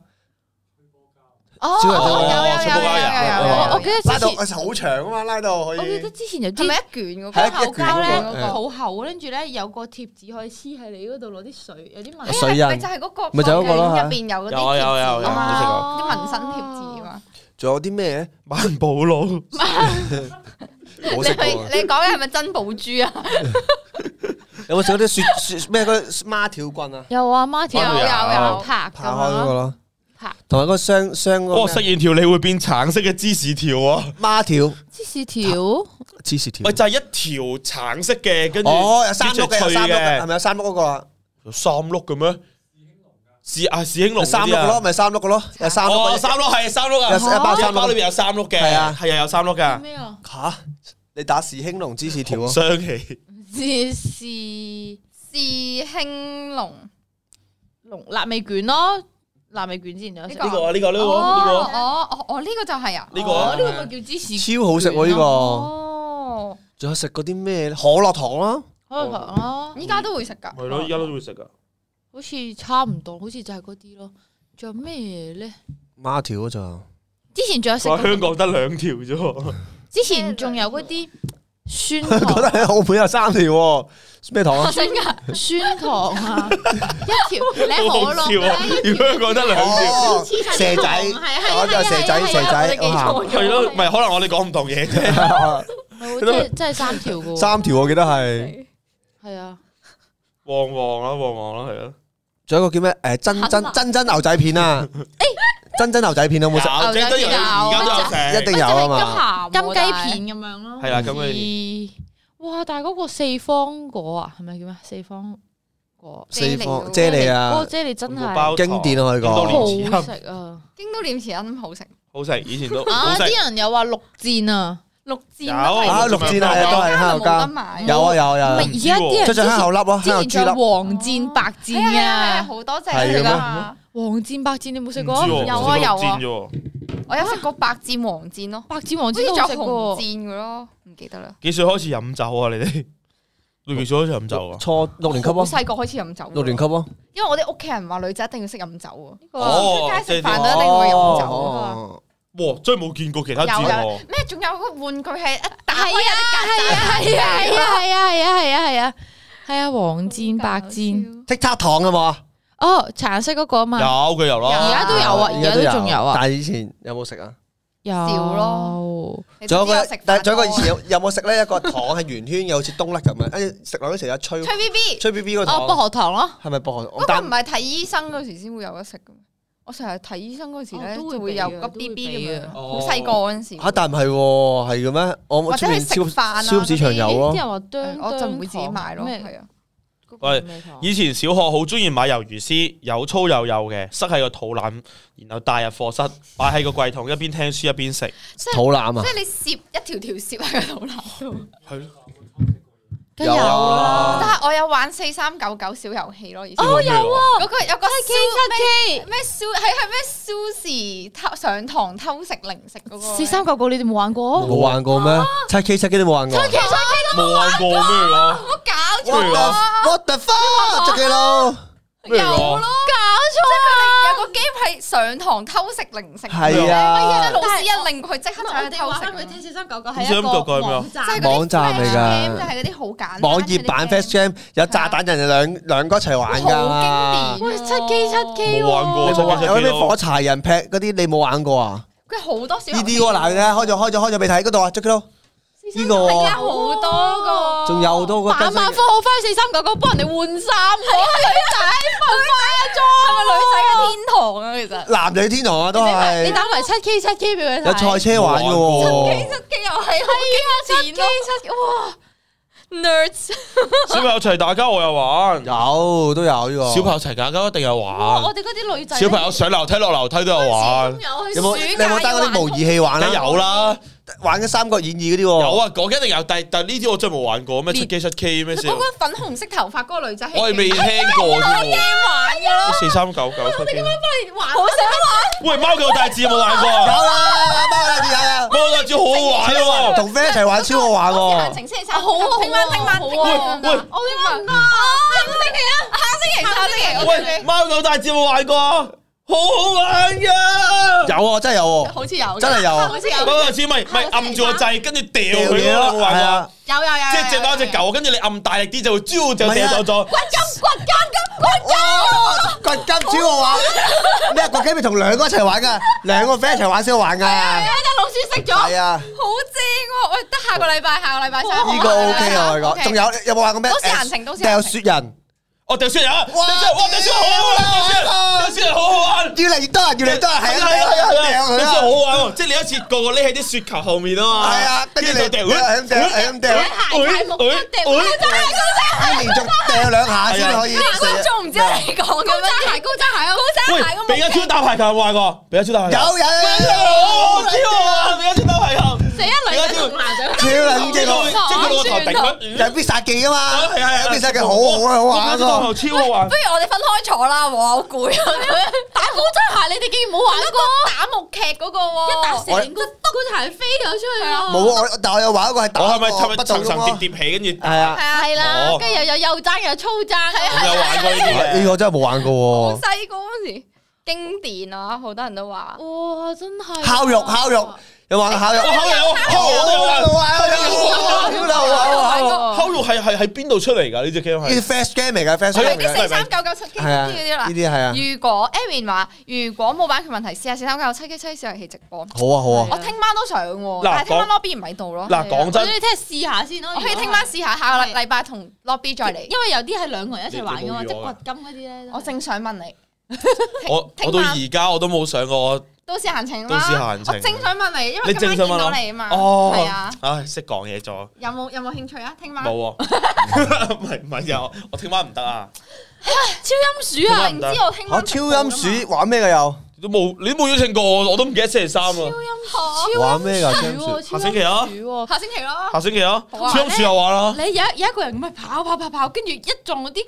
[SPEAKER 4] 哦，
[SPEAKER 1] 小啊
[SPEAKER 4] 有
[SPEAKER 1] 人
[SPEAKER 2] 哦
[SPEAKER 1] 都
[SPEAKER 4] 有有
[SPEAKER 2] 全部都有
[SPEAKER 4] 有有，
[SPEAKER 3] 어,
[SPEAKER 4] 我記
[SPEAKER 3] 그
[SPEAKER 4] 得之前
[SPEAKER 1] 哎好長啊嘛，拉到可
[SPEAKER 4] 我記得之前有
[SPEAKER 3] 係
[SPEAKER 4] 啲
[SPEAKER 3] 咪一卷嗰個？
[SPEAKER 1] 係
[SPEAKER 4] 香
[SPEAKER 1] 一卷
[SPEAKER 4] 口
[SPEAKER 1] 嗰
[SPEAKER 4] 膠
[SPEAKER 1] 個
[SPEAKER 3] 어,
[SPEAKER 4] 咧
[SPEAKER 1] 誒
[SPEAKER 4] 好厚，跟住咧有個貼紙可以黐喺你嗰度攞啲水，有啲紋
[SPEAKER 3] 哎呀
[SPEAKER 1] 水印
[SPEAKER 3] 咪就係嗰個，
[SPEAKER 1] 咪就係嗰個咯
[SPEAKER 3] 入邊有嗰啲
[SPEAKER 2] 有啊有啊有啊
[SPEAKER 3] 貼紙啊
[SPEAKER 2] 有食過
[SPEAKER 3] 啲紋身貼紙啊嘛。
[SPEAKER 1] 仲有啲咩咧？
[SPEAKER 2] 萬寶路
[SPEAKER 1] [LAUGHS] 我
[SPEAKER 3] 你
[SPEAKER 1] 食
[SPEAKER 3] 係
[SPEAKER 1] 過啊。
[SPEAKER 3] 你講嘅係咪珍寶珠
[SPEAKER 2] [LAUGHS]
[SPEAKER 3] 啊？
[SPEAKER 1] 有冇食嗰啲雪雪咩嗰啲孖條棍啊？
[SPEAKER 4] 有啊 m a r t
[SPEAKER 2] 有有有
[SPEAKER 4] 拍
[SPEAKER 1] 拍開嗰個
[SPEAKER 4] 噶
[SPEAKER 1] 咯
[SPEAKER 4] 拍，
[SPEAKER 1] 同埋嗰個雙雙
[SPEAKER 2] 哦，
[SPEAKER 1] 嗰個
[SPEAKER 2] 食
[SPEAKER 1] 咩啊
[SPEAKER 2] 完條你會變橙色嘅芝士條啊！
[SPEAKER 1] 孖條
[SPEAKER 4] 芝士條。
[SPEAKER 1] 芝士條
[SPEAKER 2] 喂，。就係一條橙色嘅，跟住
[SPEAKER 1] 哦，有三
[SPEAKER 2] 煮
[SPEAKER 1] 碌
[SPEAKER 2] 出
[SPEAKER 1] 嘅，有
[SPEAKER 2] 脆
[SPEAKER 1] 三碌嘅，係
[SPEAKER 2] 嘅，
[SPEAKER 1] 咪有三碌嗰個啊？
[SPEAKER 2] 有三碌嘅咩？士啊，士興龍
[SPEAKER 1] 有三
[SPEAKER 2] 嗰
[SPEAKER 1] 碌
[SPEAKER 2] 啲啊
[SPEAKER 1] 嘅咯，咪三碌嘅咯，有三碌
[SPEAKER 2] 哦，
[SPEAKER 1] 嘅。
[SPEAKER 2] 三碌係三碌啊，
[SPEAKER 1] 有一包三碌
[SPEAKER 2] 包裏邊有三碌嘅，
[SPEAKER 1] 係啊
[SPEAKER 2] 係啊，有三碌噶，
[SPEAKER 4] 咩啊？
[SPEAKER 1] 吓，你打士興龍芝士條啊？
[SPEAKER 2] 雙喜
[SPEAKER 4] 芝士
[SPEAKER 3] 是興隆
[SPEAKER 4] 龍辣味卷咯，辣味卷之前有食
[SPEAKER 3] 呢
[SPEAKER 2] 呢個啊，呢個呢個啊呢
[SPEAKER 3] 哦哦哦，呢個就係啊，
[SPEAKER 2] 個呢個
[SPEAKER 4] 哦
[SPEAKER 2] 啊
[SPEAKER 4] 呢個咪叫芝士卷
[SPEAKER 1] 超好食喎呢個，
[SPEAKER 3] 哦，
[SPEAKER 1] 仲有食嗰啲咩呢可樂糖啦，
[SPEAKER 4] 開糖咯，
[SPEAKER 3] 依家都會食㗎，
[SPEAKER 2] 係咯，依家都會食啊噶。
[SPEAKER 4] 哦好似差唔多，好似就係嗰啲咯。仲有咩咧？
[SPEAKER 1] 孖條嗰啊咋？
[SPEAKER 4] 之前仲有食
[SPEAKER 2] 哇，香
[SPEAKER 4] 過，
[SPEAKER 2] 港得兩條啫喎，
[SPEAKER 4] 之前仲有嗰
[SPEAKER 1] 覺得
[SPEAKER 4] 啲酸糖、
[SPEAKER 1] 喺澳門有三條喎，咩糖啊？
[SPEAKER 3] 真㗎，
[SPEAKER 4] 酸糖啊，
[SPEAKER 2] [LAUGHS]
[SPEAKER 4] 一條你喺
[SPEAKER 2] 好
[SPEAKER 4] 可
[SPEAKER 2] 笑
[SPEAKER 4] 樂
[SPEAKER 2] 啊！如果香港得兩條，
[SPEAKER 1] 哦，
[SPEAKER 4] 黐晒
[SPEAKER 1] [LAUGHS] 蛇仔，
[SPEAKER 4] 糖係啊
[SPEAKER 1] 我就蛇仔，蛇仔，哇
[SPEAKER 2] 係咯，唔係可能我哋講唔同嘢啫。
[SPEAKER 4] 唔係喎真係真係三條
[SPEAKER 1] [LAUGHS]
[SPEAKER 4] 噶，
[SPEAKER 1] 三條我記得係，
[SPEAKER 4] 係啊，
[SPEAKER 2] [LAUGHS] 旺旺啦，旺旺啦，啊係咯。
[SPEAKER 1] 仲有一個叫咩？誒，真
[SPEAKER 4] 啊
[SPEAKER 1] 真真真牛仔片啊！真真牛仔片有冇食？
[SPEAKER 2] 有即係都有，而家都有
[SPEAKER 1] 一
[SPEAKER 2] 食。
[SPEAKER 1] 定有啊嘛！
[SPEAKER 3] 鹹
[SPEAKER 4] 金
[SPEAKER 3] 喎
[SPEAKER 4] 雞片咁樣咯。
[SPEAKER 2] 係啊啦，咁佢
[SPEAKER 4] 而哇！但係嗰個四方果啊，係咪叫咩？四方果
[SPEAKER 1] 四方啫喱
[SPEAKER 4] 嗰
[SPEAKER 1] 啊
[SPEAKER 4] 個，啫喱真
[SPEAKER 2] 冇
[SPEAKER 4] 係
[SPEAKER 2] 包
[SPEAKER 1] 經典啊可以
[SPEAKER 2] 好
[SPEAKER 1] 講。
[SPEAKER 2] 蓮子
[SPEAKER 4] 好食啊！
[SPEAKER 3] 京都念慈菴好食，
[SPEAKER 2] 好食，以前都好
[SPEAKER 4] 啊！
[SPEAKER 2] 食。
[SPEAKER 4] 啲人有話六戰啊，
[SPEAKER 3] 六
[SPEAKER 2] 有
[SPEAKER 3] 戰都係
[SPEAKER 1] 啊六戰係啊都係
[SPEAKER 3] 香
[SPEAKER 1] 香口
[SPEAKER 3] 港冇得
[SPEAKER 1] 膠，
[SPEAKER 3] 買，
[SPEAKER 1] 有啊有啊有
[SPEAKER 4] 唔
[SPEAKER 1] 啊
[SPEAKER 4] 係，而家啲人
[SPEAKER 1] 出
[SPEAKER 4] 之
[SPEAKER 1] 咗香
[SPEAKER 4] 前
[SPEAKER 1] 口粒咯，香口
[SPEAKER 4] 之前
[SPEAKER 1] 豬
[SPEAKER 4] 仲有
[SPEAKER 1] 粒。
[SPEAKER 4] 黃戰白戰啊，
[SPEAKER 3] 好多隻
[SPEAKER 1] 係
[SPEAKER 3] 㗎
[SPEAKER 1] 嘅
[SPEAKER 3] 嘛。
[SPEAKER 4] 黃戰白戰你冇食
[SPEAKER 2] 唔知
[SPEAKER 4] 過？
[SPEAKER 2] 喎
[SPEAKER 3] 有啊有啊
[SPEAKER 2] 唔知喎唔知喎
[SPEAKER 3] 我有食過白箭、黃箭咯，
[SPEAKER 4] 白戰黃
[SPEAKER 3] 好似
[SPEAKER 4] 戰都
[SPEAKER 3] 仲
[SPEAKER 4] 好食
[SPEAKER 3] 有紅
[SPEAKER 4] 過，
[SPEAKER 3] 箭嘅咯，唔記得啦。
[SPEAKER 2] 幾歲開始飲酒啊？你哋你幾歲開始飲酒啊？
[SPEAKER 1] 初六年級
[SPEAKER 3] 好
[SPEAKER 1] 咯，
[SPEAKER 3] 細個開始飲酒，
[SPEAKER 1] 六年級咯。
[SPEAKER 3] 因為我哋屋企人話女仔一定要識飲酒喎，呢個
[SPEAKER 4] 어.
[SPEAKER 2] 哦
[SPEAKER 3] 出街食飯
[SPEAKER 2] 即係
[SPEAKER 3] 都一定會飲
[SPEAKER 4] 啊
[SPEAKER 3] 酒㗎。
[SPEAKER 1] 哦
[SPEAKER 2] 哇！真係冇見過其他字
[SPEAKER 3] 有
[SPEAKER 2] 喎
[SPEAKER 3] 有。咩？仲有個玩具係一打開
[SPEAKER 4] 係啊係啊係啊係啊係啊係啊係啊係啊黃戰
[SPEAKER 3] 그러니까
[SPEAKER 4] 白戰
[SPEAKER 1] ，TikTok 糖啊嘛。
[SPEAKER 4] 哦橙色嗰個啊
[SPEAKER 2] 有
[SPEAKER 4] 嘛，
[SPEAKER 2] 佢有
[SPEAKER 3] 有
[SPEAKER 4] 而
[SPEAKER 2] 啦，
[SPEAKER 4] 家都有啊，
[SPEAKER 1] 아,
[SPEAKER 4] 而家都仲有啊，
[SPEAKER 1] 但係以前有冇食啊？
[SPEAKER 4] 有
[SPEAKER 3] 少咯。
[SPEAKER 1] 仲有一個
[SPEAKER 3] 個，，
[SPEAKER 1] 但係仲有一個以前有有冇食咧？一個糖係圓圈嘅，好似冬甩咁樣，跟住食落嗰時有一吹
[SPEAKER 3] 吹 B B
[SPEAKER 1] 吹 B B 個
[SPEAKER 4] 哦薄
[SPEAKER 1] 糖，
[SPEAKER 4] 荷糖咯。
[SPEAKER 1] 係咪薄荷？
[SPEAKER 3] 嗰
[SPEAKER 1] 但
[SPEAKER 3] 個唔係睇醫生嗰時先會有得食嘅咩？我成日睇醫生嗰時咧，
[SPEAKER 4] 哦都會
[SPEAKER 3] 就會
[SPEAKER 4] 俾嘅
[SPEAKER 3] 有個
[SPEAKER 4] 都會
[SPEAKER 3] B B
[SPEAKER 4] 俾
[SPEAKER 3] 咁
[SPEAKER 4] 嘅
[SPEAKER 3] 樣，好
[SPEAKER 2] 哦
[SPEAKER 3] 細個嗰陣時。
[SPEAKER 1] 嚇，啊但唔係喎，係嘅咩？我
[SPEAKER 3] 或
[SPEAKER 1] 出
[SPEAKER 3] 者係
[SPEAKER 1] 面
[SPEAKER 3] 食
[SPEAKER 1] 超
[SPEAKER 3] 飯啊
[SPEAKER 1] 超市場有
[SPEAKER 4] 啲
[SPEAKER 1] 咯，
[SPEAKER 4] 人話
[SPEAKER 3] 誒
[SPEAKER 4] 哚
[SPEAKER 3] 我就唔會
[SPEAKER 4] 哚
[SPEAKER 3] 自己
[SPEAKER 4] 糖
[SPEAKER 3] 買咯，
[SPEAKER 4] 咩
[SPEAKER 3] 係啊，
[SPEAKER 2] 喂
[SPEAKER 4] 咩堂？
[SPEAKER 2] 以前小學好中意買魷魚絲，有粗有幼嘅，塞喺個肚腩，然後帶入課室，擺喺個櫃桶，一邊聽書一邊食。
[SPEAKER 3] 即係
[SPEAKER 1] 肚腩啊，
[SPEAKER 3] 即係你攝一條條攝喺個肚腩度。
[SPEAKER 2] 係咯，
[SPEAKER 4] 梗有
[SPEAKER 1] 啊
[SPEAKER 4] 啦，
[SPEAKER 3] 但啊係我有玩四三九九小遊戲咯，以前
[SPEAKER 4] 哦有啊，
[SPEAKER 3] 嗰個有個
[SPEAKER 4] 七 K。
[SPEAKER 3] 咩 s 係系咩 Sushi 偷上堂偷食零食嗰個
[SPEAKER 4] 四三九九你哋冇玩過？
[SPEAKER 1] 冇玩過咩？七 K 七 K 都冇玩過啊。
[SPEAKER 2] 冇玩過咩啊？
[SPEAKER 3] 我搞
[SPEAKER 2] 咩
[SPEAKER 3] 錯
[SPEAKER 2] 嚟
[SPEAKER 3] 啦！
[SPEAKER 1] What the
[SPEAKER 3] 啊
[SPEAKER 1] fuck？捉幾佬？
[SPEAKER 2] 咩嚟
[SPEAKER 3] 有咯，搞
[SPEAKER 2] 㗎
[SPEAKER 3] 錯啊！有個 game 係上堂偷食零食，
[SPEAKER 1] 係
[SPEAKER 3] 即係
[SPEAKER 1] 啊，
[SPEAKER 3] 老師一令佢即刻就
[SPEAKER 4] 我
[SPEAKER 3] 去
[SPEAKER 4] 哋
[SPEAKER 3] 偷
[SPEAKER 4] 玩
[SPEAKER 3] 食
[SPEAKER 4] 翻
[SPEAKER 3] 啦，
[SPEAKER 4] 佢
[SPEAKER 3] 即
[SPEAKER 4] 聽四三九九
[SPEAKER 2] 四
[SPEAKER 4] 係
[SPEAKER 2] 三
[SPEAKER 4] 一
[SPEAKER 2] 九九係
[SPEAKER 4] 個
[SPEAKER 2] 咩啊
[SPEAKER 4] 網站，
[SPEAKER 3] 係嗰啲
[SPEAKER 1] 網站嚟㗎
[SPEAKER 3] flash game，就係嗰啲好簡單
[SPEAKER 1] 網頁版 Fast Jam 有炸彈人，兩兩個一齊玩㗎。
[SPEAKER 3] 好經典。啊
[SPEAKER 4] 喂七 K 七 K
[SPEAKER 2] 冇玩過
[SPEAKER 1] 有冇
[SPEAKER 2] 真係冇玩
[SPEAKER 1] 有咩火柴人劈嗰啲？你冇玩過啊？
[SPEAKER 3] 佢好多小
[SPEAKER 1] 呢啲喎，嗱，你睇開咗開咗開咗俾睇嗰度啊，捉幾佬？呢個
[SPEAKER 3] 而
[SPEAKER 1] 喎
[SPEAKER 3] 家好多個，
[SPEAKER 1] 仲有好多個
[SPEAKER 4] 晚
[SPEAKER 1] 更新
[SPEAKER 4] 晚
[SPEAKER 1] 嘅
[SPEAKER 4] 科好翻去四三九九幫人哋換衫 아,喎，
[SPEAKER 3] 女仔嘅天堂啊！
[SPEAKER 1] 男女天堂啊，都
[SPEAKER 4] 女仔你
[SPEAKER 1] 係
[SPEAKER 4] 打埋七 K 七 K 俾佢睇，
[SPEAKER 1] 有賽車玩嘅
[SPEAKER 3] 其
[SPEAKER 1] 喎。
[SPEAKER 3] 實嘅又係好
[SPEAKER 4] 七
[SPEAKER 3] 經
[SPEAKER 4] K
[SPEAKER 3] 典咯。
[SPEAKER 4] 七哇！
[SPEAKER 3] Nerds
[SPEAKER 2] 小朋友一齊打交我又玩，
[SPEAKER 1] 有都有呢個。
[SPEAKER 2] 小朋友一齊打交一定有玩
[SPEAKER 4] 哇！，我哋嗰啲女仔
[SPEAKER 2] 小朋友上樓梯落樓梯都有玩，
[SPEAKER 1] 有
[SPEAKER 4] 有
[SPEAKER 1] 冇你有冇單嗰啲模擬器玩
[SPEAKER 2] 梗
[SPEAKER 1] 啊？
[SPEAKER 2] 有啦，
[SPEAKER 1] 玩嘅《三國演義》嗰啲喎。
[SPEAKER 2] 有啊，我一定有，但但呢啲我真係冇玩過咩七 K 七 K 咩先
[SPEAKER 3] 嗰，個粉紅色頭髮嗰個女仔係
[SPEAKER 2] 我係未
[SPEAKER 3] 勁
[SPEAKER 2] 聽過添喎。
[SPEAKER 3] 玩嘅咯，
[SPEAKER 2] 四三九九七 K，
[SPEAKER 4] 好
[SPEAKER 2] 喂貓狗大字有冇玩過
[SPEAKER 1] 有
[SPEAKER 2] 啊？
[SPEAKER 1] 啦，包啦，有
[SPEAKER 2] 貓狗大字好好玩喎，
[SPEAKER 1] 同 friend 一齊玩超好玩
[SPEAKER 3] 行
[SPEAKER 1] 喎。
[SPEAKER 3] 程星期
[SPEAKER 4] 好
[SPEAKER 3] 三，
[SPEAKER 4] 好好
[SPEAKER 3] 聽晚聽晚
[SPEAKER 4] 好
[SPEAKER 3] 聽晚
[SPEAKER 4] 啊
[SPEAKER 2] 喂喂
[SPEAKER 4] 我應該唔得，
[SPEAKER 3] 星期三星期我
[SPEAKER 2] 喂
[SPEAKER 3] 哋
[SPEAKER 2] 貓狗大字有冇玩過啊？好好玩噶！
[SPEAKER 1] 有啊，真係有喎，
[SPEAKER 3] 好似有嘅，
[SPEAKER 1] 真係有啊
[SPEAKER 3] 好似
[SPEAKER 2] 貓
[SPEAKER 3] 有
[SPEAKER 2] 狗大字咪咪按住個掣，跟住掉
[SPEAKER 1] 掉
[SPEAKER 2] 佢咯，有冇
[SPEAKER 1] 係
[SPEAKER 2] 玩過
[SPEAKER 1] 啊？，
[SPEAKER 3] 有有有，
[SPEAKER 2] 即係掟到一隻狗，跟住你按大力啲就會招就
[SPEAKER 1] 啊
[SPEAKER 2] 掟走咗。
[SPEAKER 1] 哇，掘金超好玩。咩掘金咪同兩個一齊玩㗎，兩個 friend 一齊玩先好玩㗎。
[SPEAKER 3] 隻老鼠食咗，
[SPEAKER 1] 係啊，
[SPEAKER 3] 好正喎！喂，得下個禮拜，下個禮拜三
[SPEAKER 1] 呢個 OK 啊，我講。仲有有冇玩過咩？
[SPEAKER 3] 都市閒情都市閒情
[SPEAKER 1] 掉雪人，
[SPEAKER 2] 我掉雪人啊！掉
[SPEAKER 1] 哇
[SPEAKER 2] 雪人，哇！掉雪人好好玩，掉雪人掉雪人好好玩。
[SPEAKER 1] 越嚟越多人，越嚟越多人，
[SPEAKER 2] 네,
[SPEAKER 1] 係啊，係啊，係啊，
[SPEAKER 2] 掉雪
[SPEAKER 1] 係
[SPEAKER 2] 人
[SPEAKER 1] 啊，
[SPEAKER 2] 好好玩喎！即係你一次個個匿喺啲雪球後面啊嘛。
[SPEAKER 1] 係啊，跟住
[SPEAKER 2] 就
[SPEAKER 1] 你
[SPEAKER 2] 掉，
[SPEAKER 1] 掉，係咁掉，係咁掉，連續掉兩下先可以。
[SPEAKER 3] 觀眾唔知你講嘅咩？高踭鞋，高踭鞋，
[SPEAKER 2] 喂
[SPEAKER 3] 高踭鞋，我，
[SPEAKER 2] 比加超打排球有冇玩過？比加超打排球
[SPEAKER 1] 有有有
[SPEAKER 2] 有，我知
[SPEAKER 1] 有，
[SPEAKER 2] 我玩比加超打排球。
[SPEAKER 4] 死一女仔同男仔
[SPEAKER 1] 超
[SPEAKER 3] 아,
[SPEAKER 1] 撚
[SPEAKER 2] 即係
[SPEAKER 1] 勁
[SPEAKER 2] 佢
[SPEAKER 1] 喎！
[SPEAKER 2] 即係佢個頭頂
[SPEAKER 1] 有
[SPEAKER 2] 佢。
[SPEAKER 1] 必殺技啊嘛，
[SPEAKER 2] 係係係，
[SPEAKER 1] 有必殺技好好
[SPEAKER 2] 어,
[SPEAKER 1] 啊，好玩
[SPEAKER 2] 我
[SPEAKER 1] 啊！
[SPEAKER 2] 我覺得打排球超好玩
[SPEAKER 3] 不。如我哋分開坐啦，我好攰啊！
[SPEAKER 4] 打高踭鞋，你哋竟然冇玩過，
[SPEAKER 3] 打木劇嗰個
[SPEAKER 4] 一打
[SPEAKER 3] 喎，
[SPEAKER 4] 成個高踭鞋飛咗出去啊！
[SPEAKER 1] 冇我，但我有玩一個係打
[SPEAKER 2] 我係咪係咪
[SPEAKER 1] 不
[SPEAKER 2] 層
[SPEAKER 1] 動
[SPEAKER 2] 層疊
[SPEAKER 1] 嘅
[SPEAKER 2] 疊起跟住？
[SPEAKER 1] 係啊，
[SPEAKER 3] 係啊，
[SPEAKER 4] 係啦
[SPEAKER 2] 哦，
[SPEAKER 4] 跟住又有幼踭又有粗踭，
[SPEAKER 2] 我有玩過呢啲嘅
[SPEAKER 1] 呢個真係冇玩
[SPEAKER 3] 好
[SPEAKER 1] 過喎。
[SPEAKER 3] 細個嗰時經典啊，好多人都話。
[SPEAKER 4] 哇，真係
[SPEAKER 1] 烤肉烤肉有玩烤肉，
[SPEAKER 2] 我烤肉，烤肉我有玩。
[SPEAKER 1] 好玩，好玩，好玩，好玩！
[SPEAKER 2] 烤肉係係喺邊度出嚟㗎？呢只 game
[SPEAKER 1] 呢啲
[SPEAKER 2] 係
[SPEAKER 1] fast game 嚟㗎，fast
[SPEAKER 3] 係
[SPEAKER 1] game
[SPEAKER 3] 啲
[SPEAKER 1] 嚟㗎
[SPEAKER 3] 四三九九七 K
[SPEAKER 1] 啊係啊，
[SPEAKER 3] 嗰啲啦
[SPEAKER 1] 呢。啲係啊，
[SPEAKER 3] 如果 Amy 話，如果冇版權問題，試下四三九七 K 七小遊戲直播。
[SPEAKER 1] 好啊好啊，
[SPEAKER 3] 我聽晚都想喎，
[SPEAKER 2] 嗱
[SPEAKER 3] 但係聽晚
[SPEAKER 2] 講
[SPEAKER 3] lobby 唔喺度咯。
[SPEAKER 2] 嗱講
[SPEAKER 4] 我
[SPEAKER 2] 真
[SPEAKER 4] 哋。聽日試下先咯。
[SPEAKER 3] 我可以
[SPEAKER 4] 如果
[SPEAKER 3] 聽
[SPEAKER 4] 係
[SPEAKER 3] 晚試下，下個
[SPEAKER 4] 係
[SPEAKER 3] 禮拜同 lobby 再嚟
[SPEAKER 4] 因。為有啲係兩個人一齊玩噶嘛，
[SPEAKER 2] 你
[SPEAKER 4] 即
[SPEAKER 2] 你冇預我
[SPEAKER 4] 係
[SPEAKER 2] 啊
[SPEAKER 4] 掘金嗰啲咧。
[SPEAKER 3] 我正想問你，
[SPEAKER 2] 我
[SPEAKER 3] 聽
[SPEAKER 2] 我到
[SPEAKER 3] 晚
[SPEAKER 2] 而家我都冇上過，
[SPEAKER 3] 都市閒情啦。
[SPEAKER 2] 都市閒情
[SPEAKER 3] 我正想問你，因為
[SPEAKER 2] 你
[SPEAKER 3] 今
[SPEAKER 2] 正想
[SPEAKER 3] 晚
[SPEAKER 2] 問
[SPEAKER 3] 見到
[SPEAKER 2] 我
[SPEAKER 3] 你啊嘛。
[SPEAKER 2] 哦
[SPEAKER 3] 係啊，
[SPEAKER 2] 唉，識講嘢咗，
[SPEAKER 3] 有冇有冇興趣啊？聽晚
[SPEAKER 2] 冇喎，唔係唔係有，我聽晚唔得啊，
[SPEAKER 4] 超音鼠
[SPEAKER 2] 啊
[SPEAKER 4] 啊！
[SPEAKER 3] 明知我聽
[SPEAKER 1] 我
[SPEAKER 3] 晚
[SPEAKER 1] 超音鼠玩咩㗎又？
[SPEAKER 2] 都冇你都冇邀請過我，我都唔記得星期三啊，
[SPEAKER 3] 好
[SPEAKER 1] 玩咩㗎？超音
[SPEAKER 4] 鼠喎，
[SPEAKER 1] 鼠
[SPEAKER 4] 超
[SPEAKER 2] 下星期啊
[SPEAKER 4] 音鼠喎。
[SPEAKER 3] 下星期咯。
[SPEAKER 2] 下星期啊，
[SPEAKER 3] 好啊
[SPEAKER 2] 超音鼠又玩啦，
[SPEAKER 4] 你有一有一個人咁係跑跑跑跑，跟住一撞嗰啲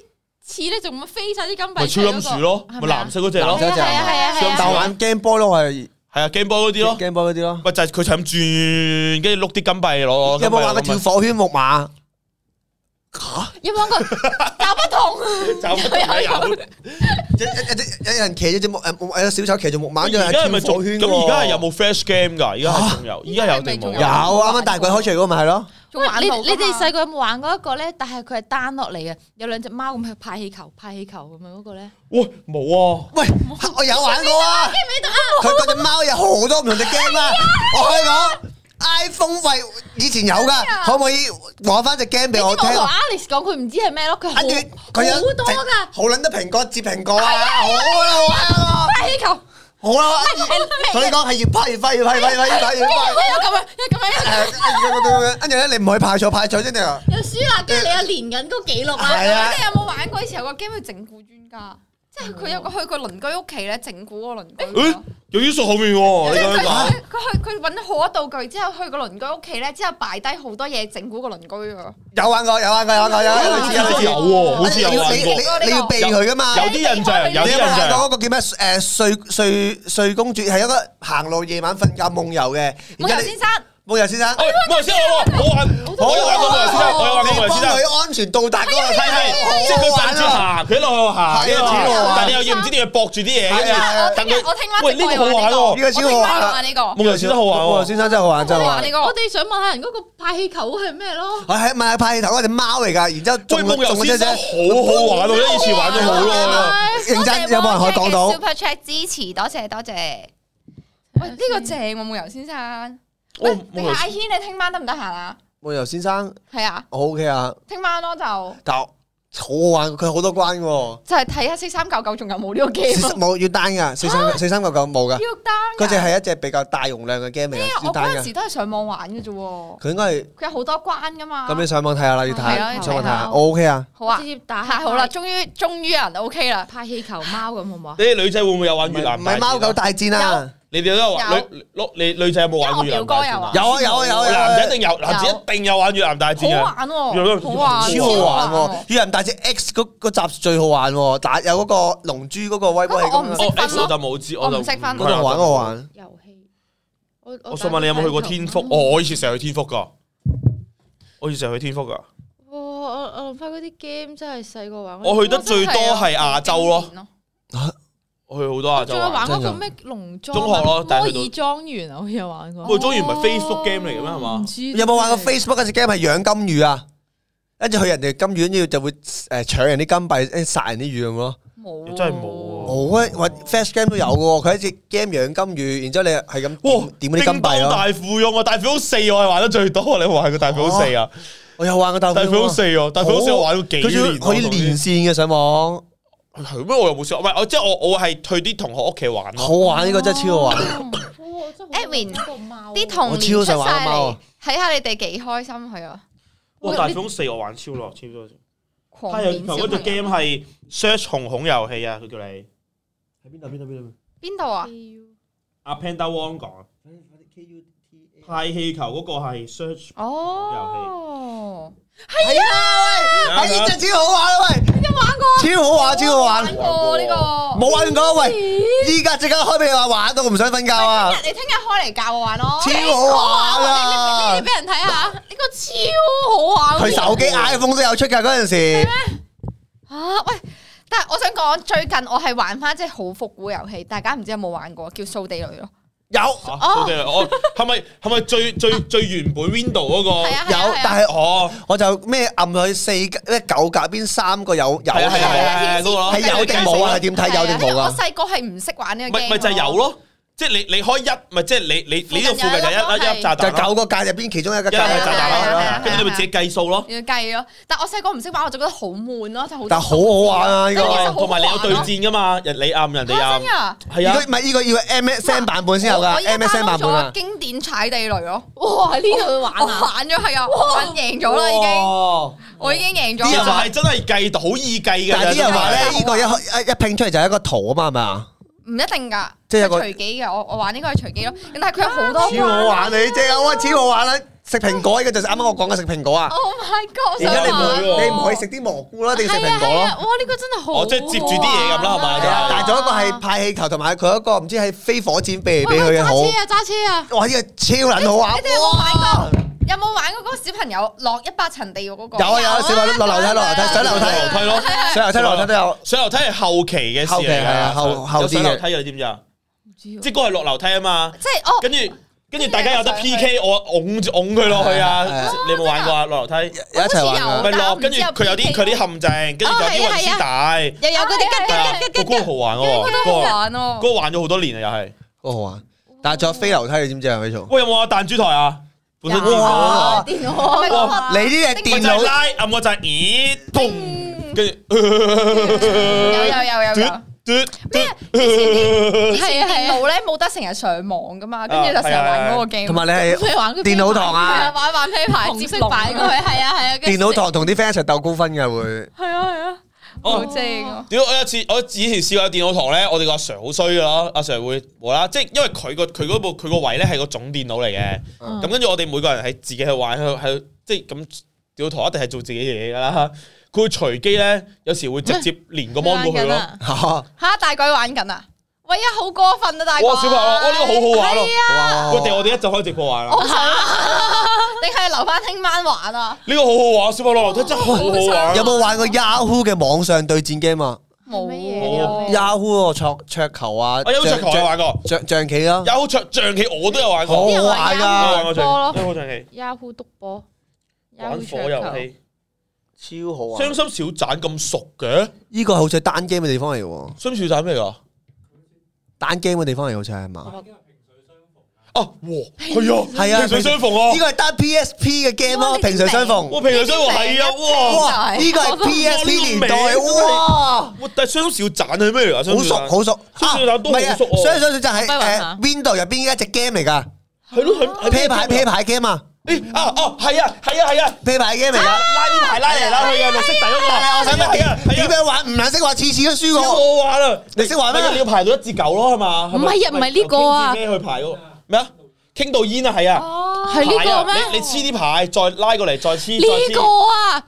[SPEAKER 4] 刺咧，仲咁飛晒啲金幣出嚟嗰個。
[SPEAKER 2] 咪超音鼠咯，
[SPEAKER 4] 係
[SPEAKER 2] 咪
[SPEAKER 4] 啊
[SPEAKER 2] 藍色嗰只咯
[SPEAKER 1] 藍，色
[SPEAKER 4] 係啊係
[SPEAKER 3] [LAUGHS]
[SPEAKER 4] 啊
[SPEAKER 3] Dạ.
[SPEAKER 4] 係啊
[SPEAKER 1] 但我玩 game boy 咯，我係
[SPEAKER 2] 係啊 Game Boy 嗰啲咯，
[SPEAKER 1] game boy 嗰啲咯。
[SPEAKER 2] 咪就係佢就咁轉，跟住碌啲金幣攞，攞金
[SPEAKER 1] 有
[SPEAKER 2] 幣
[SPEAKER 1] 冇玩過跳
[SPEAKER 2] 攞
[SPEAKER 1] 火圈木馬？
[SPEAKER 4] 有冇玩過？搞不同。
[SPEAKER 2] 金幣就乜都有？
[SPEAKER 1] 有有有有人騎咗只木誒木有小丑騎住木馬，
[SPEAKER 2] 而家係
[SPEAKER 1] 跳
[SPEAKER 2] 咪仲
[SPEAKER 1] 火圈喎？
[SPEAKER 2] 咁？而家係有冇 Flash Game 㗎？而家係仲有，而家有定冇啊
[SPEAKER 1] 有？啱啱大鬼開出嚟嗰個咪係咯，
[SPEAKER 3] 仲玩
[SPEAKER 4] 你
[SPEAKER 3] 到㗎嘛
[SPEAKER 4] 你哋細個有冇玩過一個咧？但係佢係單落嚟嘅，有兩隻貓咁去派氣球、派氣球咁樣嗰個咧。
[SPEAKER 2] 喂，冇啊！
[SPEAKER 1] 喂，我有玩過啊！佢嗰只貓有好多唔同隻 game 啊！我可以講 iPhone 喂以前有噶，可唔可以攞翻隻 game 俾我
[SPEAKER 4] 我
[SPEAKER 1] 聽
[SPEAKER 4] 同？Alex 講佢唔知係咩咯，
[SPEAKER 3] 啊
[SPEAKER 4] 佢好
[SPEAKER 1] 跟住佢有
[SPEAKER 4] 好多㗎
[SPEAKER 1] 好撚得蘋果接蘋果啊！好啦好玩啊！
[SPEAKER 4] 派氣球。
[SPEAKER 1] 好我啦，同你講係越派越快越快越快越快越快。
[SPEAKER 4] 咁樣，咁樣
[SPEAKER 1] 跟住咧，你唔可以派錯派錯，真係。
[SPEAKER 5] 又輸啦，跟住你又連緊嗰記錄啦。
[SPEAKER 1] 係啊
[SPEAKER 3] 你有冇玩過以前有個 game 叫整蠱專家？即係佢有個去個鄰居屋企咧整蠱個鄰居咯。
[SPEAKER 2] 有啲數後面喎，你
[SPEAKER 3] 即係
[SPEAKER 2] 咁樣
[SPEAKER 3] 佢
[SPEAKER 2] 講
[SPEAKER 3] 佢佢去佢揾好多道具之後，去個鄰居屋企咧，之後擺低好多嘢整蠱個鄰居噶。
[SPEAKER 1] 有玩過，有玩過，有玩過，有類似有類似。
[SPEAKER 2] 喎，好似有
[SPEAKER 1] 啊你
[SPEAKER 2] 玩過，
[SPEAKER 1] 你你要避佢噶嘛？
[SPEAKER 2] 有啲印象，有
[SPEAKER 1] 你
[SPEAKER 2] 啲
[SPEAKER 1] 有
[SPEAKER 2] 印
[SPEAKER 1] 冇睇
[SPEAKER 2] 象。
[SPEAKER 1] 過嗰個叫咩？誒睡睡睡公主係一個行路夜晚瞓覺夢遊嘅。
[SPEAKER 3] 木頭先生，
[SPEAKER 1] 夢遊先生，
[SPEAKER 2] 喂，冇人先我我玩，我有玩過冇人先生，我有玩過冇
[SPEAKER 1] 你
[SPEAKER 2] 人
[SPEAKER 1] 幫
[SPEAKER 2] 先生。
[SPEAKER 1] 佢安全到達嗰個
[SPEAKER 2] 係係，即係佢甚至行，佢一路行，一路行，但你又要唔知點去搏住啲嘢，跟住等
[SPEAKER 3] 我聽日
[SPEAKER 2] 佢
[SPEAKER 3] 我聽晚
[SPEAKER 2] 喂
[SPEAKER 3] 直播
[SPEAKER 2] 呢個好
[SPEAKER 3] 玩呢
[SPEAKER 2] 玩
[SPEAKER 3] 個，
[SPEAKER 2] 喎
[SPEAKER 1] 呢個超好
[SPEAKER 3] 我聽晚
[SPEAKER 1] 玩啊
[SPEAKER 3] 就玩！呢個，
[SPEAKER 2] 夢遊先生好玩
[SPEAKER 1] 夢遊
[SPEAKER 2] 喎。
[SPEAKER 1] 先生真係好玩，真係好
[SPEAKER 3] 玩
[SPEAKER 1] 玩
[SPEAKER 3] 呢。個
[SPEAKER 5] 我。哋想問下人嗰個派氣球係咩咯？
[SPEAKER 1] 我係咪派頭嗰隻貓嚟㗎？然之後
[SPEAKER 2] 喂，
[SPEAKER 1] 中
[SPEAKER 2] 夢遊
[SPEAKER 1] 中
[SPEAKER 2] 先
[SPEAKER 1] 隻
[SPEAKER 2] 生好好玩喎，一以前玩咗好耐。
[SPEAKER 1] 認真有冇人可以講到？
[SPEAKER 3] Super Chat 支持，多謝多謝。喂，呢個正喎，木油先生。
[SPEAKER 2] 我
[SPEAKER 3] 喂，
[SPEAKER 2] 夢
[SPEAKER 3] 定係
[SPEAKER 2] 遊
[SPEAKER 3] 阿軒，你聽晚得唔得閒啊？
[SPEAKER 1] 夢遊先生，
[SPEAKER 3] 係啊，
[SPEAKER 1] 我 OK à. 啊，
[SPEAKER 3] 聽晚咯就
[SPEAKER 1] 但我好好玩，佢好多關喎。
[SPEAKER 3] 就係睇下四三九九仲有冇呢個
[SPEAKER 1] 四
[SPEAKER 3] game 啊
[SPEAKER 1] 十冇要單㗎，四三四三九九冇㗎。
[SPEAKER 3] 要 down 㗎。
[SPEAKER 1] 嗰只係一隻比較大容量嘅 game 嚟
[SPEAKER 3] 因為
[SPEAKER 1] 嘅，要
[SPEAKER 3] 我
[SPEAKER 1] 單
[SPEAKER 3] 嗰陣
[SPEAKER 1] 㗎。
[SPEAKER 3] 時都係上網玩嘅啫喎，
[SPEAKER 1] 佢應該係
[SPEAKER 3] 佢有好多關噶嘛。
[SPEAKER 1] 咁，你上網睇下啦，要
[SPEAKER 3] 係啊
[SPEAKER 1] 睇上網
[SPEAKER 5] 要睇
[SPEAKER 1] 睇下，
[SPEAKER 5] 下
[SPEAKER 1] 我 OK 啊。
[SPEAKER 3] 好啊
[SPEAKER 5] 直，接打
[SPEAKER 3] 太好啦，終於終於有人 OK 啦。
[SPEAKER 4] 派氣球貓咁好唔好啊？
[SPEAKER 2] 你哋女仔會唔會有玩
[SPEAKER 1] 唔
[SPEAKER 2] 越南？
[SPEAKER 1] 係貓狗，大戰啊！
[SPEAKER 2] 你哋都有玩女女女仔有冇玩越南大戰啊？
[SPEAKER 1] 有啊有啊有啊！
[SPEAKER 2] 男仔一定有，男仔一定有玩越南大
[SPEAKER 3] 好
[SPEAKER 2] 戰嘅。
[SPEAKER 3] 玩
[SPEAKER 2] 有
[SPEAKER 3] 喎，好玩喎，
[SPEAKER 1] 超好玩
[SPEAKER 3] 超
[SPEAKER 1] 喎！越南大戰 X 嗰嗰集最好玩喎，打有嗰個龍珠嗰個威威
[SPEAKER 3] 嗰個我唔
[SPEAKER 1] 咁樣，
[SPEAKER 3] 識
[SPEAKER 2] 我 X 我就冇知，我就
[SPEAKER 1] 嗰度玩我玩，
[SPEAKER 4] 遊戲。哦
[SPEAKER 2] 我想問你有冇去過天福？哦，我以前成日去天福噶，我以前成日去天福噶。
[SPEAKER 4] 哇！我我諗翻嗰啲 game 真係細個玩嗰啲，
[SPEAKER 2] 我去得最多係亞洲咯，
[SPEAKER 3] 咯。
[SPEAKER 2] 我去好多亞洲啊
[SPEAKER 4] 仲有
[SPEAKER 2] 玩。
[SPEAKER 4] 玩嗰個咩農莊
[SPEAKER 2] 中
[SPEAKER 4] 啊？
[SPEAKER 2] 學咯
[SPEAKER 4] 摩
[SPEAKER 2] 但係
[SPEAKER 4] 爾
[SPEAKER 2] 去到
[SPEAKER 4] 莊園啊，我有玩過。
[SPEAKER 2] 喂，中原唔係 Facebook game 嚟嘅咩？係嘛
[SPEAKER 4] 唔？知
[SPEAKER 1] 有冇玩過
[SPEAKER 4] 真係
[SPEAKER 1] Facebook 嗰只 game 係養金魚啊？跟住去人哋金魚，要就會誒搶人啲金幣，誒殺人啲魚咁咯。
[SPEAKER 4] 冇
[SPEAKER 2] 真係冇喎
[SPEAKER 1] 冇啊，或 Flash game 都有嘅喎，佢一隻 game 養金魚，然之後你係咁
[SPEAKER 2] 哇
[SPEAKER 1] 點！點嗰啲金幣
[SPEAKER 2] 叮當
[SPEAKER 1] 咯。
[SPEAKER 2] 大富翁啊！大富翁四我係玩得最多，你有冇玩過大富翁四啊？
[SPEAKER 1] 我有玩過大
[SPEAKER 2] 大富翁
[SPEAKER 1] 富
[SPEAKER 2] 四啊，大富翁四我玩咗幾
[SPEAKER 1] 哦佢仲
[SPEAKER 2] 年
[SPEAKER 1] 要
[SPEAKER 2] 啊。
[SPEAKER 1] 可以連線嘅上網，
[SPEAKER 2] 係咩？我又冇試過，唔係我即係我我係去啲同學屋企玩
[SPEAKER 1] 好
[SPEAKER 2] 咯。
[SPEAKER 1] 玩呢個真係超好玩。
[SPEAKER 5] 哇真係好
[SPEAKER 4] 哎
[SPEAKER 3] Edwin，
[SPEAKER 5] 有個
[SPEAKER 4] 啊
[SPEAKER 5] 貓
[SPEAKER 3] 啲童年出
[SPEAKER 1] 我超
[SPEAKER 3] 晒
[SPEAKER 1] 想玩貓
[SPEAKER 3] 嚟
[SPEAKER 1] 啊，
[SPEAKER 3] 睇下你哋幾開心佢啊！
[SPEAKER 2] 哇！
[SPEAKER 4] 喂
[SPEAKER 2] 大
[SPEAKER 4] 你
[SPEAKER 2] 富翁四我玩超耐，超多。
[SPEAKER 3] 狂
[SPEAKER 2] 啊佢有
[SPEAKER 3] 年小
[SPEAKER 2] 嗰
[SPEAKER 3] 朋友
[SPEAKER 2] 隻 game 係 search 紅恐遊戲啊，佢叫你。喺邊度？邊度？邊度？
[SPEAKER 3] 邊度
[SPEAKER 4] 哎
[SPEAKER 3] 啊？
[SPEAKER 2] 阿 Panda Wong 講派氣球嗰個係 search
[SPEAKER 3] 哦，
[SPEAKER 1] 係啊，喂，係呢只超好玩啊，喂，超好玩，啊超好玩，
[SPEAKER 3] 過呢個。
[SPEAKER 1] 冇玩過，喂，依家即刻開俾你話玩到我唔想瞓覺啊，
[SPEAKER 3] 你聽日開嚟教我玩咯，哎
[SPEAKER 1] 超好玩啊
[SPEAKER 3] 你俾！人睇下，呢個超好玩。
[SPEAKER 1] 佢手機 iPhone 都有出㗎嗰陣時，
[SPEAKER 3] 啊，喂！但係我想講，最近我係玩翻即係好復古遊戲，大家唔知有冇玩過，叫掃地雷咯。
[SPEAKER 1] 有
[SPEAKER 3] 哦
[SPEAKER 2] 啊掃地雷我係咪係咪最最最原本 Window 嗰
[SPEAKER 3] 係啊
[SPEAKER 2] 個？
[SPEAKER 3] 係啊
[SPEAKER 1] 有，
[SPEAKER 3] 係啊
[SPEAKER 1] 但係我
[SPEAKER 2] 哦，
[SPEAKER 1] 我就咩暗佢四咩九格邊三個有有
[SPEAKER 2] 係啊係啊係
[SPEAKER 1] 係
[SPEAKER 2] 啊，嗰個咯，
[SPEAKER 1] 有定冇啊？你點睇有定
[SPEAKER 3] 因為
[SPEAKER 1] 冇
[SPEAKER 3] 我
[SPEAKER 1] 啊？
[SPEAKER 3] 細個係唔識玩呢
[SPEAKER 2] 咪
[SPEAKER 3] 個 game，
[SPEAKER 2] 咪就係有咯，即係你你可以一咪即係你你你呢度附近就一一一炸
[SPEAKER 1] 就
[SPEAKER 2] 彈咯，
[SPEAKER 1] 九個格入邊其中一個
[SPEAKER 2] 一
[SPEAKER 1] 格
[SPEAKER 2] 炸
[SPEAKER 1] 係
[SPEAKER 2] 彈
[SPEAKER 1] 炸彈
[SPEAKER 3] 係啊係啊係
[SPEAKER 1] 啦
[SPEAKER 2] 啦
[SPEAKER 3] 啊，
[SPEAKER 2] 跟住你咪自己計數咯。
[SPEAKER 3] 要計咯。但我細個唔識玩，我就覺得好悶咯，就好。
[SPEAKER 1] 但好好玩啊呢
[SPEAKER 3] 真係其實
[SPEAKER 1] 個
[SPEAKER 3] 好
[SPEAKER 2] 哦
[SPEAKER 3] 好玩咯
[SPEAKER 2] 同埋你有對戰噶嘛，人你啱人哋
[SPEAKER 3] 啊
[SPEAKER 2] 啱
[SPEAKER 3] 真，噶。
[SPEAKER 2] 係啊
[SPEAKER 1] 呢個。唔係呢個要 MSN 版本先有
[SPEAKER 3] 我
[SPEAKER 1] 㗎
[SPEAKER 3] 我依家
[SPEAKER 1] MSN 版
[SPEAKER 3] download
[SPEAKER 1] 本啊
[SPEAKER 3] 咗。經典踩地雷咯，
[SPEAKER 5] 哇喺呢
[SPEAKER 4] 哦
[SPEAKER 5] 度玩
[SPEAKER 3] 我
[SPEAKER 5] 啊！
[SPEAKER 3] 玩咗係啊，我玩贏咗啦已經，
[SPEAKER 1] 哇
[SPEAKER 3] 我已經贏
[SPEAKER 2] 啲
[SPEAKER 3] 咗
[SPEAKER 2] 人
[SPEAKER 3] 啦
[SPEAKER 2] 話。係真係計到好易計嘅，
[SPEAKER 1] 但係啲人話咧，
[SPEAKER 3] 真係
[SPEAKER 1] 呢個一一一拼出嚟就係一個圖啊嘛，係咪啊？
[SPEAKER 3] 唔一定㗎，
[SPEAKER 1] 即係有個
[SPEAKER 3] 係隨機嘅。我我玩呢個係隨機咯，但係佢有好多關
[SPEAKER 1] 超好玩你即係哇，超好玩啦！食蘋果呢個就係啱啱我講嘅食蘋果啊，
[SPEAKER 3] Oh my god！
[SPEAKER 1] 而
[SPEAKER 3] 我
[SPEAKER 1] 家你
[SPEAKER 3] 想
[SPEAKER 1] 唔
[SPEAKER 3] 玩
[SPEAKER 2] 喎
[SPEAKER 1] 你唔可以食啲蘑菇啦，一定要食蘋果
[SPEAKER 4] 係啊
[SPEAKER 1] 咯。
[SPEAKER 4] 哇！呢個真係好，
[SPEAKER 2] 我哦即係接住啲嘢咁啦，係嘛？
[SPEAKER 1] 係啊，但係仲有一個係派氣球，同埋佢有一個唔知係飛火箭俾嚟俾佢嘅好。
[SPEAKER 4] 揸車啊，揸車啊！
[SPEAKER 1] 哇！呢個超撚好 [LAUGHS] 玩，
[SPEAKER 3] 你哋有冇玩
[SPEAKER 1] 哇！
[SPEAKER 3] 有冇玩過嗰個小朋友落一百層地獄嗰個？
[SPEAKER 1] 有啊有啊，小朋友落樓梯落樓梯上樓梯
[SPEAKER 2] 樓梯咯，
[SPEAKER 1] 上樓梯落樓梯都有。
[SPEAKER 2] 上樓梯係後期嘅事
[SPEAKER 1] 後期
[SPEAKER 2] 嚟
[SPEAKER 1] 係啊
[SPEAKER 2] 㗎，
[SPEAKER 1] 後後
[SPEAKER 2] 有
[SPEAKER 1] 啲嘅
[SPEAKER 2] 上樓梯嘅，你知唔知啊？
[SPEAKER 4] 唔知喎
[SPEAKER 2] 即係嗰個係落樓梯啊嘛，
[SPEAKER 3] 即係哦，
[SPEAKER 2] 跟住跟住大家有得 P K，我拱住拱佢落去
[SPEAKER 1] 係啊係
[SPEAKER 2] 啊
[SPEAKER 1] 啊！
[SPEAKER 2] 你有冇玩過啊？落樓梯
[SPEAKER 1] 有一齊玩
[SPEAKER 3] 好似有
[SPEAKER 1] 啊！
[SPEAKER 2] 咪落，
[SPEAKER 3] 但係我唔知
[SPEAKER 2] 跟住佢有啲
[SPEAKER 3] 有
[SPEAKER 2] 佢
[SPEAKER 3] PK
[SPEAKER 2] 啲陷阱，跟住有啲運
[SPEAKER 4] 哦係啊
[SPEAKER 2] 輸帶，
[SPEAKER 4] 又有嗰啲
[SPEAKER 2] 係啊，嗰個好玩喎，嗰
[SPEAKER 3] 好
[SPEAKER 2] 個
[SPEAKER 3] 玩
[SPEAKER 2] 嗰
[SPEAKER 3] 喎。
[SPEAKER 2] 個玩咗好多年啊，又係。
[SPEAKER 1] 好好玩，但係仲有飛樓梯，你知唔知啊？Rachel？
[SPEAKER 2] 喂，有冇啊？彈珠台啊？本身啊
[SPEAKER 3] 有
[SPEAKER 1] 哇！
[SPEAKER 5] 電腦
[SPEAKER 3] 咪嗰個
[SPEAKER 1] 你呢隻
[SPEAKER 2] 咪
[SPEAKER 1] 電
[SPEAKER 2] 就係
[SPEAKER 1] 腦
[SPEAKER 2] 拉，按我就係咦，嘣，跟住
[SPEAKER 3] 有有有有有
[SPEAKER 2] 嘟。嘟
[SPEAKER 3] 以
[SPEAKER 2] 嘟，
[SPEAKER 3] 前電腦咧冇得成日上網噶嘛，跟住就成日玩嗰個 game。
[SPEAKER 1] 同埋你
[SPEAKER 4] 咩
[SPEAKER 1] 係
[SPEAKER 4] 玩嗰啲
[SPEAKER 1] 電腦堂
[SPEAKER 4] 係
[SPEAKER 1] 啊，
[SPEAKER 4] 玩玩啤牌，接
[SPEAKER 5] 紅
[SPEAKER 4] 色
[SPEAKER 5] 色
[SPEAKER 4] 擺
[SPEAKER 5] 擺
[SPEAKER 4] 過
[SPEAKER 5] 過去，
[SPEAKER 4] 去，
[SPEAKER 5] 係啊係啊，跟
[SPEAKER 1] 電
[SPEAKER 5] 住
[SPEAKER 1] 腦堂同啲 friend 一齊鬥高分 [LAUGHS] 嘅會，
[SPEAKER 4] 係啊係啊，
[SPEAKER 2] 哦
[SPEAKER 4] 好正啊！
[SPEAKER 2] 屌！我有一次，我以前試過有電腦堂咧，我哋個阿 Sir 好衰噶咯，阿 Sir 會無啦，即係因為佢個佢嗰部佢個位咧係個總電腦嚟嘅，
[SPEAKER 1] 嗯
[SPEAKER 2] 咁跟住我哋每個人係自己去玩，去喺即係咁電腦堂一定係做自己嘢噶啦，佢會隨機咧，有時會直接連個 mon 過去咯。
[SPEAKER 3] 吓大鬼玩緊啊！喂啊，好過分啊大鬼！
[SPEAKER 2] 哇！小朋友，哇！呢個好好玩咯，
[SPEAKER 1] 哇
[SPEAKER 2] 我哋我哋一陣開直播玩啦，
[SPEAKER 3] 定係留翻聽晚玩啊？
[SPEAKER 2] 呢個好好玩，小朋友真係好好玩啊
[SPEAKER 1] 有。冇玩過 Yahoo 嘅網上對戰 game 啊
[SPEAKER 3] 冇
[SPEAKER 2] 冇
[SPEAKER 3] 嘢啊！
[SPEAKER 1] ？Yahoo 個桌桌球啊，
[SPEAKER 2] 我有桌球我玩過，
[SPEAKER 1] 象象棋啊，
[SPEAKER 2] 有桌象棋我都有玩過，
[SPEAKER 1] 好
[SPEAKER 2] 我
[SPEAKER 1] 好玩
[SPEAKER 2] 哦有
[SPEAKER 1] 噶
[SPEAKER 2] 啊玩，過象有玩過
[SPEAKER 4] 波咯
[SPEAKER 2] 象棋，
[SPEAKER 4] Yahoo 督波
[SPEAKER 2] 玩
[SPEAKER 4] ，Yahoo
[SPEAKER 2] 火遊戲。
[SPEAKER 1] 超好啊
[SPEAKER 2] 傷心小盞咁熟嘅，
[SPEAKER 1] 呢個好似係單 game 嘅地方嚟喎，
[SPEAKER 2] 傷心小盞咩㗎？
[SPEAKER 1] 單 game 嘅地方嚟好似係
[SPEAKER 2] 嗯
[SPEAKER 1] 嘛？
[SPEAKER 2] 啊，哇，係啊，
[SPEAKER 1] 係啊
[SPEAKER 2] 萍水相逢啊
[SPEAKER 1] 呢，個係單 PSP 嘅 game 啊咯，
[SPEAKER 3] 哇
[SPEAKER 1] 萍水相逢。
[SPEAKER 2] 哇，萍水相逢係啊，哇，
[SPEAKER 1] 哇！呢個係 PSP 年代，哇！
[SPEAKER 2] 哇，但係傷心小盞係咩嚟啊？
[SPEAKER 1] 好熟好熟
[SPEAKER 2] 雙
[SPEAKER 1] 啊！
[SPEAKER 2] 手打都
[SPEAKER 1] 唔係啊，
[SPEAKER 2] 好熟喎
[SPEAKER 1] 雙手就係
[SPEAKER 4] 不如問下
[SPEAKER 1] 誒 Window 入邊一隻 game 嚟㗎，
[SPEAKER 2] 係咯，係
[SPEAKER 1] 啤牌啤
[SPEAKER 2] 牌，
[SPEAKER 1] 牌 game 啊，
[SPEAKER 2] 誒啊哦，係啊，係啊，係啊，
[SPEAKER 1] 啤牌 game 嚟㗎。
[SPEAKER 2] 拉啲牌拉嚟拉去啊，綠色底嗰個，
[SPEAKER 1] 但係我想問
[SPEAKER 2] 係啊，
[SPEAKER 1] 點
[SPEAKER 2] 係
[SPEAKER 1] 點
[SPEAKER 2] 啊，
[SPEAKER 1] 樣玩？唔撚識玩，次次都輸
[SPEAKER 2] 超好
[SPEAKER 1] 我。
[SPEAKER 2] 玩啊！
[SPEAKER 1] 你識玩咩
[SPEAKER 2] 咪你要排到一至九咯，係嘛？咪
[SPEAKER 4] 唔係啊唔係呢個啊
[SPEAKER 2] 咩去排嗰個咩啊？傾到煙啊，係啊，
[SPEAKER 4] 係呢
[SPEAKER 2] 牌啊
[SPEAKER 4] 個咩？
[SPEAKER 2] 你你黐啲牌，再拉過嚟，再黐，再黐
[SPEAKER 4] 呢個啊，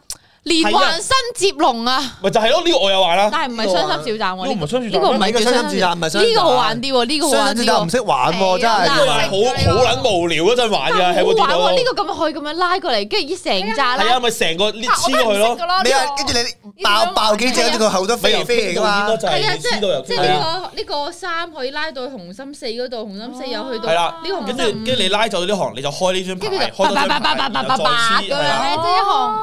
[SPEAKER 4] 連環新接龍啊，
[SPEAKER 2] 咪就係咯，呢個我有玩啦。
[SPEAKER 4] 但係唔係傷心小站喎，
[SPEAKER 2] 呢個唔係傷心小
[SPEAKER 4] 呢
[SPEAKER 2] 站
[SPEAKER 4] 個唔係
[SPEAKER 1] 呢個
[SPEAKER 4] 叫
[SPEAKER 1] 傷心小站唔係傷心小站
[SPEAKER 4] 呢個好玩啲喎，呢個好
[SPEAKER 1] 雙
[SPEAKER 4] 玩啲
[SPEAKER 1] 手
[SPEAKER 4] 喎
[SPEAKER 1] 就唔。識玩喎，真
[SPEAKER 2] 呢個
[SPEAKER 1] 係。啊
[SPEAKER 2] 係好好撚無聊嗰陣玩嘅，喺部電
[SPEAKER 4] 好
[SPEAKER 2] 腦
[SPEAKER 4] 玩喎！呢
[SPEAKER 2] 度。
[SPEAKER 4] 個咁去咁樣拉過嚟，跟住一成扎
[SPEAKER 2] 係啊，
[SPEAKER 4] 啦，
[SPEAKER 2] 咪成個黏
[SPEAKER 3] 啊我
[SPEAKER 2] 黐
[SPEAKER 3] 都
[SPEAKER 2] 過
[SPEAKER 3] 唔
[SPEAKER 2] 去
[SPEAKER 3] 識
[SPEAKER 2] 咯，
[SPEAKER 3] 噶咯，
[SPEAKER 1] 你啊，
[SPEAKER 3] 呢
[SPEAKER 1] 跟
[SPEAKER 3] 個
[SPEAKER 1] 住你爆爆幾隻，跟住佢後多飛嚟飛嚟㗎嘛
[SPEAKER 2] 咪由。
[SPEAKER 5] 係啊，
[SPEAKER 2] 邊到邊咯，就係啊
[SPEAKER 5] 即
[SPEAKER 2] 你黐到由
[SPEAKER 5] 係即係
[SPEAKER 2] 邊。
[SPEAKER 5] 呢個呢個三可以拉到紅心四嗰度，紅心四又去到
[SPEAKER 2] 係啦
[SPEAKER 4] 啊
[SPEAKER 5] 呢個紅
[SPEAKER 2] 跟住
[SPEAKER 5] 心五
[SPEAKER 2] 跟住你拉走呢行，你就開呢張牌，
[SPEAKER 4] 跟住就
[SPEAKER 2] 開多張牌，
[SPEAKER 4] 叭叭叭叭
[SPEAKER 2] 然後再黐
[SPEAKER 4] 叭叭
[SPEAKER 5] 係
[SPEAKER 2] 係啦。
[SPEAKER 5] 啊，係
[SPEAKER 4] 係
[SPEAKER 5] 啊，
[SPEAKER 1] 哦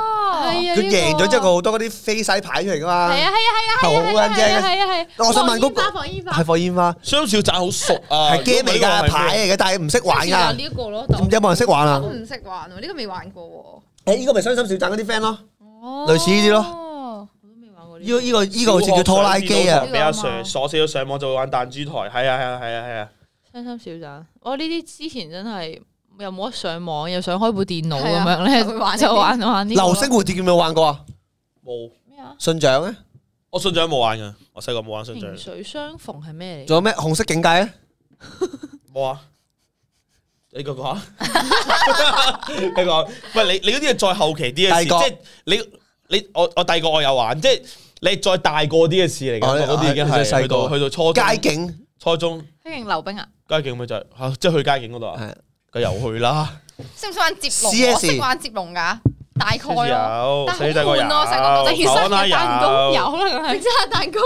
[SPEAKER 1] 佢贏咗之後，佢好多嗰啲飛晒牌出嚟㗎嘛。
[SPEAKER 4] 係啊係啊係啊，
[SPEAKER 1] 好撚正嘅。
[SPEAKER 4] 係啊係。
[SPEAKER 1] 我想問嗰個
[SPEAKER 5] 放煙花
[SPEAKER 1] 係放煙花，
[SPEAKER 2] 雙小仔好熟啊，
[SPEAKER 1] 係 game 嚟㗎，牌嚟嘅，但係唔識玩
[SPEAKER 5] 就
[SPEAKER 1] 㗎。
[SPEAKER 5] 呢個咯，
[SPEAKER 1] 唔知有冇人識玩啊？
[SPEAKER 3] 唔識玩喎，呢個未玩過
[SPEAKER 1] 誒，呢個咪傷心小鎮嗰啲 friend 咯。
[SPEAKER 3] 喎。
[SPEAKER 1] 類似呢啲咯
[SPEAKER 3] 咯，
[SPEAKER 5] 我都未玩過
[SPEAKER 1] 呢個呢個呢個好似叫拖拉機啊。
[SPEAKER 2] 俾阿 Sir 鎖死咗上網就會玩彈珠台，係啊係啊係啊係啊，
[SPEAKER 4] 傷心小站，我呢啲之前真係又冇得上網，又想開部電腦咁
[SPEAKER 3] 係啊
[SPEAKER 4] 樣咧，
[SPEAKER 3] 就會玩呢啲
[SPEAKER 4] 就玩玩呢個。
[SPEAKER 1] 流星蝴蝶有冇玩過啊？
[SPEAKER 2] 冇，
[SPEAKER 5] 咩啊？
[SPEAKER 1] 信長咧，
[SPEAKER 2] 我信長冇玩㗎，我細個冇玩信長
[SPEAKER 4] 萍，水相逢係咩嚟？
[SPEAKER 1] 仲有咩紅色警戒咧？
[SPEAKER 2] 冇啊。你講講啊， [LAUGHS] 你講，喂，你你嗰啲係再後期啲嘅事，
[SPEAKER 1] 第二個
[SPEAKER 2] 即係你你我我第二個我有玩，即係你再大個啲嘅事嚟
[SPEAKER 1] 哦
[SPEAKER 2] 嘅，
[SPEAKER 1] 你
[SPEAKER 2] 嗰啲已經
[SPEAKER 1] 哦你
[SPEAKER 2] 係
[SPEAKER 1] 細
[SPEAKER 2] 去到
[SPEAKER 1] 個
[SPEAKER 2] 去到初中、
[SPEAKER 1] 街景
[SPEAKER 2] 初中
[SPEAKER 4] 希盈溜 [LAUGHS] 冰啊！
[SPEAKER 2] 街景咪就係嚇，即係去街景嗰度啊，
[SPEAKER 1] 係
[SPEAKER 2] 佢又去
[SPEAKER 4] [LAUGHS]
[SPEAKER 2] 啦，
[SPEAKER 3] 識唔識玩接龍？
[SPEAKER 1] CS
[SPEAKER 3] 我識玩接龍㗎，大概
[SPEAKER 2] 有
[SPEAKER 3] 咯。但
[SPEAKER 2] 細
[SPEAKER 3] 係
[SPEAKER 2] 細個
[SPEAKER 3] 好
[SPEAKER 2] 有，
[SPEAKER 3] 悶
[SPEAKER 4] 啊
[SPEAKER 3] 啊咯細個我
[SPEAKER 4] 其實
[SPEAKER 2] 手拉
[SPEAKER 4] 係蛋糕
[SPEAKER 2] 有。
[SPEAKER 4] 有啦，
[SPEAKER 5] 整
[SPEAKER 4] 係
[SPEAKER 5] 隻蛋糕，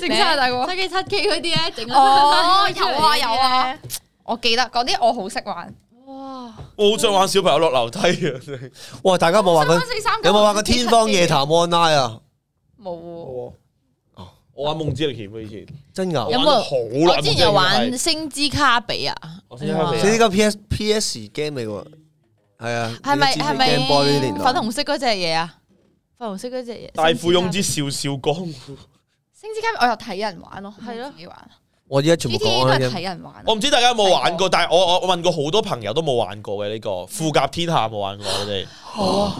[SPEAKER 3] 整真係大個。
[SPEAKER 5] 七機七機嗰啲咧，整
[SPEAKER 3] 哦，有啊有啊，我記得嗰啲我好識玩。
[SPEAKER 5] 哇！
[SPEAKER 2] 我好想玩小朋友落樓梯啊！
[SPEAKER 1] 哇！大家有冇玩過？
[SPEAKER 3] 三四三九
[SPEAKER 1] 有冇玩過天方夜？譚 online 啊？
[SPEAKER 4] 冇喎。
[SPEAKER 2] 我哦玩夢之歷險啊，以前
[SPEAKER 1] 真噶
[SPEAKER 4] 有？
[SPEAKER 2] 我
[SPEAKER 4] 冇
[SPEAKER 2] 玩咗好耐
[SPEAKER 4] 我之前有
[SPEAKER 1] 啊
[SPEAKER 2] 夢之
[SPEAKER 4] 玩
[SPEAKER 2] 歷險係
[SPEAKER 4] 星之卡比啊，
[SPEAKER 2] 我星之卡比啊
[SPEAKER 1] 所以呢個 PS PS game 嚟喎，係啊。
[SPEAKER 4] 係咪
[SPEAKER 1] 你知唔知
[SPEAKER 4] 係咪
[SPEAKER 1] Game Boy 呢年代
[SPEAKER 4] 粉紅色嗰隻嘢啊？粉紅色嗰隻嘢，
[SPEAKER 2] 大富翁之笑笑
[SPEAKER 4] [LAUGHS]
[SPEAKER 2] 江湖。
[SPEAKER 3] 星之卡比我又睇人玩咯，
[SPEAKER 4] 係咯
[SPEAKER 3] 冇自己玩。
[SPEAKER 1] 我依家全部
[SPEAKER 3] G T
[SPEAKER 1] 講啊啦
[SPEAKER 3] 應該
[SPEAKER 1] 已
[SPEAKER 3] 係
[SPEAKER 1] 經
[SPEAKER 3] 睇人玩。啊
[SPEAKER 2] 我唔知大家有冇玩過，但係我我我問過好多朋友都冇玩過嘅呢個富甲天下冇玩過，我哋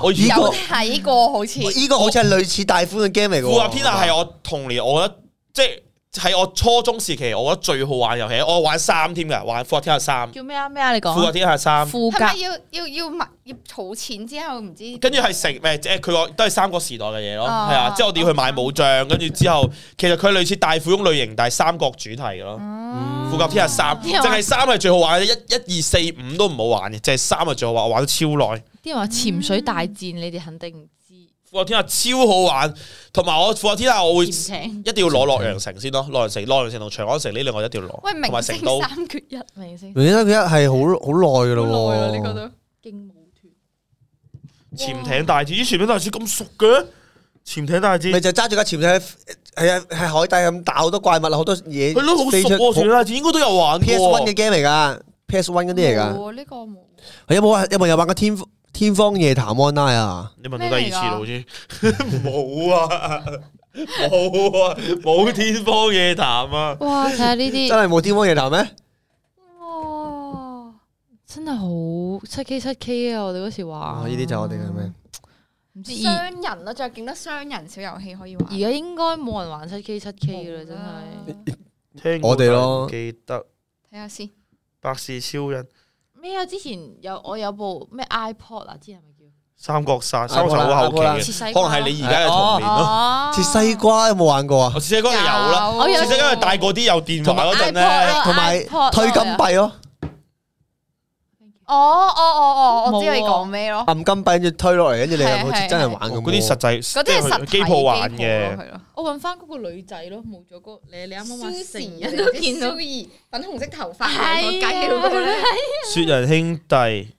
[SPEAKER 2] 我以前
[SPEAKER 1] 哦呢個
[SPEAKER 3] 有睇過好似。
[SPEAKER 1] 呢個好似係類似大寬嘅 game 嚟嘅喎。
[SPEAKER 2] 富甲天下係我童年，我覺得即係喺我初中時期，我覺得最好玩遊戲。我玩三添㗎，玩富甲天下三，
[SPEAKER 4] 叫咩啊咩啊？你講
[SPEAKER 2] 富甲
[SPEAKER 4] 啊
[SPEAKER 2] 天下三。
[SPEAKER 4] 副
[SPEAKER 3] 係
[SPEAKER 4] 甲
[SPEAKER 3] 咪要要要物要儲錢之後唔知？
[SPEAKER 2] 跟住係成誒，即係佢個都係三國時代嘅
[SPEAKER 4] 哦
[SPEAKER 2] 嘢咯，
[SPEAKER 3] 啊
[SPEAKER 2] 係啊，之後我哋要去買武將，跟住之後其實佢類似大富翁類型，但係三國主題嘅咯。嗯富甲天下三，
[SPEAKER 4] 哦因為
[SPEAKER 2] 淨係三係最好玩嘅，一一二四五都唔好玩嘅，淨係三係最好玩，我玩咗超耐。
[SPEAKER 4] 啲人話潛水大戰，你哋肯定唔知。
[SPEAKER 2] 富甲天下超好玩，同埋我富甲天下我會一
[SPEAKER 4] 潛艇
[SPEAKER 2] 定要攞洛陽城先咯，洛陽城、洛陽城同長安城呢兩個一定要攞，
[SPEAKER 3] 喂，明
[SPEAKER 2] 同埋
[SPEAKER 3] 星
[SPEAKER 2] 成都。
[SPEAKER 3] 三缺一，
[SPEAKER 4] 明 [LAUGHS] 星
[SPEAKER 1] 原來佢一係好好耐嘅咯
[SPEAKER 3] 好
[SPEAKER 1] 喎。
[SPEAKER 3] 耐啦啊呢個都。
[SPEAKER 5] 勁舞團
[SPEAKER 2] 潛艇大戰，咦？潛艇大戰咁熟嘅？潛艇大
[SPEAKER 1] 咪
[SPEAKER 2] 戰
[SPEAKER 1] 就係揸住架潛艇喺，係啊，喺海底咁打好多怪物啦，好多嘢
[SPEAKER 2] 係咯，好熟
[SPEAKER 1] 飛出。
[SPEAKER 2] 喎！潛艇大戰應該都有玩
[SPEAKER 1] PS One
[SPEAKER 2] 喎
[SPEAKER 1] 嘅。game 嚟噶，PS One 嗰啲嚟噶。
[SPEAKER 3] 冇啊呢個冇。
[SPEAKER 1] 有冇啊？有冇有玩過天天方夜譚 online 啊？
[SPEAKER 2] 你問到第二次啦，好似冇啊！冇啊，冇天方夜譚啊！
[SPEAKER 4] 哇！睇下呢
[SPEAKER 3] 嗯
[SPEAKER 1] 真
[SPEAKER 4] 啲，
[SPEAKER 1] 係冇天方夜譚咩？哦
[SPEAKER 3] 哇！
[SPEAKER 4] 真係好七 K 七 K 啊！我哋嗰時話，
[SPEAKER 1] 哦呢啲就係我哋嘅咩？
[SPEAKER 4] 唔知而
[SPEAKER 3] 雙人咯，仲有勁多雙人小遊戲可以玩。
[SPEAKER 4] 而家應該冇人玩七 K 七 K 噶啦，真係。
[SPEAKER 1] 哦
[SPEAKER 3] 係
[SPEAKER 2] 聽
[SPEAKER 1] 過我哋咯
[SPEAKER 2] 記得
[SPEAKER 3] 睇下先，
[SPEAKER 2] 百事超人、
[SPEAKER 4] 咩啊？之前有我有部咩 iPod 啊，之前咪叫
[SPEAKER 2] 三國殺、
[SPEAKER 1] 收手好後期嘅
[SPEAKER 4] 切西
[SPEAKER 2] 啊可能
[SPEAKER 4] 瓜。
[SPEAKER 2] 係你而家嘅童年咯。
[SPEAKER 4] 啊
[SPEAKER 3] 啊
[SPEAKER 4] 哦
[SPEAKER 1] 切西瓜有冇玩過啊
[SPEAKER 2] 我？切西瓜就有
[SPEAKER 3] 哦
[SPEAKER 2] 啦，
[SPEAKER 4] 我有
[SPEAKER 2] 切西瓜就大個啲有電話嗰陣咧，
[SPEAKER 1] 同埋
[SPEAKER 4] 啊
[SPEAKER 3] 啊
[SPEAKER 4] iPod
[SPEAKER 1] 推金幣咯，
[SPEAKER 3] 哦哦哦哦，我知你
[SPEAKER 4] 冇啊
[SPEAKER 3] 講咩咯，
[SPEAKER 1] 撳金幣跟住推落嚟，跟住你又好
[SPEAKER 3] 係
[SPEAKER 1] 似
[SPEAKER 3] 係
[SPEAKER 1] 真係
[SPEAKER 3] 係
[SPEAKER 1] 玩咁喎
[SPEAKER 2] 哦嗰啲實際
[SPEAKER 3] 嗰啲係實體啊
[SPEAKER 2] 機鋪玩嘅。
[SPEAKER 3] 係咯。
[SPEAKER 4] 我揾翻嗰個女仔咯，冇咗嗰你你啱啱話成
[SPEAKER 3] 人
[SPEAKER 4] 日都見到
[SPEAKER 3] 蘇兒粉紅色頭髮兩個雞嗰個咧，
[SPEAKER 2] 雪人兄弟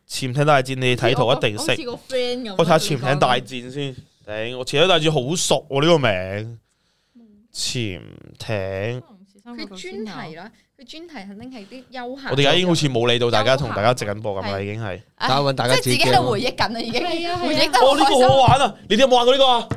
[SPEAKER 2] 潛艇大戰，你睇圖一定
[SPEAKER 4] 哦好似
[SPEAKER 2] 識。
[SPEAKER 4] 個 friend 咁。
[SPEAKER 2] 我睇下潛艇大戰先，頂我潛艇大戰好熟喎呢個名。潛艇，
[SPEAKER 3] 佢專題啦，佢專題肯定係啲休閒。
[SPEAKER 2] 我哋而家已經好似冇理到
[SPEAKER 3] 啊
[SPEAKER 2] 大家同大家直緊播咁啦，啊已經係。
[SPEAKER 1] 大家揾大家
[SPEAKER 3] 即係自
[SPEAKER 1] 自
[SPEAKER 3] 己
[SPEAKER 1] 己
[SPEAKER 3] 喺度
[SPEAKER 1] 驚
[SPEAKER 3] 回憶緊啦，已經
[SPEAKER 5] 係啊係啊
[SPEAKER 3] 回憶得
[SPEAKER 2] 哦，呢個
[SPEAKER 3] 好哎開
[SPEAKER 2] 好好
[SPEAKER 3] 心。
[SPEAKER 2] 玩啊！你哋有冇玩過呢個啊？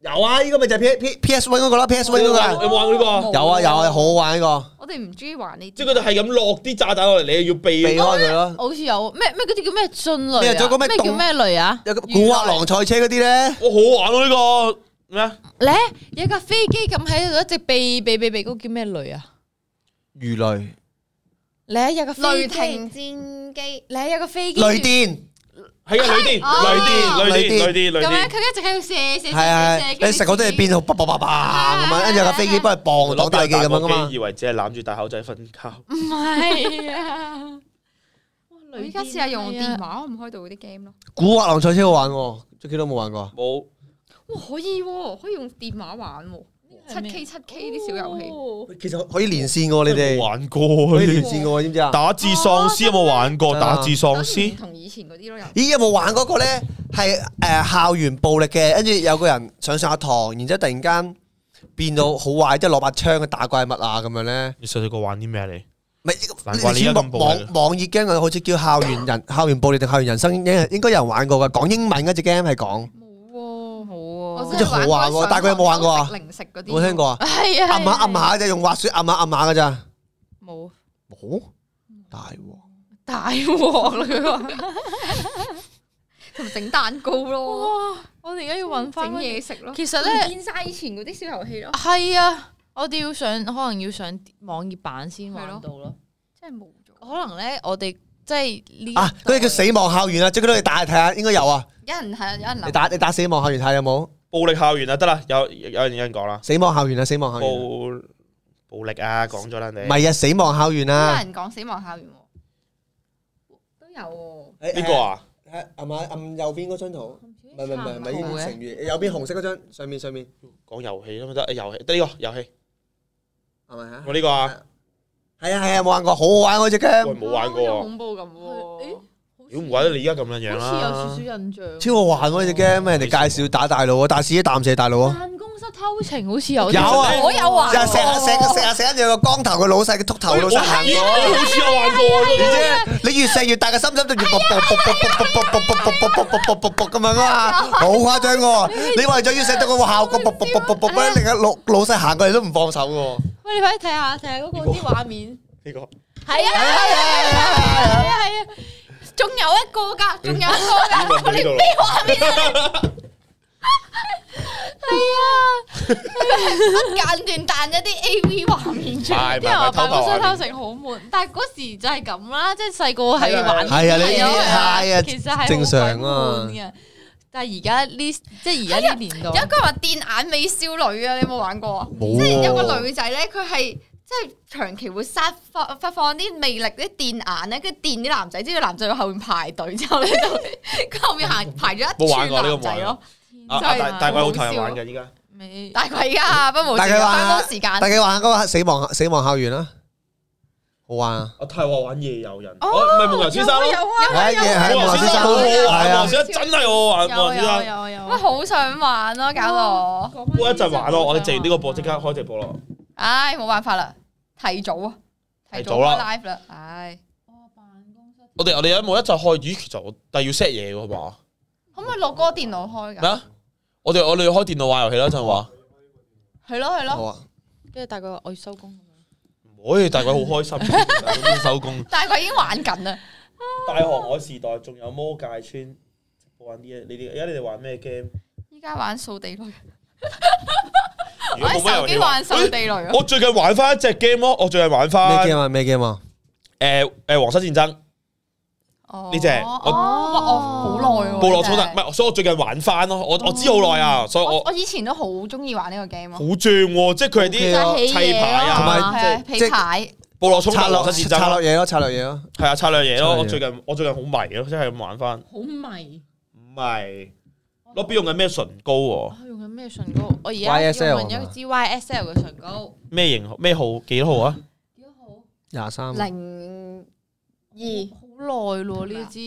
[SPEAKER 1] 有啊，呢個咪就係 P P P S One 嗰個啦，P S One 嗰個啦
[SPEAKER 3] 哦
[SPEAKER 2] 有冇玩過呢個啊？
[SPEAKER 1] 有啊有啊，好好玩呢個，
[SPEAKER 3] 我哋唔中意玩呢
[SPEAKER 2] 即
[SPEAKER 3] 啲
[SPEAKER 2] 係。佢哋係咁落啲炸彈落嚟，你又要避
[SPEAKER 1] 避開佢咯。
[SPEAKER 4] 好似有咩咩嗰啲叫咩迅雷
[SPEAKER 1] 咩仲有個
[SPEAKER 4] 啊？
[SPEAKER 1] 咩
[SPEAKER 4] 咩叫
[SPEAKER 1] 動
[SPEAKER 4] 咩雷啊？
[SPEAKER 1] 有個古惑狼賽車嗰啲咧，
[SPEAKER 2] 我哦好玩咯呢個咩啊？
[SPEAKER 4] 咧有架飛機咁喺度一直避避避避嗰個叫咩雷啊？
[SPEAKER 1] 魚雷、
[SPEAKER 4] 咧有架
[SPEAKER 3] 雷
[SPEAKER 4] 飛機，
[SPEAKER 3] 霆戰機，
[SPEAKER 4] 咧有架飛機
[SPEAKER 1] 雷電，
[SPEAKER 2] 係啊，雷
[SPEAKER 3] 哦
[SPEAKER 2] 電、雷電、雷電、雷電、雷
[SPEAKER 3] 咁樣
[SPEAKER 2] 電。
[SPEAKER 3] 佢一直喺度射射射
[SPEAKER 1] 係啊係啊，
[SPEAKER 3] 射射，
[SPEAKER 1] 你食嗰啲嘢變到叭叭叭叭咁樣，跟住有架飛機幫佢磅擋大機
[SPEAKER 2] 啊
[SPEAKER 1] 咁樣噶嘛。
[SPEAKER 2] 以為只係攬住大口仔瞓覺。
[SPEAKER 4] 唔係啊！
[SPEAKER 3] 我依家試下用電話，我唔開到嗰啲 game 咯。
[SPEAKER 1] 古惑狼賽車好玩喎，Jacky 都冇玩過啊。
[SPEAKER 2] 冇，
[SPEAKER 3] 哇，哦可以喎，可以用電話玩喎，七 K 七 K 啲小遊戲。
[SPEAKER 5] 戲。
[SPEAKER 1] 其實可以連線嘅喎，你
[SPEAKER 2] 冇
[SPEAKER 1] 哋
[SPEAKER 2] 玩過
[SPEAKER 1] 可
[SPEAKER 2] 啊
[SPEAKER 1] 以
[SPEAKER 2] 呢
[SPEAKER 3] 哦
[SPEAKER 1] 連
[SPEAKER 2] 啲。
[SPEAKER 1] 線嘅喎，知唔知啊？
[SPEAKER 2] 打字喪屍有冇玩過？
[SPEAKER 1] 哦
[SPEAKER 2] 打字喪
[SPEAKER 3] 當然唔
[SPEAKER 2] 屍
[SPEAKER 3] 同以前嗰啲咯，又
[SPEAKER 1] 咦，有冇玩嗰個咧？係誒校園暴力嘅，跟住有個人上上下堂，然之後突然間變到好壞，即係攞把槍去打怪物啊咁樣咧。
[SPEAKER 2] 你細細個玩啲咩啊你？
[SPEAKER 1] 唔係
[SPEAKER 2] 難怪你而家咁暴力啊
[SPEAKER 1] 網網熱 game 好似叫校園人校園暴力定校園人生，應應該有人玩過㗎。講英文嗰只 game 係講，
[SPEAKER 3] 冇喎。
[SPEAKER 4] 好
[SPEAKER 3] 我
[SPEAKER 1] 真
[SPEAKER 3] 真
[SPEAKER 1] 係
[SPEAKER 3] 係玩過
[SPEAKER 1] 好玩喎但係佢有冇玩過啊
[SPEAKER 3] 上堂食零食嗰啲，
[SPEAKER 1] 有冇聽？過啊？
[SPEAKER 4] 係啊，
[SPEAKER 1] 撳下撳下啫，用滑雪撳下撳下㗎咋。
[SPEAKER 4] 冇
[SPEAKER 1] 冇大鑊，
[SPEAKER 4] 大
[SPEAKER 1] 啊
[SPEAKER 4] 鑊啦！佢話。
[SPEAKER 3] 啊同埋整蛋糕咯，
[SPEAKER 4] 哇！我哋而家要揾
[SPEAKER 3] 整
[SPEAKER 4] 翻嘢。
[SPEAKER 3] 嘢食咯。
[SPEAKER 4] 其實
[SPEAKER 3] 實咧，
[SPEAKER 4] 咧，
[SPEAKER 3] 變晒以前嗰啲小遊戲咯，
[SPEAKER 4] 係啊，我哋要上，可能要上網頁版先玩
[SPEAKER 3] 係咯
[SPEAKER 4] 到咯。
[SPEAKER 3] 真係冇咗。
[SPEAKER 4] 可能咧，我哋即係 [LAUGHS] 呢
[SPEAKER 1] 啊！嗰啲叫死亡校園啊，即係嗰啲你打嚟睇下，應該有啊。
[SPEAKER 3] 有人係有人
[SPEAKER 1] 你
[SPEAKER 3] 諗，
[SPEAKER 1] 打你打死亡校園睇下有冇？
[SPEAKER 2] 暴力校園啊，得啦，有有人有人講啦，
[SPEAKER 1] 死亡校園啊，死亡校園啊。
[SPEAKER 2] 暴暴力啊，講咗啦你
[SPEAKER 1] 唔。係啊，死亡校園
[SPEAKER 3] 有
[SPEAKER 1] 啊。
[SPEAKER 3] 人講死亡校園喎，都有喎。
[SPEAKER 1] 呢
[SPEAKER 2] 呢個啊？
[SPEAKER 1] 係咪暗右邊嗰張圖？唔係唔係唔係，
[SPEAKER 4] 殘酷
[SPEAKER 1] 呢
[SPEAKER 4] 嘅
[SPEAKER 1] 成語右邊紅色嗰張上面上面
[SPEAKER 2] 講遊戲啦嘛得，誒遊戲得呢個遊戲，
[SPEAKER 1] 係咪啊？
[SPEAKER 2] 我呢個啊，
[SPEAKER 1] 係啊係啊，冇玩過，好好玩啊嗰只 game，
[SPEAKER 2] 喂冇玩過
[SPEAKER 3] 好似
[SPEAKER 2] 喎，
[SPEAKER 3] 恐怖咁
[SPEAKER 4] 誒
[SPEAKER 3] 喎。
[SPEAKER 2] 屌唔怪得你而家咁樣樣
[SPEAKER 4] 好
[SPEAKER 2] 啦
[SPEAKER 4] 似有。少少印象。啊
[SPEAKER 1] 超好玩喎呢只 game，人哋介紹打大佬啊，但係試一啖射大佬啊，
[SPEAKER 4] 哦辦公室偷情好似有啲。
[SPEAKER 1] 有啊
[SPEAKER 4] 我有玩
[SPEAKER 1] 就
[SPEAKER 4] 過。
[SPEAKER 1] 係射下射下射下射下，有個光頭嘅老細嘅禿頭老細行
[SPEAKER 2] 咦
[SPEAKER 1] 過。
[SPEAKER 2] 好似有玩過啊！
[SPEAKER 1] 而且你越射越大嘅心心就越卜卜卜卜卜卜卜卜卜卜卜卜卜卜咁樣啊嘛，好誇張喎！你為咗要射到個效果卜卜卜卜卜咧，另一老老細行過嚟都唔放手嘅。
[SPEAKER 4] 喂，你快啲睇下睇下嗰個啲畫面。
[SPEAKER 2] 呢個
[SPEAKER 4] 係啊係啊係啊係啊！仲有一個㗎，仲有一個㗎。
[SPEAKER 2] 呢個呢度
[SPEAKER 3] 間斷彈一啲 A V 畫面出嚟，
[SPEAKER 2] 係
[SPEAKER 4] 啲人話辦公室
[SPEAKER 2] 偷
[SPEAKER 4] 偷情好悶，但係嗰時就係咁啦，即係細個係
[SPEAKER 2] 係啊
[SPEAKER 4] 玩
[SPEAKER 1] 係啊，你
[SPEAKER 4] 係啊
[SPEAKER 1] 呢啲
[SPEAKER 4] 其實
[SPEAKER 1] 係啊，
[SPEAKER 4] 係
[SPEAKER 1] 正常
[SPEAKER 4] 好
[SPEAKER 1] 啊
[SPEAKER 4] 鬼悶。嘅。但係而家呢，即係而家呢年代，
[SPEAKER 3] 有一個話電眼尾少女啊，你有冇玩過啊？
[SPEAKER 1] 冇喎
[SPEAKER 3] 即係有個女仔咧，佢係即係長期會撒放發放啲魅力啲電眼咧，跟住電啲男仔，之後男仔喺後面排隊，
[SPEAKER 2] [LAUGHS]
[SPEAKER 3] 之後咧就佢後面行排咗一
[SPEAKER 2] 冇玩
[SPEAKER 3] 串
[SPEAKER 2] 過呢個
[SPEAKER 3] 男仔咯。
[SPEAKER 2] 啊
[SPEAKER 3] 真係
[SPEAKER 2] 大大鬼好睇玩嘅依家，
[SPEAKER 4] 未
[SPEAKER 3] 大概而家不無
[SPEAKER 1] 大家玩啊
[SPEAKER 3] 翻工時間，
[SPEAKER 1] 大家玩嗰個死亡死亡校園啦，好玩啊！
[SPEAKER 2] 我太話玩夜遊人，我哦唔係夢遊啊先生咯，
[SPEAKER 3] 啊
[SPEAKER 1] 係嘅，係
[SPEAKER 2] 夢
[SPEAKER 1] 黃先
[SPEAKER 2] 遊
[SPEAKER 1] 生
[SPEAKER 2] 先生好好玩，
[SPEAKER 1] 係
[SPEAKER 2] 夢遊
[SPEAKER 1] 啊，
[SPEAKER 2] 先生真係好好玩，夢
[SPEAKER 4] 有
[SPEAKER 2] 遊先生。
[SPEAKER 4] 有有有
[SPEAKER 3] 我。好想玩咯，搞到我，
[SPEAKER 2] 我一陣玩咯，我哋直呢個播即刻
[SPEAKER 4] 開。
[SPEAKER 2] 開直播咯。
[SPEAKER 3] 唉，冇辦法啦，提早啊，提
[SPEAKER 2] 提早啦
[SPEAKER 3] 開 live 啦，唉，
[SPEAKER 2] 我哋我哋有冇一陣開？咦，其實我但係要 set 嘢嘅嘛？
[SPEAKER 3] 可唔可以攞嗰個電腦開
[SPEAKER 2] 咩
[SPEAKER 3] 㗎？
[SPEAKER 2] 啊？我哋我哋要開電腦玩遊戲啦，一陣話。
[SPEAKER 4] 係咯係
[SPEAKER 1] 好
[SPEAKER 4] 咯，
[SPEAKER 1] 啊，
[SPEAKER 4] 跟住大概話我要收工咁樣，
[SPEAKER 2] [LAUGHS] 唔可以，大鬼好開心，大鬼先收工。
[SPEAKER 4] 但係佢已經玩緊啦，
[SPEAKER 2] 大學我時代仲有魔界村玩啲嘢，你哋而家你哋玩咩 game？
[SPEAKER 3] 依家玩掃地雷，
[SPEAKER 2] 如
[SPEAKER 3] 我
[SPEAKER 2] 果
[SPEAKER 3] 喺
[SPEAKER 2] 冇乜人
[SPEAKER 3] 手機
[SPEAKER 2] 哋
[SPEAKER 3] 玩掃
[SPEAKER 2] 咦
[SPEAKER 3] 地雷啊！
[SPEAKER 2] 我最近玩翻一隻 game 咯，我最近玩
[SPEAKER 1] 咩
[SPEAKER 2] 翻
[SPEAKER 1] game 啊？咩 game 啊？
[SPEAKER 2] 誒誒皇室戰爭。
[SPEAKER 3] 哦
[SPEAKER 2] 呢隻
[SPEAKER 3] 哦
[SPEAKER 2] 我
[SPEAKER 3] 哇我好耐喎，
[SPEAKER 2] 部落衝突，
[SPEAKER 3] 呢隻
[SPEAKER 2] 唔係，所以我最近玩翻咯，
[SPEAKER 3] 哦
[SPEAKER 2] 我我知好耐啊，所以
[SPEAKER 3] 我
[SPEAKER 2] 我
[SPEAKER 3] 我以前都好中意玩呢個 game
[SPEAKER 2] 好
[SPEAKER 3] 咯，
[SPEAKER 2] 正喎，即係佢係
[SPEAKER 1] 好
[SPEAKER 2] 啲
[SPEAKER 1] 正啊
[SPEAKER 3] 就係起
[SPEAKER 2] 砌牌
[SPEAKER 3] 嘢
[SPEAKER 2] 啊
[SPEAKER 3] 咯
[SPEAKER 1] 同埋
[SPEAKER 3] 係啊，
[SPEAKER 1] 即
[SPEAKER 3] 皮
[SPEAKER 1] 即
[SPEAKER 3] 牌
[SPEAKER 2] 部落衝突、
[SPEAKER 1] 策略
[SPEAKER 2] 狼室戰
[SPEAKER 1] 策
[SPEAKER 2] 爭，
[SPEAKER 1] 略嘢咯，策略嘢咯。
[SPEAKER 2] 係啊策略嘢
[SPEAKER 1] 策
[SPEAKER 2] 咯。
[SPEAKER 1] 略嘢
[SPEAKER 2] 我最近我最近好迷咯，即係咁玩翻。
[SPEAKER 5] 好迷，
[SPEAKER 2] 唔係 lobby 用緊咩唇膏喎？
[SPEAKER 4] 我啊用緊咩唇膏？我而家
[SPEAKER 1] YSL
[SPEAKER 2] 啊
[SPEAKER 4] 用緊一支 YSL 嘅唇膏，
[SPEAKER 2] 咩型號咩號幾多號啊？
[SPEAKER 5] 幾好，
[SPEAKER 1] 廿
[SPEAKER 3] 嗯
[SPEAKER 1] 三，
[SPEAKER 3] 零二，
[SPEAKER 4] 好耐咯呢支，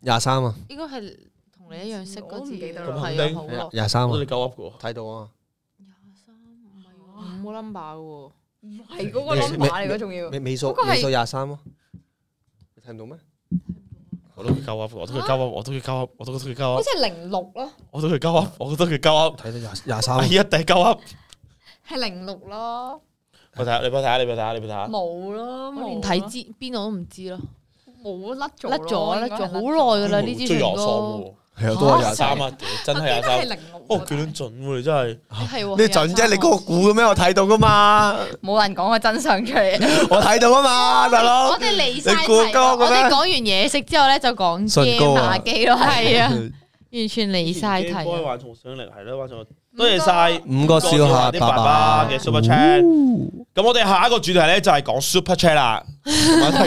[SPEAKER 1] 廿三啊，
[SPEAKER 4] 應該係同你一樣識嗰
[SPEAKER 3] 我唔
[SPEAKER 4] 支，
[SPEAKER 3] 記得
[SPEAKER 2] 啦咁肯
[SPEAKER 4] 係
[SPEAKER 2] 定
[SPEAKER 4] 啊，好耐
[SPEAKER 1] 廿。廿三啊
[SPEAKER 2] 我，哋夠噏嘅喎。
[SPEAKER 1] 睇到啊。
[SPEAKER 4] 五個 number 嘅喎，
[SPEAKER 3] 係嗰個
[SPEAKER 1] 咩
[SPEAKER 3] number 嚟嘅，仲要
[SPEAKER 1] 尾尾數
[SPEAKER 3] 嗰個係
[SPEAKER 1] 尾數廿三咯，你睇唔到咩？
[SPEAKER 2] 我都佢鳩噏，我都佢鳩噏，我都佢鳩噏，我都佢鳩
[SPEAKER 3] 好
[SPEAKER 2] 噏，
[SPEAKER 3] 似係零六咯，
[SPEAKER 2] 我都佢鳩噏，我都佢鳩噏。
[SPEAKER 1] 睇到廿廿三
[SPEAKER 2] 哎呀，第鳩噏，
[SPEAKER 3] 係零六咯，
[SPEAKER 2] 我睇下，你幫我睇下，你幫我睇下，你幫我睇下。
[SPEAKER 3] 冇咯，
[SPEAKER 4] 我
[SPEAKER 3] 冇
[SPEAKER 4] 連
[SPEAKER 3] 咯
[SPEAKER 4] 睇知邊度都唔知咯，
[SPEAKER 3] 冇甩咗咯，應
[SPEAKER 4] 甩咗甩
[SPEAKER 3] 該係
[SPEAKER 4] 咗好耐噶啦呢支
[SPEAKER 2] 追
[SPEAKER 4] 唇
[SPEAKER 2] 牙霜
[SPEAKER 4] 膏，
[SPEAKER 2] 喎，
[SPEAKER 1] 係啊，
[SPEAKER 4] 都係
[SPEAKER 2] 廿三啊，屌真係廿三。
[SPEAKER 3] 我記得係零六啊喎。
[SPEAKER 2] 哦，幾撚準喎，你真係。
[SPEAKER 4] 係喎
[SPEAKER 1] 你準啫，你嗰個估嘅咩？我睇到噶嘛，
[SPEAKER 3] [LAUGHS] 冇人講個真相
[SPEAKER 2] [LAUGHS]
[SPEAKER 3] 出嚟。
[SPEAKER 1] 我睇到啊嘛，大佬
[SPEAKER 4] 我。哋離
[SPEAKER 1] 晒你估題咯
[SPEAKER 2] 啊
[SPEAKER 4] 我
[SPEAKER 1] 我嘅咩
[SPEAKER 4] 哋講完嘢食之後咧就
[SPEAKER 1] 唇
[SPEAKER 4] 講
[SPEAKER 1] 膏
[SPEAKER 4] game
[SPEAKER 1] 啊
[SPEAKER 4] 打機咯，係啊，完全離晒題
[SPEAKER 2] 以前 Game
[SPEAKER 4] 啊。
[SPEAKER 2] Boy 玩重上嚟係咯，玩重。多謝晒
[SPEAKER 1] 五個笑下
[SPEAKER 2] 啲
[SPEAKER 1] 爸
[SPEAKER 2] 爸爸嘅 Super Chat。咁我哋下一個主題咧就係講 Super Chat 啦。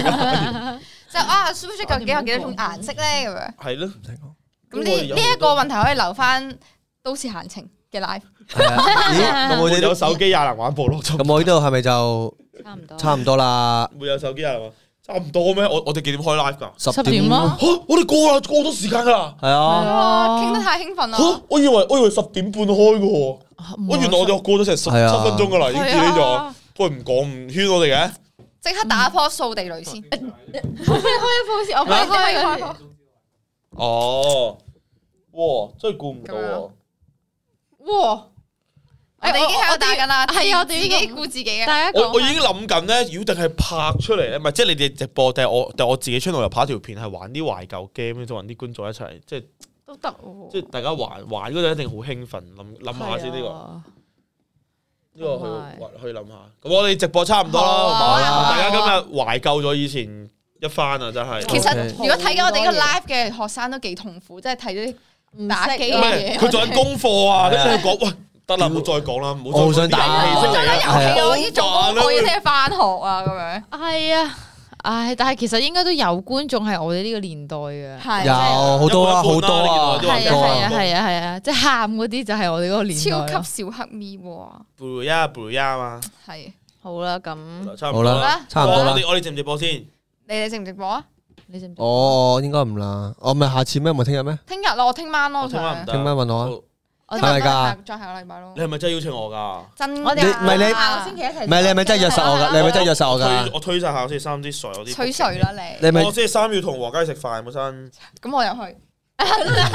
[SPEAKER 3] 就啊，Super Chat 究竟有幾多種顏色咧？咁樣
[SPEAKER 2] 係咯，
[SPEAKER 3] 咁
[SPEAKER 2] 因為
[SPEAKER 3] 呢
[SPEAKER 2] 有
[SPEAKER 3] 呢
[SPEAKER 2] 好
[SPEAKER 3] 一個
[SPEAKER 2] 多
[SPEAKER 3] 問題可以留翻都市閒情嘅 live。
[SPEAKER 1] 係啊
[SPEAKER 3] [LAUGHS]
[SPEAKER 1] 咦咁我
[SPEAKER 2] 會
[SPEAKER 1] 哋
[SPEAKER 2] 有
[SPEAKER 1] 都
[SPEAKER 2] 手機也能玩部落
[SPEAKER 1] 咁我呢度係咪就
[SPEAKER 4] 差唔多，
[SPEAKER 1] 差唔多啦？
[SPEAKER 2] 會有手機也能玩，差唔多咩？我我哋幾點開 live 㗎？
[SPEAKER 1] 十
[SPEAKER 4] 十
[SPEAKER 1] 點
[SPEAKER 4] 點
[SPEAKER 1] 咯，
[SPEAKER 4] 咯
[SPEAKER 2] 嚇！我哋過啦，過咗時間㗎啦。
[SPEAKER 1] 係啊，
[SPEAKER 4] 哦
[SPEAKER 3] 哇，傾得太興奮啦！
[SPEAKER 2] 嚇！我以為我以為十點半開嘅喎，我原來我哋過咗成十七
[SPEAKER 1] 係啊
[SPEAKER 2] 分鐘㗎啦，已經 d
[SPEAKER 4] 係
[SPEAKER 2] e 咗。
[SPEAKER 4] 啊
[SPEAKER 2] 喂，唔講唔圈我哋嘅。
[SPEAKER 3] 即刻打波掃地雷先。
[SPEAKER 4] 開一鋪先，我開開開開。
[SPEAKER 2] 哦，哇！真係估唔到啊喎。
[SPEAKER 4] 哇！
[SPEAKER 3] 我哋已經喺度打緊啦，
[SPEAKER 4] 我哋係啊我哋
[SPEAKER 3] 自
[SPEAKER 4] 呢
[SPEAKER 3] 己
[SPEAKER 4] 個
[SPEAKER 3] 顧自己嘅。
[SPEAKER 4] 大家
[SPEAKER 2] 我
[SPEAKER 4] 講
[SPEAKER 2] 我已經諗緊咧，如果定係拍出嚟咧，唔係即係你哋直播，定係我定係我自己 channel 又拍條片，係玩啲懷舊 game，再揾啲觀眾一齊，即係
[SPEAKER 4] 都得喎，
[SPEAKER 2] 即係大家玩玩嗰陣一定好興奮，諗諗下先呢個
[SPEAKER 4] 個。
[SPEAKER 2] 呢個去
[SPEAKER 4] 係
[SPEAKER 2] 去諗下。咁我哋直播差唔多啦，
[SPEAKER 4] 好
[SPEAKER 2] 好
[SPEAKER 4] 啊
[SPEAKER 2] 嘛
[SPEAKER 4] 好啊好啊
[SPEAKER 2] 大家今日懷舊咗以前一番啊，真係。
[SPEAKER 3] 其實
[SPEAKER 1] OK
[SPEAKER 3] 如果睇緊我哋呢個 live 嘅學生都幾痛苦，即係睇咗啲打機
[SPEAKER 4] 唔
[SPEAKER 2] 唔
[SPEAKER 4] 識啊
[SPEAKER 3] 嘅
[SPEAKER 2] 係
[SPEAKER 3] 嘢。
[SPEAKER 2] 佢做緊功課啊，
[SPEAKER 1] 係啊
[SPEAKER 2] 跟住佢講喂，得啦，唔好再講啦，唔好再
[SPEAKER 1] 我好想打我
[SPEAKER 2] 講啲遊戲嚟
[SPEAKER 1] 好想打
[SPEAKER 2] 啊
[SPEAKER 1] 遊戲
[SPEAKER 3] 我要做功課，我要聽日翻學啊，咁樣。
[SPEAKER 4] 係啊，唉，但係其實應該都有觀眾係我哋呢個年代嘅。
[SPEAKER 3] 係
[SPEAKER 1] 有好多啊，好
[SPEAKER 2] 一半
[SPEAKER 1] 多
[SPEAKER 2] 啦
[SPEAKER 1] 啊，
[SPEAKER 2] 你見到
[SPEAKER 4] 係
[SPEAKER 2] 啲
[SPEAKER 4] 啊
[SPEAKER 1] 多
[SPEAKER 2] 話
[SPEAKER 4] 係啊係啊係啊，即係喊嗰啲就係我哋嗰個年
[SPEAKER 2] 啊
[SPEAKER 4] 代
[SPEAKER 3] 超
[SPEAKER 4] 咯。
[SPEAKER 3] 級小黑咪喎，
[SPEAKER 2] ，blue 呀 blue 呀嘛，
[SPEAKER 3] 係
[SPEAKER 4] 好啦，咁
[SPEAKER 2] 差唔
[SPEAKER 1] 好
[SPEAKER 2] 多啦。
[SPEAKER 1] 啦，差唔多啦
[SPEAKER 2] 我。哋我哋直唔直播先？
[SPEAKER 3] 你哋直唔直播啊？
[SPEAKER 4] 你知
[SPEAKER 1] Ờ,
[SPEAKER 4] 唔知？
[SPEAKER 1] 哦，應該唔啦。我咪下次咩？咪聽日咩？
[SPEAKER 3] 聽日咯，我聽晚咯，
[SPEAKER 2] 我聽晚唔
[SPEAKER 3] 想
[SPEAKER 2] 得。
[SPEAKER 1] 聽晚問我
[SPEAKER 2] Ừ.
[SPEAKER 1] 啊。
[SPEAKER 4] 我
[SPEAKER 3] 聽
[SPEAKER 1] 係咪
[SPEAKER 3] 晚
[SPEAKER 1] 㗎
[SPEAKER 3] 都係再下個禮拜咯
[SPEAKER 2] 你。係咪真係邀請我㗎？
[SPEAKER 3] 真
[SPEAKER 4] 我哋
[SPEAKER 1] 你唔係你
[SPEAKER 3] 下個星期
[SPEAKER 4] 期一齊
[SPEAKER 1] 唔係你係咪真係約實我㗎？你係咪真係約實我
[SPEAKER 2] 推
[SPEAKER 1] 㗎？
[SPEAKER 2] 我推晒下先，三啲水有啲。
[SPEAKER 3] 吹水啦你
[SPEAKER 1] 你，係咪
[SPEAKER 2] 我星期三要同黃佳食飯本身，
[SPEAKER 3] 咁我又去，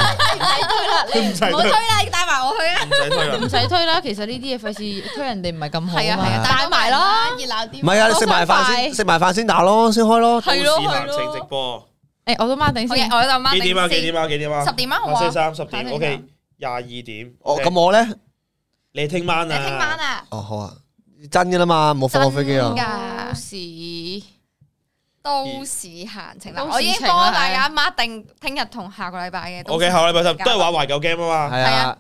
[SPEAKER 2] 唔使推
[SPEAKER 3] 我推
[SPEAKER 2] 啦，
[SPEAKER 3] 啦，你帶埋我去啊！
[SPEAKER 2] 唔使
[SPEAKER 4] [LAUGHS]
[SPEAKER 2] 推啦
[SPEAKER 4] 唔。使推啦，其實呢啲嘢費事推人哋唔係咁好
[SPEAKER 3] 係啊係啊，
[SPEAKER 4] 嘛。
[SPEAKER 3] 帶埋啦，熱鬧啲。
[SPEAKER 1] 唔係啊，你食埋飯
[SPEAKER 4] 快
[SPEAKER 1] 先，食埋飯先打咯，先開咯。
[SPEAKER 3] 係咯
[SPEAKER 2] 都市男性
[SPEAKER 3] 係咯
[SPEAKER 2] 直播
[SPEAKER 4] 誒，我都孖定
[SPEAKER 3] 我
[SPEAKER 4] 先。
[SPEAKER 3] 我就掹
[SPEAKER 2] 幾點啊？
[SPEAKER 3] 定
[SPEAKER 2] 幾
[SPEAKER 3] 先
[SPEAKER 2] 點啊？幾點啊？
[SPEAKER 3] 十點啊好啊
[SPEAKER 2] 我星期三十
[SPEAKER 3] 打
[SPEAKER 2] 點
[SPEAKER 3] 定
[SPEAKER 2] ，OK，廿二點。
[SPEAKER 1] 哦，
[SPEAKER 2] OK，
[SPEAKER 1] 咁我咧，
[SPEAKER 2] 你聽晚
[SPEAKER 3] 你
[SPEAKER 2] 啊？
[SPEAKER 3] 聽晚啊，
[SPEAKER 1] 哦好啊，真嘅啦嘛，冇放我飛機啊
[SPEAKER 3] 真㗎。
[SPEAKER 4] 到時
[SPEAKER 3] 都市閒情啦，
[SPEAKER 4] 都市情啊
[SPEAKER 3] 我已經幫大家 mark 定聽日同下個禮拜嘅。
[SPEAKER 2] ？OK，下個禮拜十都係玩懷舊 game 啊嘛。
[SPEAKER 1] 係
[SPEAKER 3] 係
[SPEAKER 1] 啊
[SPEAKER 3] 啊，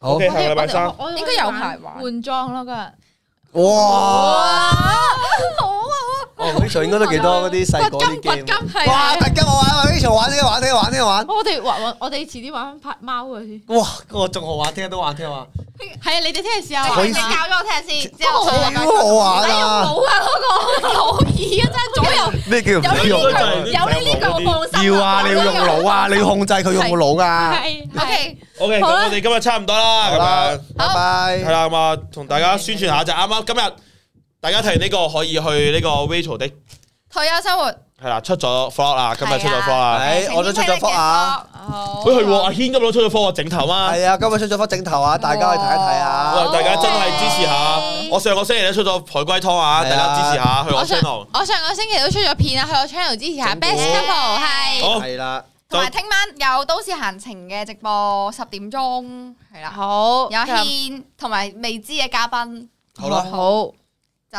[SPEAKER 1] 好
[SPEAKER 2] OK 下個禮拜三
[SPEAKER 4] 我哋我哋
[SPEAKER 3] 應該有排玩
[SPEAKER 4] 換裝咯，今日
[SPEAKER 1] 哇！
[SPEAKER 3] 哇，好啊！
[SPEAKER 1] 哦，Rachel 應該都幾多嗰啲細個
[SPEAKER 3] 掘
[SPEAKER 1] 啲
[SPEAKER 3] 金掘
[SPEAKER 1] game。
[SPEAKER 3] 金係啊
[SPEAKER 1] 哇！，突然我玩 Rachel 玩呢個玩呢個玩呢個玩，
[SPEAKER 4] 我哋玩玩我哋遲啲玩拍貓嘅先。
[SPEAKER 1] 哇！我仲好玩，聽日都玩，聽日玩。
[SPEAKER 4] 係啊，你哋聽日試下
[SPEAKER 1] 可以
[SPEAKER 3] 你你教咗我聽日先，之
[SPEAKER 1] 好
[SPEAKER 3] 後上個禮拜再
[SPEAKER 1] 好玩啊！
[SPEAKER 3] 冇啊嗰個好
[SPEAKER 1] [LAUGHS]
[SPEAKER 3] 易啊，真係左右
[SPEAKER 1] 咩叫唔
[SPEAKER 3] 有呢
[SPEAKER 1] 用
[SPEAKER 2] 呢個
[SPEAKER 3] 有呢呢個放心
[SPEAKER 1] 要啊！你要用腦啊！你要控制佢用個腦噶。
[SPEAKER 4] 係
[SPEAKER 3] O K，
[SPEAKER 2] OK，咁
[SPEAKER 4] 好啦
[SPEAKER 2] 我哋今日差唔多啦，
[SPEAKER 1] 好
[SPEAKER 2] 啊咁
[SPEAKER 1] 啦
[SPEAKER 2] 樣。，
[SPEAKER 1] 拜拜
[SPEAKER 2] 係。啦，咁啊，同大家宣傳下就啱啱今日大家睇完呢個可以去呢個 Rachel 的
[SPEAKER 3] 退休生活
[SPEAKER 2] 係啊啦，出咗 f l o g 啦，今日出咗 f l o g 啦。
[SPEAKER 1] 係我都出咗 vlog 啊
[SPEAKER 4] 好
[SPEAKER 2] 喂，係喎，阿軒今日出咗 f l o g 整頭啊！
[SPEAKER 1] 系啊，今日出咗忽整頭啊，大家去睇一睇啊
[SPEAKER 2] 喂，！哦大家真係支持下。我上個星期都出咗海龜湯啊，
[SPEAKER 1] 係
[SPEAKER 2] 大
[SPEAKER 1] 啊
[SPEAKER 2] 家支持下去
[SPEAKER 4] 我
[SPEAKER 2] 我
[SPEAKER 4] 上
[SPEAKER 2] channel。
[SPEAKER 4] 我上個星期都出咗片啊，去我 channel 支持下
[SPEAKER 1] 整
[SPEAKER 4] Best
[SPEAKER 1] 蠱
[SPEAKER 4] Couple 係。
[SPEAKER 2] 好，
[SPEAKER 1] 係啦，
[SPEAKER 3] 同埋聽晚有都市閒情嘅直播，十點鐘係啦，
[SPEAKER 4] 好，
[SPEAKER 3] 有軒同埋未知嘅嘉賓
[SPEAKER 1] 好啦，
[SPEAKER 4] 好，
[SPEAKER 3] 就